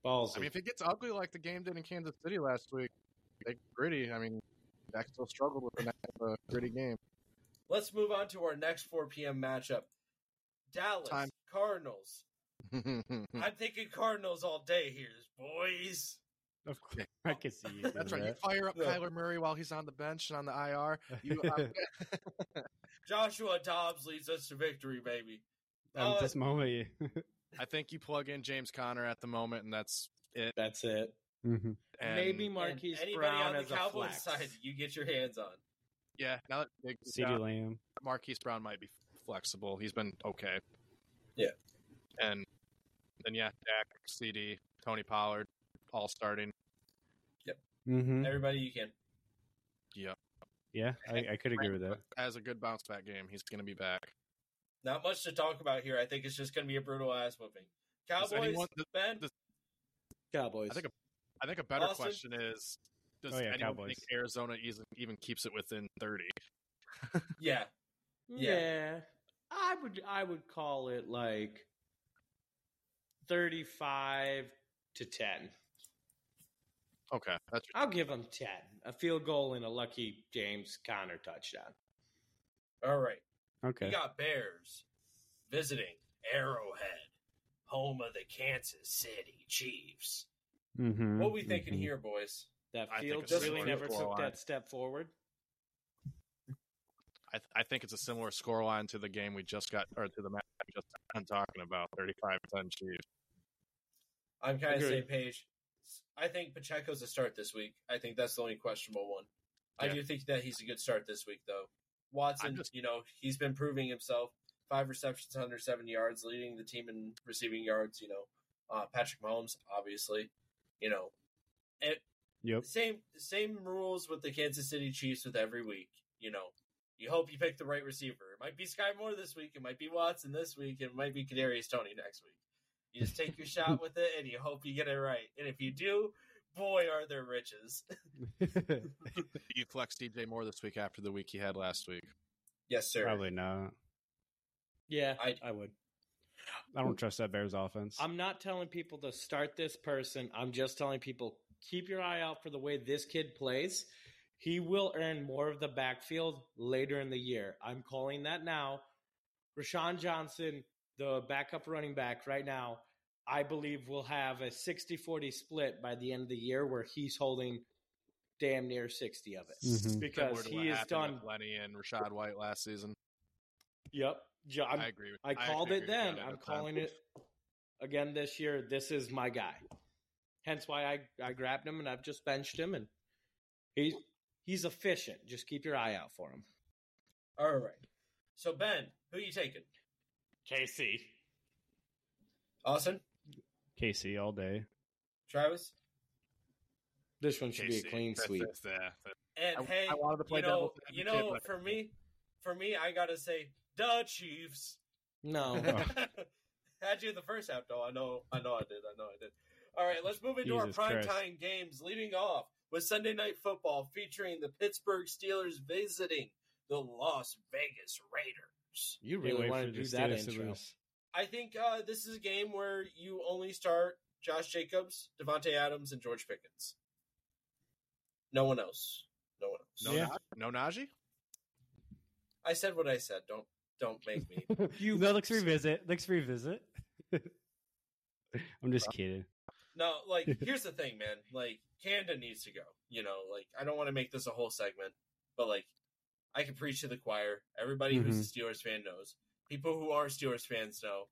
[SPEAKER 1] balls.
[SPEAKER 2] I mean, if it gets ugly like the game did in Kansas City last week, they gritty. I mean, Jack still struggled with the uh, gritty
[SPEAKER 1] *laughs*
[SPEAKER 2] game.
[SPEAKER 4] Let's move on to our next 4 p.m. matchup. Dallas
[SPEAKER 2] Time. Hmm.
[SPEAKER 4] Cardinals.
[SPEAKER 2] That's
[SPEAKER 4] I'm thinking Cardinals all day here, boys.
[SPEAKER 3] Of course, *laughs* I can see you. That's
[SPEAKER 2] right. You fire up
[SPEAKER 4] No.
[SPEAKER 2] Kyler Murray while he's on the bench and on the IR. You,
[SPEAKER 3] *laughs*
[SPEAKER 2] I'm-
[SPEAKER 4] Joshua Dobbs leads us to victory, baby.
[SPEAKER 3] at
[SPEAKER 4] Uh,
[SPEAKER 3] this moment, you.
[SPEAKER 2] I think you plug in James Conner at the moment, and that's it.
[SPEAKER 1] That's it.
[SPEAKER 3] Mhm.
[SPEAKER 2] And,
[SPEAKER 1] Maybe *laughs*
[SPEAKER 4] and
[SPEAKER 1] Marquise
[SPEAKER 4] anybody
[SPEAKER 1] Brown
[SPEAKER 4] on
[SPEAKER 1] as
[SPEAKER 4] the
[SPEAKER 1] a
[SPEAKER 4] Cowboys
[SPEAKER 1] flex.
[SPEAKER 4] side, you get your hands on.
[SPEAKER 2] yeah, now that Diggs is
[SPEAKER 3] *laughs* CeeDee
[SPEAKER 2] out,
[SPEAKER 3] Lamb.
[SPEAKER 2] Marquise Brown might be flexible. He's been okay.
[SPEAKER 4] Yeah.
[SPEAKER 2] And then yeah, Dak, CD, Tony Pollard, all starting.
[SPEAKER 3] hmm
[SPEAKER 4] Everybody you can.
[SPEAKER 3] Yeah, I, I could agree with that.
[SPEAKER 2] Has a good bounce back game. He's going to be back.
[SPEAKER 4] Not much to talk about here. I think it's just going to be a brutal ass whooping. Cowboys,
[SPEAKER 2] anyone- does-
[SPEAKER 4] Ben,
[SPEAKER 2] does-
[SPEAKER 1] Cowboys.
[SPEAKER 2] I think a, I think a better
[SPEAKER 4] Austin?
[SPEAKER 2] question is does
[SPEAKER 3] Oh, yeah,
[SPEAKER 2] anyone
[SPEAKER 3] Cowboys.
[SPEAKER 2] think Arizona is, even keeps it within 30?
[SPEAKER 4] yeah,
[SPEAKER 1] yeah.
[SPEAKER 4] yeah.
[SPEAKER 1] I would I would call it like thirty five to ten.
[SPEAKER 2] Okay, that's
[SPEAKER 1] I'll give them ten. A field goal and a lucky James Conner touchdown.
[SPEAKER 4] all right.
[SPEAKER 3] Okay.
[SPEAKER 4] We got Bears visiting Arrowhead, home of the Kansas City Chiefs.
[SPEAKER 3] Mhm.
[SPEAKER 4] What we thinking
[SPEAKER 2] Mm-hmm.
[SPEAKER 3] Mhm.
[SPEAKER 4] here, boys?
[SPEAKER 1] That
[SPEAKER 2] I think
[SPEAKER 1] field
[SPEAKER 2] it's
[SPEAKER 4] a
[SPEAKER 1] really
[SPEAKER 4] smart
[SPEAKER 1] never
[SPEAKER 2] goal
[SPEAKER 1] took
[SPEAKER 2] line.
[SPEAKER 1] that step forward.
[SPEAKER 2] I, I think it's a similar scoreline to the game we just got or to the match we just I'm talking about 35-10 Chiefs.
[SPEAKER 4] I'm kind of
[SPEAKER 1] Agree.
[SPEAKER 4] same page. I think Pacheco's a start this week. I think that's the only questionable one. I
[SPEAKER 2] Yeah.
[SPEAKER 4] do think that he's a good start this week, though. Watson,
[SPEAKER 2] I'm just-
[SPEAKER 4] you know, he's been proving himself. Five receptions, 107 yards, leading the team in receiving yards. You know, uh, Patrick Mahomes, obviously. You know, and
[SPEAKER 3] Yep.
[SPEAKER 4] Same same rules with the Kansas City Chiefs with every week. You know, you hope you pick the right receiver. It might be Sky Moore this week. It might be Watson this week. It might be Kadarius Tony next week. You just take your shot with it, and you hope you get it right. And if you do, boy, are there riches. *laughs*
[SPEAKER 2] Do you flex DJ Moore this week after the week he had last week?
[SPEAKER 4] Yes,
[SPEAKER 3] *laughs*
[SPEAKER 4] sir.
[SPEAKER 3] Probably not.
[SPEAKER 1] Yeah,
[SPEAKER 4] I-
[SPEAKER 1] I would.
[SPEAKER 3] I don't trust that Bears offense.
[SPEAKER 1] I'm not telling people to start this person. I'm just telling people keep your eye out for the way this kid plays. He will earn more of the backfield later in the year. I'm calling that now. Rashawn Johnson, the backup running back right now, I believe will have a 60 40 split by the end of the year where he's holding damn near 60 of it.
[SPEAKER 3] Mhm.
[SPEAKER 2] Similar
[SPEAKER 1] Because
[SPEAKER 2] to what
[SPEAKER 1] he is
[SPEAKER 2] happened
[SPEAKER 1] done.
[SPEAKER 2] with Lenny and Rashad White last season.
[SPEAKER 1] Yep. Jo- I'm-
[SPEAKER 2] I agree with.
[SPEAKER 1] I called it
[SPEAKER 2] actually agree with uh,
[SPEAKER 1] then.
[SPEAKER 2] John at
[SPEAKER 1] I'm
[SPEAKER 2] the time.
[SPEAKER 1] calling it again this year. This is my guy. Hence why I, I grabbed him and I've just benched him and he he's efficient. Just keep your eye out for him.
[SPEAKER 4] All right. So Ben, who you taking?
[SPEAKER 1] KC.
[SPEAKER 4] Austin,
[SPEAKER 3] KC all day.
[SPEAKER 4] Travis,
[SPEAKER 1] This one should be
[SPEAKER 2] KC.
[SPEAKER 1] a clean
[SPEAKER 2] That's-
[SPEAKER 1] sweep.
[SPEAKER 2] that's- yeah, that's-
[SPEAKER 4] and
[SPEAKER 2] I-
[SPEAKER 4] hey,
[SPEAKER 2] I wanted to play
[SPEAKER 4] you know,
[SPEAKER 2] devil's
[SPEAKER 4] you
[SPEAKER 2] advocate,
[SPEAKER 4] know,
[SPEAKER 2] but-
[SPEAKER 4] for me, for me, I gotta say, the Chiefs.
[SPEAKER 1] No.
[SPEAKER 4] *laughs* Had you the first half, though. I know, I know, I did. I know, I did. All right, let's move into
[SPEAKER 3] Jesus
[SPEAKER 4] our
[SPEAKER 3] Christ.
[SPEAKER 4] primetime games. Leading off with Sunday Night Football, featuring the Pittsburgh Steelers visiting the Las Vegas Raiders.
[SPEAKER 1] *laughs* you
[SPEAKER 3] Can't
[SPEAKER 1] really
[SPEAKER 3] wait
[SPEAKER 1] want
[SPEAKER 3] for
[SPEAKER 1] to do
[SPEAKER 3] the
[SPEAKER 1] that
[SPEAKER 3] Steelers to
[SPEAKER 1] intro.
[SPEAKER 3] lose.
[SPEAKER 1] *laughs*
[SPEAKER 4] I think uh, this is a game where you only start Josh Jacobs, Devontae Adams, and George Pickens. No one else. No one else.
[SPEAKER 2] no,
[SPEAKER 3] Yeah.
[SPEAKER 2] no, Najee.
[SPEAKER 4] I said what I said. Don't don't make me.
[SPEAKER 1] You-
[SPEAKER 3] no, *laughs* let's revisit. Let's revisit. I'm just kidding.
[SPEAKER 4] No, like here's the thing, man. Like Canada needs to go. You know, like I don't want to make this a whole segment, but like I can preach to the choir. Everybody who's a Steelers fan knows. People who aren't Steelers fans know.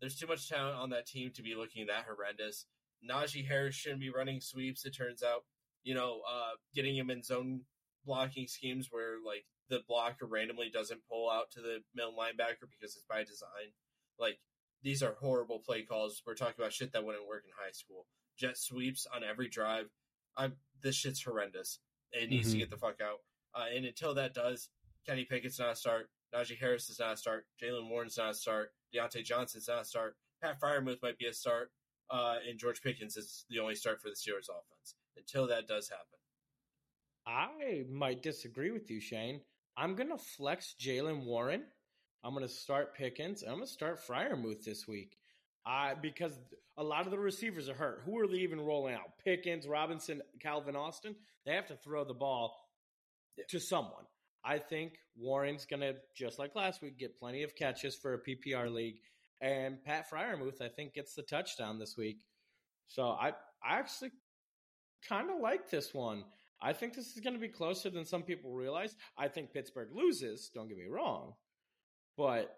[SPEAKER 4] There's too much talent on that team to be looking that horrendous. Najee Harris shouldn't be running sweeps. It turns out, you know, uh, getting him in zone blocking schemes where like the blocker randomly doesn't pull out to the middle linebacker because it's by design. Like these are horrible play calls. We're talking about shit that wouldn't work in high school. Jet sweeps on every drive. I'm this shit's horrendous. It needs to
[SPEAKER 3] Mhm.
[SPEAKER 4] get the fuck out. Uh, and until that does, Kenny Pickett's not a start. Najee Harris is not a start. Jalen Warren's not a start. Deontay Johnson's not a start. Pat Fryermuth might be a start. Uh, and George Pickens is the only start for the Steelers offense. Until that does happen.
[SPEAKER 1] I might disagree with you, Shane. I'm gonna flex Jalen Warren. I'm gonna start Pickens. and I'm gonna start Fryermuth this week. I because a lot of the receivers are hurt. Who are they even rolling out? Pickens, Robinson, Calvin Austin. They have to throw the ball to someone. I think Warren's gonna just like last week get plenty of catches for a PPR league, and Pat Fryermuth I think gets the touchdown this week. So I I actually kind of like this one. I think this is going to be closer than some people realize. I think Pittsburgh loses, don't get me wrong, but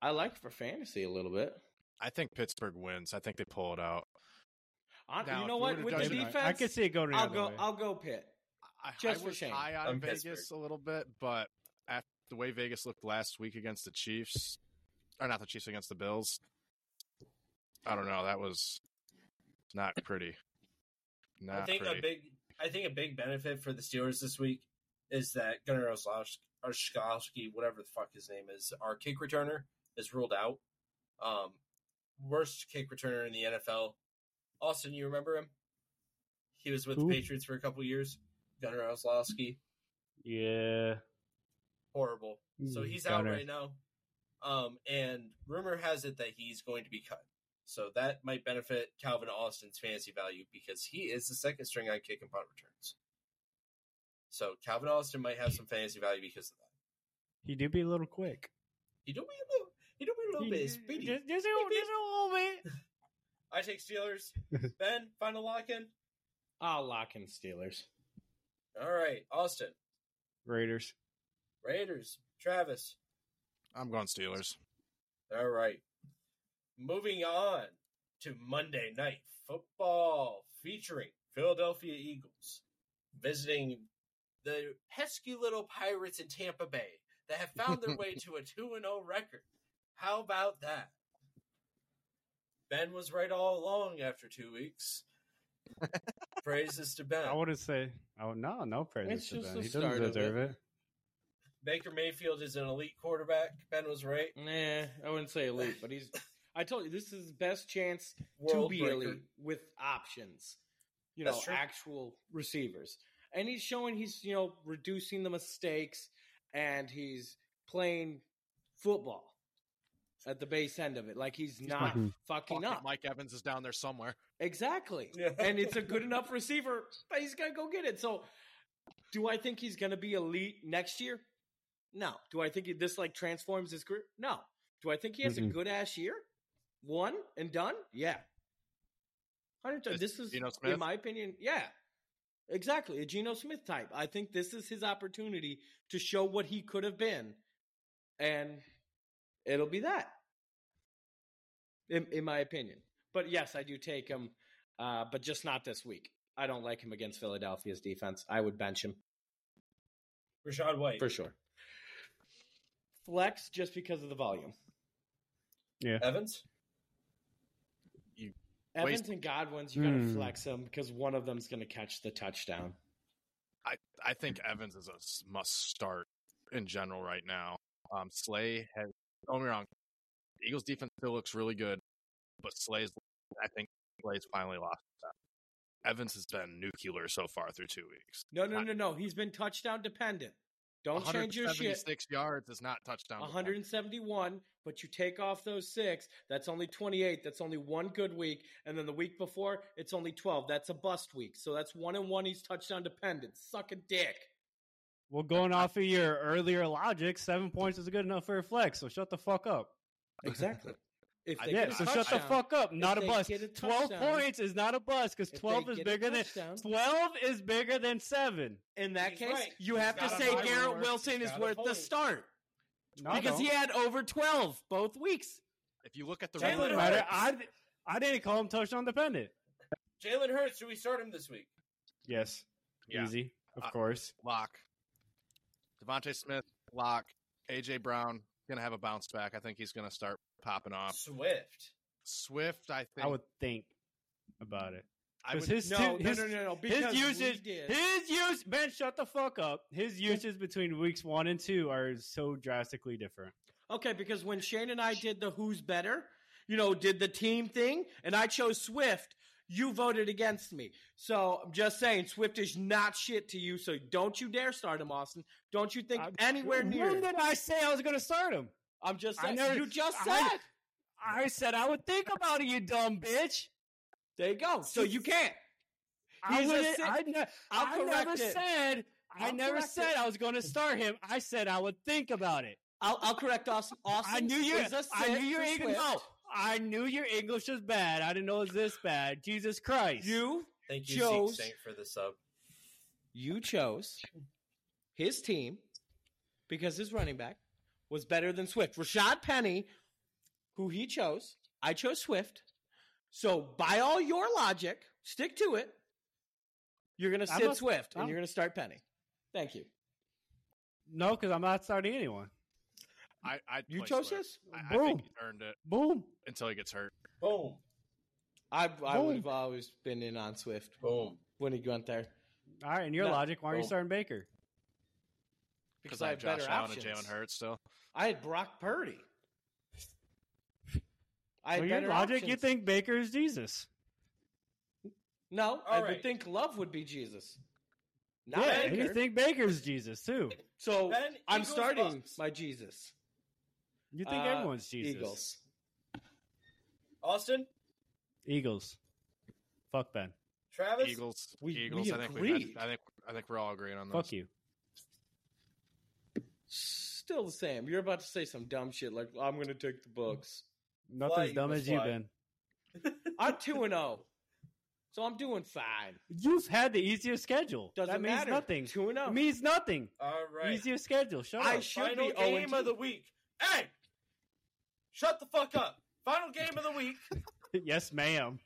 [SPEAKER 1] I like for fantasy a little bit.
[SPEAKER 2] I think Pittsburgh wins. I think they pull it out.
[SPEAKER 1] I,
[SPEAKER 2] Now,
[SPEAKER 1] you
[SPEAKER 2] if
[SPEAKER 1] know
[SPEAKER 2] we
[SPEAKER 1] what?
[SPEAKER 2] would've
[SPEAKER 1] With
[SPEAKER 2] done
[SPEAKER 1] the
[SPEAKER 2] it, I-
[SPEAKER 1] defense,
[SPEAKER 3] I could see it going. the
[SPEAKER 1] I'll
[SPEAKER 3] other
[SPEAKER 1] go.
[SPEAKER 3] way.
[SPEAKER 1] I'll go Pitt.
[SPEAKER 2] I,
[SPEAKER 1] Just
[SPEAKER 2] I
[SPEAKER 1] for
[SPEAKER 2] was
[SPEAKER 1] shame.
[SPEAKER 2] high on
[SPEAKER 4] I'm
[SPEAKER 2] Vegas
[SPEAKER 4] Pittsburgh.
[SPEAKER 2] a little bit, but after the way Vegas looked last week against the Chiefs, or not the Chiefs against the Bills, I don't know. That was not pretty. Not
[SPEAKER 4] I think
[SPEAKER 2] pretty.
[SPEAKER 4] a big I think a big benefit for the Steelers this week is that Gunnar Oshkovsky, whatever the fuck his name is, our kick returner is ruled out. Um, worst kick returner in the NFL. Austin, you remember him? He was with
[SPEAKER 3] Who?
[SPEAKER 4] the Patriots for a couple years. Gunnar Oslowski,
[SPEAKER 3] Yeah.
[SPEAKER 4] horrible. So
[SPEAKER 3] Mm,
[SPEAKER 4] he's
[SPEAKER 3] Gunnar.
[SPEAKER 4] out right now. Um, and rumor has it that he's going to be cut. So that might benefit Calvin Austin's fantasy value because he is the second string on kick and punt returns. So Calvin Austin might have some fantasy value because of that.
[SPEAKER 3] He did be a little quick.
[SPEAKER 4] He do be a little, he do be a little bit
[SPEAKER 3] Just-
[SPEAKER 4] speedy.
[SPEAKER 3] just- just a little- just a little
[SPEAKER 1] *laughs*
[SPEAKER 3] bit.
[SPEAKER 4] I take Steelers. ben, final lock in.
[SPEAKER 1] I'll lock in Steelers.
[SPEAKER 4] All right, Austin,
[SPEAKER 3] Raiders.
[SPEAKER 4] Raiders, Travis.
[SPEAKER 2] I'm going Steelers.
[SPEAKER 4] All right. Moving on to Monday Night Football featuring Philadelphia Eagles visiting the pesky little Pirates in Tampa Bay that have found
[SPEAKER 1] *laughs*
[SPEAKER 4] their way to a 2 0 record. How about that?
[SPEAKER 1] *laughs*
[SPEAKER 4] Ben was right all along after two weeks. Praises to Ben.
[SPEAKER 3] I wouldn't say. Oh no, no praises
[SPEAKER 1] It's
[SPEAKER 3] to
[SPEAKER 1] just
[SPEAKER 3] Ben.
[SPEAKER 1] the
[SPEAKER 3] He doesn't
[SPEAKER 1] start of
[SPEAKER 3] deserve it.
[SPEAKER 4] Baker Mayfield is an elite quarterback. Ben was right.
[SPEAKER 1] Nah, I wouldn't say elite, but he's. I told you this is his best chance to
[SPEAKER 4] World
[SPEAKER 1] be
[SPEAKER 4] breaker.
[SPEAKER 1] elite with options. You know,
[SPEAKER 4] That's true.
[SPEAKER 1] actual receivers, and he's showing he's you know reducing the mistakes, and he's playing football at the base end of it. Like he's, not
[SPEAKER 3] fucking-
[SPEAKER 1] fucking
[SPEAKER 2] Fuck it,
[SPEAKER 1] up.
[SPEAKER 2] Mike Evans is down there somewhere.
[SPEAKER 1] Exactly.
[SPEAKER 4] *laughs* Yeah.
[SPEAKER 1] And it's a good enough receiver, but he's going to go get it. So, do I think he's going to be elite next year? No. Do I think this like transforms his career? No. Do I think he has a
[SPEAKER 3] Mhm.
[SPEAKER 1] good ass year? One and done? Yeah. 100
[SPEAKER 2] Is
[SPEAKER 1] This is,
[SPEAKER 2] Geno
[SPEAKER 1] in
[SPEAKER 2] Smith?
[SPEAKER 1] my opinion, yeah. Exactly. A Geno Smith type. I think this is his opportunity to show what he could have been. And it'll be that, in, in my opinion. But yes, I do take him, uh, but just not this week. I don't like him against Philadelphia's defense. I would bench him
[SPEAKER 4] Rashad White.
[SPEAKER 1] for sure. Flex just because of the volume.
[SPEAKER 4] Evans?
[SPEAKER 1] Evans
[SPEAKER 2] Waste-
[SPEAKER 1] and Godwin's, you got to
[SPEAKER 3] Hmm.
[SPEAKER 1] flex them because one of them's going to catch the touchdown.
[SPEAKER 2] I, I think Evans is a s- must start in general right now. Um, Slay has, don't get me wrong, the Eagles defense still looks really good, but Slay's, I think Slay's finally lost that. Evans has been nuclear so far through two weeks.
[SPEAKER 1] No, no, no, no. He's been touchdown dependent. Don't change your shit.
[SPEAKER 2] 176 yards is not touchdown.
[SPEAKER 1] 171, but you take off those six. That's only 28. That's only one good week. And then the week before, it's only 12. That's a bust week. So that's one and one. He's touchdown dependent. Suck a dick.
[SPEAKER 3] Well, going off of your earlier logic, seven points is good enough for a flex. So shut the fuck up.
[SPEAKER 1] Exactly. *laughs* If
[SPEAKER 2] I
[SPEAKER 1] they
[SPEAKER 3] Yeah.
[SPEAKER 1] get a
[SPEAKER 3] So shut the
[SPEAKER 1] touchdown-
[SPEAKER 3] fuck up. Not a
[SPEAKER 1] they
[SPEAKER 3] bust.
[SPEAKER 1] get a
[SPEAKER 3] Twelve
[SPEAKER 1] touchdown-
[SPEAKER 3] points is not a bust because
[SPEAKER 1] if they
[SPEAKER 3] twelve is
[SPEAKER 1] get a
[SPEAKER 3] bigger than
[SPEAKER 1] touchdown-
[SPEAKER 3] twelve is bigger than seven.
[SPEAKER 1] In that
[SPEAKER 4] He's
[SPEAKER 1] case,
[SPEAKER 4] right.
[SPEAKER 1] you
[SPEAKER 4] He's
[SPEAKER 1] have to
[SPEAKER 4] got a
[SPEAKER 1] say
[SPEAKER 4] bye
[SPEAKER 1] Garrett
[SPEAKER 4] week.
[SPEAKER 1] Wilson
[SPEAKER 4] He's
[SPEAKER 1] is
[SPEAKER 4] got a
[SPEAKER 1] worth the
[SPEAKER 4] point.
[SPEAKER 1] start
[SPEAKER 3] No,
[SPEAKER 1] because he
[SPEAKER 3] no.
[SPEAKER 1] had over 12 both weeks.
[SPEAKER 2] If you look at the
[SPEAKER 4] Jalen
[SPEAKER 2] regular-
[SPEAKER 3] doesn't
[SPEAKER 4] Hurts.
[SPEAKER 3] matter. I I didn't call him touchdown dependent.
[SPEAKER 4] Jalen Hurts, do we start him this week?
[SPEAKER 3] Yes,
[SPEAKER 2] Yeah.
[SPEAKER 3] easy, of
[SPEAKER 2] Uh,
[SPEAKER 3] course.
[SPEAKER 2] lock, Devontae Smith, lock, AJ Brown gonna have a bounce back. I think he's gonna start popping off.
[SPEAKER 4] Swift.
[SPEAKER 2] Swift, I think.
[SPEAKER 3] I would think about it.
[SPEAKER 2] I
[SPEAKER 3] 'cause
[SPEAKER 2] would-
[SPEAKER 3] his
[SPEAKER 1] No,
[SPEAKER 3] two-
[SPEAKER 1] no,
[SPEAKER 3] his-
[SPEAKER 1] no, no, no. Because we
[SPEAKER 3] usage-
[SPEAKER 1] did.
[SPEAKER 3] His use, Ben, shut the fuck up. His uses between weeks one and two are so drastically different.
[SPEAKER 1] Okay, because when Shane and I did the who's better, you know, did the team thing, and I chose Swift, you voted against me. So I'm just saying, Swift is not shit to you. So don't you dare start him, Austin. Don't you think
[SPEAKER 3] I'm-
[SPEAKER 1] anywhere near?
[SPEAKER 3] When did I say I was going to start him?
[SPEAKER 1] I'm just
[SPEAKER 3] I
[SPEAKER 1] saying.
[SPEAKER 3] never-
[SPEAKER 1] you just said.
[SPEAKER 3] I- I said I would think about it, you dumb bitch.
[SPEAKER 1] there you go. So you can't.
[SPEAKER 3] I
[SPEAKER 1] He's a
[SPEAKER 3] wouldn't.
[SPEAKER 1] sick-
[SPEAKER 3] I, ne-
[SPEAKER 1] I'll
[SPEAKER 3] I
[SPEAKER 1] correct
[SPEAKER 3] never
[SPEAKER 1] it.
[SPEAKER 3] said. i
[SPEAKER 1] I'll
[SPEAKER 3] never
[SPEAKER 1] correct
[SPEAKER 3] said
[SPEAKER 1] it.
[SPEAKER 3] I was going to start him. I said I would think about it.
[SPEAKER 1] I'll, I'll correct Austin. Austin
[SPEAKER 3] I knew your.
[SPEAKER 1] is a
[SPEAKER 3] I
[SPEAKER 1] sit
[SPEAKER 3] knew your
[SPEAKER 1] for
[SPEAKER 3] English. No,
[SPEAKER 1] Swift.
[SPEAKER 3] I knew your English was bad. I didn't know it was this bad. Jesus Christ!
[SPEAKER 1] You
[SPEAKER 4] Thank you,
[SPEAKER 1] Chose.
[SPEAKER 4] Zeke Saint, for the sub.
[SPEAKER 1] you chose his team because his running back was better than Swift. Rashad Penny, who he chose, I chose Swift. So by all your logic, stick to it. You're going to
[SPEAKER 3] I'm
[SPEAKER 1] sit
[SPEAKER 3] a-
[SPEAKER 1] Swift and
[SPEAKER 3] I'm-
[SPEAKER 1] you're going to start Penny. Thank you.
[SPEAKER 3] no, because I'm not starting anyone.
[SPEAKER 2] I, I'd
[SPEAKER 1] You
[SPEAKER 2] play
[SPEAKER 1] chose
[SPEAKER 2] Swift.
[SPEAKER 1] this?
[SPEAKER 2] I, I think
[SPEAKER 3] Boom.
[SPEAKER 2] he earned it
[SPEAKER 3] Boom.
[SPEAKER 2] until he gets hurt.
[SPEAKER 4] Boom.
[SPEAKER 1] I, I would
[SPEAKER 3] Boom.
[SPEAKER 1] have always been in on Swift
[SPEAKER 4] Boom.
[SPEAKER 1] when he went there
[SPEAKER 3] All right, and your
[SPEAKER 1] No.
[SPEAKER 3] logic, why are you
[SPEAKER 4] Boom.
[SPEAKER 3] starting Baker?
[SPEAKER 1] because
[SPEAKER 2] I
[SPEAKER 1] I
[SPEAKER 2] have
[SPEAKER 1] had
[SPEAKER 2] Josh
[SPEAKER 1] better
[SPEAKER 2] Allen
[SPEAKER 1] options.
[SPEAKER 2] and Jalen Hurts still.
[SPEAKER 1] I had Brock Purdy. I had
[SPEAKER 3] Well, your
[SPEAKER 1] better
[SPEAKER 3] logic, you
[SPEAKER 1] options.
[SPEAKER 3] think Baker is Jesus?
[SPEAKER 1] No, I would
[SPEAKER 4] right.
[SPEAKER 1] think love would be Jesus. Not
[SPEAKER 3] Yeah, and you
[SPEAKER 1] Baker.
[SPEAKER 3] think Baker's Jesus too?
[SPEAKER 1] So
[SPEAKER 4] Ben,
[SPEAKER 1] I'm
[SPEAKER 4] Eagles,
[SPEAKER 1] starting
[SPEAKER 4] Bucks.
[SPEAKER 1] my Jesus.
[SPEAKER 3] You think
[SPEAKER 1] Uh,
[SPEAKER 3] everyone's Jesus?
[SPEAKER 1] Eagles.
[SPEAKER 4] Austin?
[SPEAKER 3] Eagles. Fuck Ben.
[SPEAKER 4] Travis?
[SPEAKER 2] Eagles.
[SPEAKER 1] we-
[SPEAKER 2] Eagles.
[SPEAKER 1] we
[SPEAKER 2] I think we've
[SPEAKER 1] agreed.
[SPEAKER 2] had, I think I think we're all agreeing on this.
[SPEAKER 3] Fuck you.
[SPEAKER 1] Still the same. You're about to say some dumb shit like I'm going to take the books.
[SPEAKER 3] *laughs* Nothing's
[SPEAKER 4] Fly,
[SPEAKER 3] dumb
[SPEAKER 4] Eagles,
[SPEAKER 3] as you,
[SPEAKER 4] fly.
[SPEAKER 3] Ben.
[SPEAKER 1] I'm two and zero, so I'm doing fine.
[SPEAKER 3] You've had the easiest schedule.
[SPEAKER 1] Doesn't
[SPEAKER 3] that means
[SPEAKER 1] matter.
[SPEAKER 3] nothing.
[SPEAKER 1] Two and oh. zero.
[SPEAKER 3] It means nothing.
[SPEAKER 4] All right.
[SPEAKER 3] Easier schedule. Shut
[SPEAKER 1] I
[SPEAKER 3] up.
[SPEAKER 1] sh- should
[SPEAKER 4] Final
[SPEAKER 1] be 0 and
[SPEAKER 4] game of
[SPEAKER 1] two.
[SPEAKER 4] the week. Hey! Shut the fuck up. Final game of the week.
[SPEAKER 3] *laughs* yes, ma'am.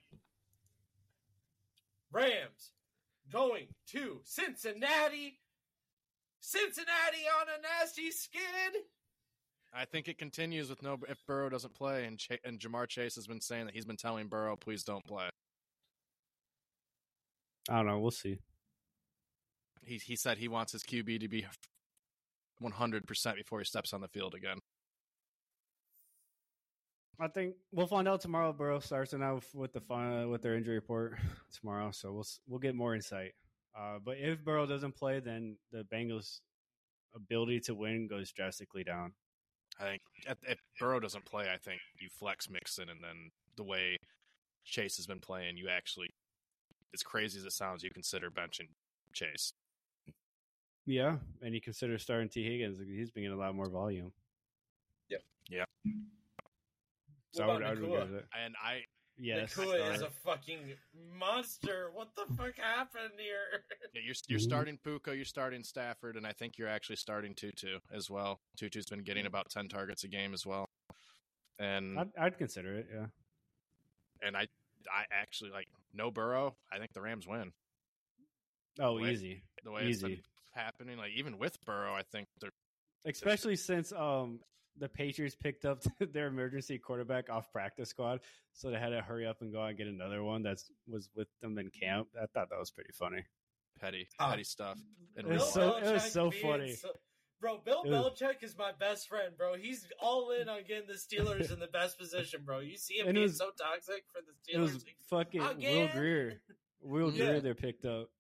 [SPEAKER 4] Rams going to Cincinnati. Cincinnati on a nasty skid.
[SPEAKER 2] I think it continues with no if Burrow doesn't play and Ch- and Jamar Chase has been saying that he's been telling Burrow please don't play.
[SPEAKER 3] I don't know. We'll see.
[SPEAKER 2] He he said he wants his QB to be 100% before he steps on the field again.
[SPEAKER 3] I think we'll find out tomorrow. Burrow starts and out with the final, with their injury report *laughs* tomorrow, so we'll s- we'll get more insight. Uh, but if Burrow doesn't play, then the Bengals' ability to win goes drastically down.
[SPEAKER 2] I think if, if Burrow doesn't play, I think you flex Mixon, and then the way Chase has been playing, you actually, as crazy as it sounds, you consider benching Chase.
[SPEAKER 3] Yeah, and you consider starting T Higgins; he's been getting a lot more volume.
[SPEAKER 4] Yep.
[SPEAKER 2] Yeah.
[SPEAKER 3] So I
[SPEAKER 4] What
[SPEAKER 3] would, I
[SPEAKER 4] about
[SPEAKER 3] would agree
[SPEAKER 4] Nakua?
[SPEAKER 3] with it.
[SPEAKER 2] And I,
[SPEAKER 3] Yes,
[SPEAKER 4] Nakua is
[SPEAKER 3] start.
[SPEAKER 4] a fucking monster. What the fuck happened here? *laughs*
[SPEAKER 2] yeah, you're you're
[SPEAKER 3] Mhm.
[SPEAKER 2] starting Puka, you're starting Stafford, and I think you're actually starting Tutu as well. Tutu's been getting about ten targets a game as well, and
[SPEAKER 3] Mm-hmm. I'd, I'd consider it. Yeah.
[SPEAKER 2] and I I actually like no Burrow. I think the Rams win
[SPEAKER 3] Oh,
[SPEAKER 2] Wait.
[SPEAKER 3] easy.
[SPEAKER 2] the way it's been
[SPEAKER 3] Easy.
[SPEAKER 2] happening. Like even with Burrow, I think they're
[SPEAKER 3] Especially since um the Patriots picked up *laughs* their emergency quarterback off practice squad, so they had to hurry up and go out and get another one that was with them in camp. I thought that was pretty funny.
[SPEAKER 2] petty
[SPEAKER 4] Ah.
[SPEAKER 2] petty stuff. And
[SPEAKER 3] It was
[SPEAKER 4] Bill
[SPEAKER 3] so- it was
[SPEAKER 4] Belichick
[SPEAKER 3] so
[SPEAKER 4] being
[SPEAKER 3] funny.
[SPEAKER 4] bro, Bill
[SPEAKER 3] It was-
[SPEAKER 4] Belichick is my best friend, bro. He's all in on getting the Steelers in the best position, bro. You see him
[SPEAKER 3] And it
[SPEAKER 4] being
[SPEAKER 3] was-
[SPEAKER 4] so toxic for the
[SPEAKER 3] It
[SPEAKER 4] Steelers
[SPEAKER 3] was fucking Will
[SPEAKER 4] Again?
[SPEAKER 3] Greer. Will
[SPEAKER 4] Yeah.
[SPEAKER 3] Greer, they picked up.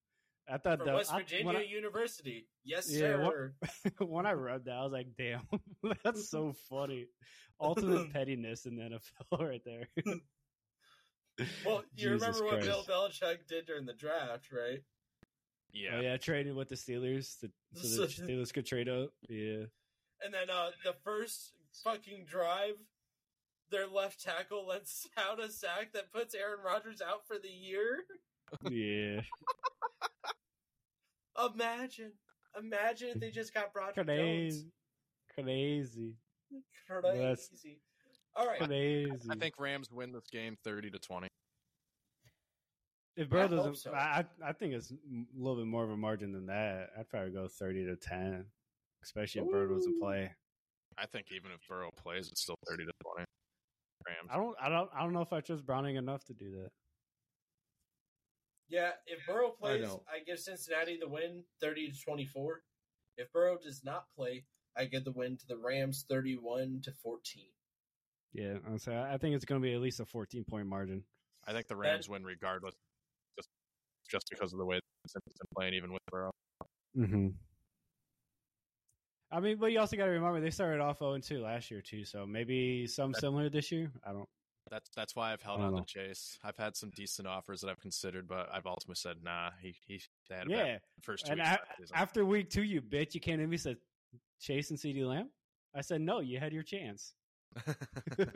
[SPEAKER 3] I thought
[SPEAKER 4] from
[SPEAKER 3] that
[SPEAKER 4] West
[SPEAKER 3] I-
[SPEAKER 4] Virginia
[SPEAKER 3] when I-
[SPEAKER 4] University. Yes,
[SPEAKER 3] Yeah,
[SPEAKER 4] sir.
[SPEAKER 3] what- *laughs* when I read that, I was like, damn, *laughs* that's so funny.
[SPEAKER 4] *laughs*
[SPEAKER 3] Ultimate pettiness in the NFL *laughs* right there. *laughs*
[SPEAKER 4] Well, you
[SPEAKER 3] Jesus
[SPEAKER 4] remember what
[SPEAKER 3] Christ.
[SPEAKER 4] Bill Belichick did during the draft, right?
[SPEAKER 2] yeah,
[SPEAKER 3] Oh, yeah, traded with the Steelers to, so the
[SPEAKER 4] *laughs* So-
[SPEAKER 3] Steelers could trade up. Yeah.
[SPEAKER 4] And then uh, the first fucking drive, their left tackle lets *laughs* out a sack that puts Aaron Rodgers out for the year.
[SPEAKER 3] Yeah.
[SPEAKER 4] Imagine. Imagine if they just got Roger Jones.
[SPEAKER 3] Crazy. Crazy. That's-
[SPEAKER 4] Crazy. All right.
[SPEAKER 3] Crazy.
[SPEAKER 2] I think Rams win this game thirty to twenty.
[SPEAKER 3] if
[SPEAKER 4] I
[SPEAKER 3] Burrow
[SPEAKER 4] hope
[SPEAKER 3] doesn't,
[SPEAKER 4] so.
[SPEAKER 3] I, I- I think it's m- a little bit more of a margin than that. I'd probably go 30 to 10, especially if Bird doesn't
[SPEAKER 4] Ooh.
[SPEAKER 3] play.
[SPEAKER 2] I think even if Burrow plays, it's still thirty to twenty. Rams.
[SPEAKER 3] I don't, I don't, I don't know if I trust Browning enough to do that.
[SPEAKER 4] Yeah, if Burrow plays,
[SPEAKER 1] know.
[SPEAKER 4] I, give Cincinnati the win 30 to 24. If Burrow does not play, I give the win to the Rams 31 to 14.
[SPEAKER 3] Yeah, I'm saying I I think it's going to be at least a 14 point margin.
[SPEAKER 2] I think the Rams win regardless, just just because of the way Simpson's been playing, even with Burrow.
[SPEAKER 3] Mm-hmm. I mean, but you also got to remember they started off 0 2 last year too, so maybe some
[SPEAKER 2] That-
[SPEAKER 3] similar this year. I don't.
[SPEAKER 2] That's that's why I've held
[SPEAKER 3] I
[SPEAKER 2] on
[SPEAKER 3] don't
[SPEAKER 2] to
[SPEAKER 3] know.
[SPEAKER 2] Chase. I've had some decent offers that I've considered, but I've ultimately said, nah. He he they had a bad
[SPEAKER 3] Yeah,
[SPEAKER 2] first two
[SPEAKER 3] and
[SPEAKER 2] weeks
[SPEAKER 3] I,
[SPEAKER 2] of the season.
[SPEAKER 3] after week two, you bitch, you came to me and said Chase and CD Lamb. I said no, you had your chance.
[SPEAKER 2] *laughs*
[SPEAKER 4] Ben,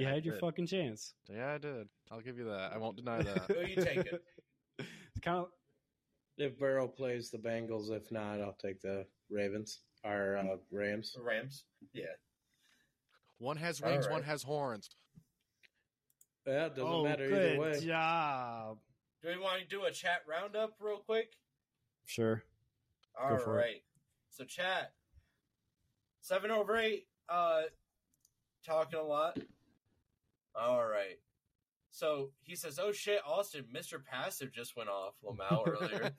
[SPEAKER 3] you had your
[SPEAKER 2] did.
[SPEAKER 3] fucking chance.
[SPEAKER 2] yeah, I did. I'll give you that. I won't deny
[SPEAKER 3] *laughs*
[SPEAKER 2] that.
[SPEAKER 4] Who you taking?
[SPEAKER 3] It's kind of
[SPEAKER 1] If Burrow plays the Bengals, if not, I'll take the Ravens or uh, Rams.
[SPEAKER 4] the Rams. Yeah.
[SPEAKER 2] One has
[SPEAKER 4] All
[SPEAKER 2] wings, one
[SPEAKER 4] right.
[SPEAKER 2] has horns.
[SPEAKER 1] Yeah, it doesn't
[SPEAKER 3] oh,
[SPEAKER 1] matter
[SPEAKER 3] good
[SPEAKER 1] either way.
[SPEAKER 3] job.
[SPEAKER 4] Do we want to do a chat roundup real quick?
[SPEAKER 3] *clears throat* Sure.
[SPEAKER 4] All
[SPEAKER 3] for it.
[SPEAKER 4] right. So chat. Seven over eight. Uh talking a lot. All right. So he says, Oh shit, Austin, Mr. Passive just went off Lamau
[SPEAKER 3] *laughs*
[SPEAKER 4] earlier.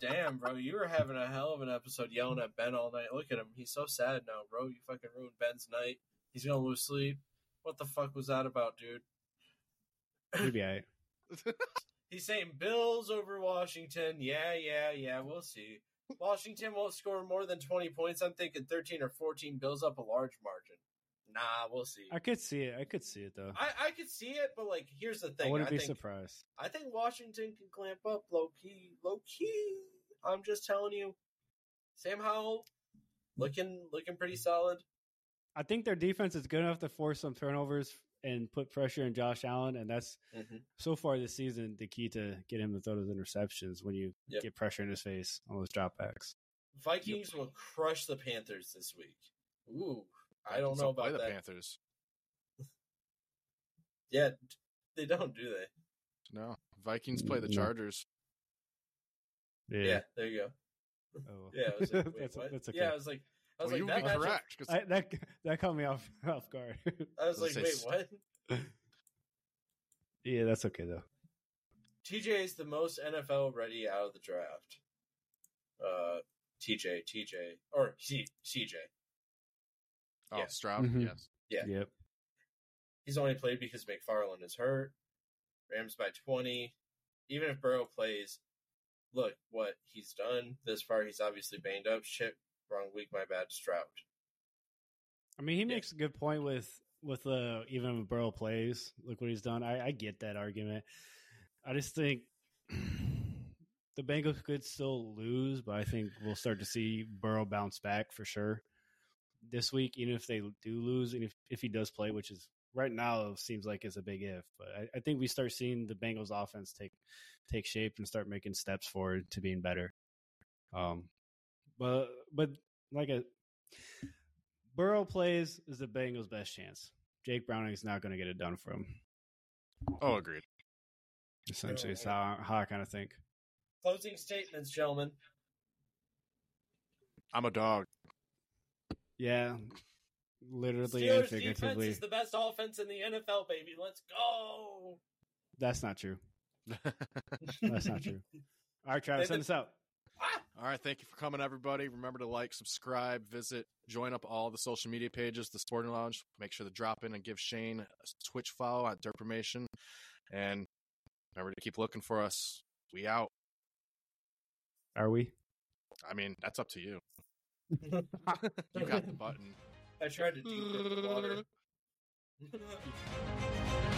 [SPEAKER 4] Damn, bro, you were having a hell of an episode yelling at Ben all night. Look at him. He's so sad now, bro. You fucking ruined Ben's night. He's gonna lose sleep. What the fuck was that about, dude?
[SPEAKER 3] You'll be all right.
[SPEAKER 4] He's saying Bills over Washington. Yeah, yeah, yeah. We'll see. Washington won't score more than 20 points. I'm thinking 13 or 14. Bills up a large margin. Nah, we'll see.
[SPEAKER 3] I could see it. I could see it though. I,
[SPEAKER 4] I, I could see it, but like, here's the thing. I,
[SPEAKER 3] wouldn't be
[SPEAKER 4] think
[SPEAKER 3] surprised.
[SPEAKER 4] I think Washington can clamp up low key, low key. I'm just telling you. Sam Howell looking looking pretty solid.
[SPEAKER 3] I think their defense is good enough to force some turnovers and put pressure on Josh Allen, and that's
[SPEAKER 2] Mm-hmm.
[SPEAKER 3] so far this season the key to get him to throw those interceptions when you
[SPEAKER 4] Yep.
[SPEAKER 3] get pressure in his face on those dropbacks.
[SPEAKER 4] Vikings will crush the Panthers this week. Ooh, I don't
[SPEAKER 2] Vikings
[SPEAKER 4] know
[SPEAKER 2] play
[SPEAKER 4] about
[SPEAKER 2] the
[SPEAKER 4] that.
[SPEAKER 2] Panthers.
[SPEAKER 4] Yeah, they don't, do they?
[SPEAKER 2] No, Vikings play the
[SPEAKER 3] No.
[SPEAKER 2] Chargers.
[SPEAKER 4] Yeah, there you go.
[SPEAKER 3] Oh.
[SPEAKER 4] Yeah,
[SPEAKER 3] *laughs*
[SPEAKER 4] I was like, wait,
[SPEAKER 3] that's,
[SPEAKER 4] what?
[SPEAKER 3] that's okay.
[SPEAKER 4] Yeah, I was like, I was
[SPEAKER 2] Well, you would
[SPEAKER 4] like,
[SPEAKER 2] be
[SPEAKER 4] that matchup,
[SPEAKER 2] correct. 'cause
[SPEAKER 3] I, that *laughs* that caught me off off guard.
[SPEAKER 4] I was
[SPEAKER 2] Doesn't
[SPEAKER 4] like,
[SPEAKER 2] say
[SPEAKER 4] wait,
[SPEAKER 2] s-
[SPEAKER 4] what?
[SPEAKER 3] yeah, that's okay though.
[SPEAKER 4] TJ is the most NFL ready out of the draft. Uh, TJ, TJ, or C, CJ.
[SPEAKER 2] Oh,
[SPEAKER 4] Yeah.
[SPEAKER 2] Stroud,
[SPEAKER 3] Mhm.
[SPEAKER 2] yes.
[SPEAKER 4] Yeah.
[SPEAKER 3] Yep.
[SPEAKER 4] He's only played because McFarland is hurt. Rams by 20. Even if Burrow plays, look what he's done this far. He's obviously banged up. Shit, wrong week, my bad. Stroud.
[SPEAKER 3] I mean, he makes a good point with with uh, even if Burrow plays. Look what he's done. I, I get that argument. I just think *clears throat* the Bengals could still lose, but I think we'll start to see Burrow bounce back for sure this week. Even if they do lose, and if if he does play, which is right now seems like it's a big if, but I, I think we start seeing the Bengals offense take take shape and start making steps forward to being better. Um, but but like a Burrow plays is the Bengals' best chance. Jake Browning's not going to get it done for him.
[SPEAKER 2] Oh, agreed.
[SPEAKER 3] Essentially, it's how, how I kind of think.
[SPEAKER 4] Closing statements, gentlemen.
[SPEAKER 2] I'm a dog. *laughs*
[SPEAKER 3] Yeah, literally and
[SPEAKER 4] Steelers defense
[SPEAKER 3] figuratively.
[SPEAKER 4] is the best offense in the NFL, baby. Let's go.
[SPEAKER 3] That's not true. That's not
[SPEAKER 4] *laughs*
[SPEAKER 3] true. All right, Travis,
[SPEAKER 4] They-
[SPEAKER 3] send us out.
[SPEAKER 4] Ah!
[SPEAKER 2] All right, thank you for coming, everybody. Remember to like, subscribe, visit, join up all the social media pages, the Sporting Lounge. Make sure to drop in and give Shane a Twitch follow at Derpamation. And remember to keep looking for us. We out.
[SPEAKER 3] Are we?
[SPEAKER 2] I mean, that's up to you. You got the button.
[SPEAKER 4] *laughs* I tried to deep dip the water.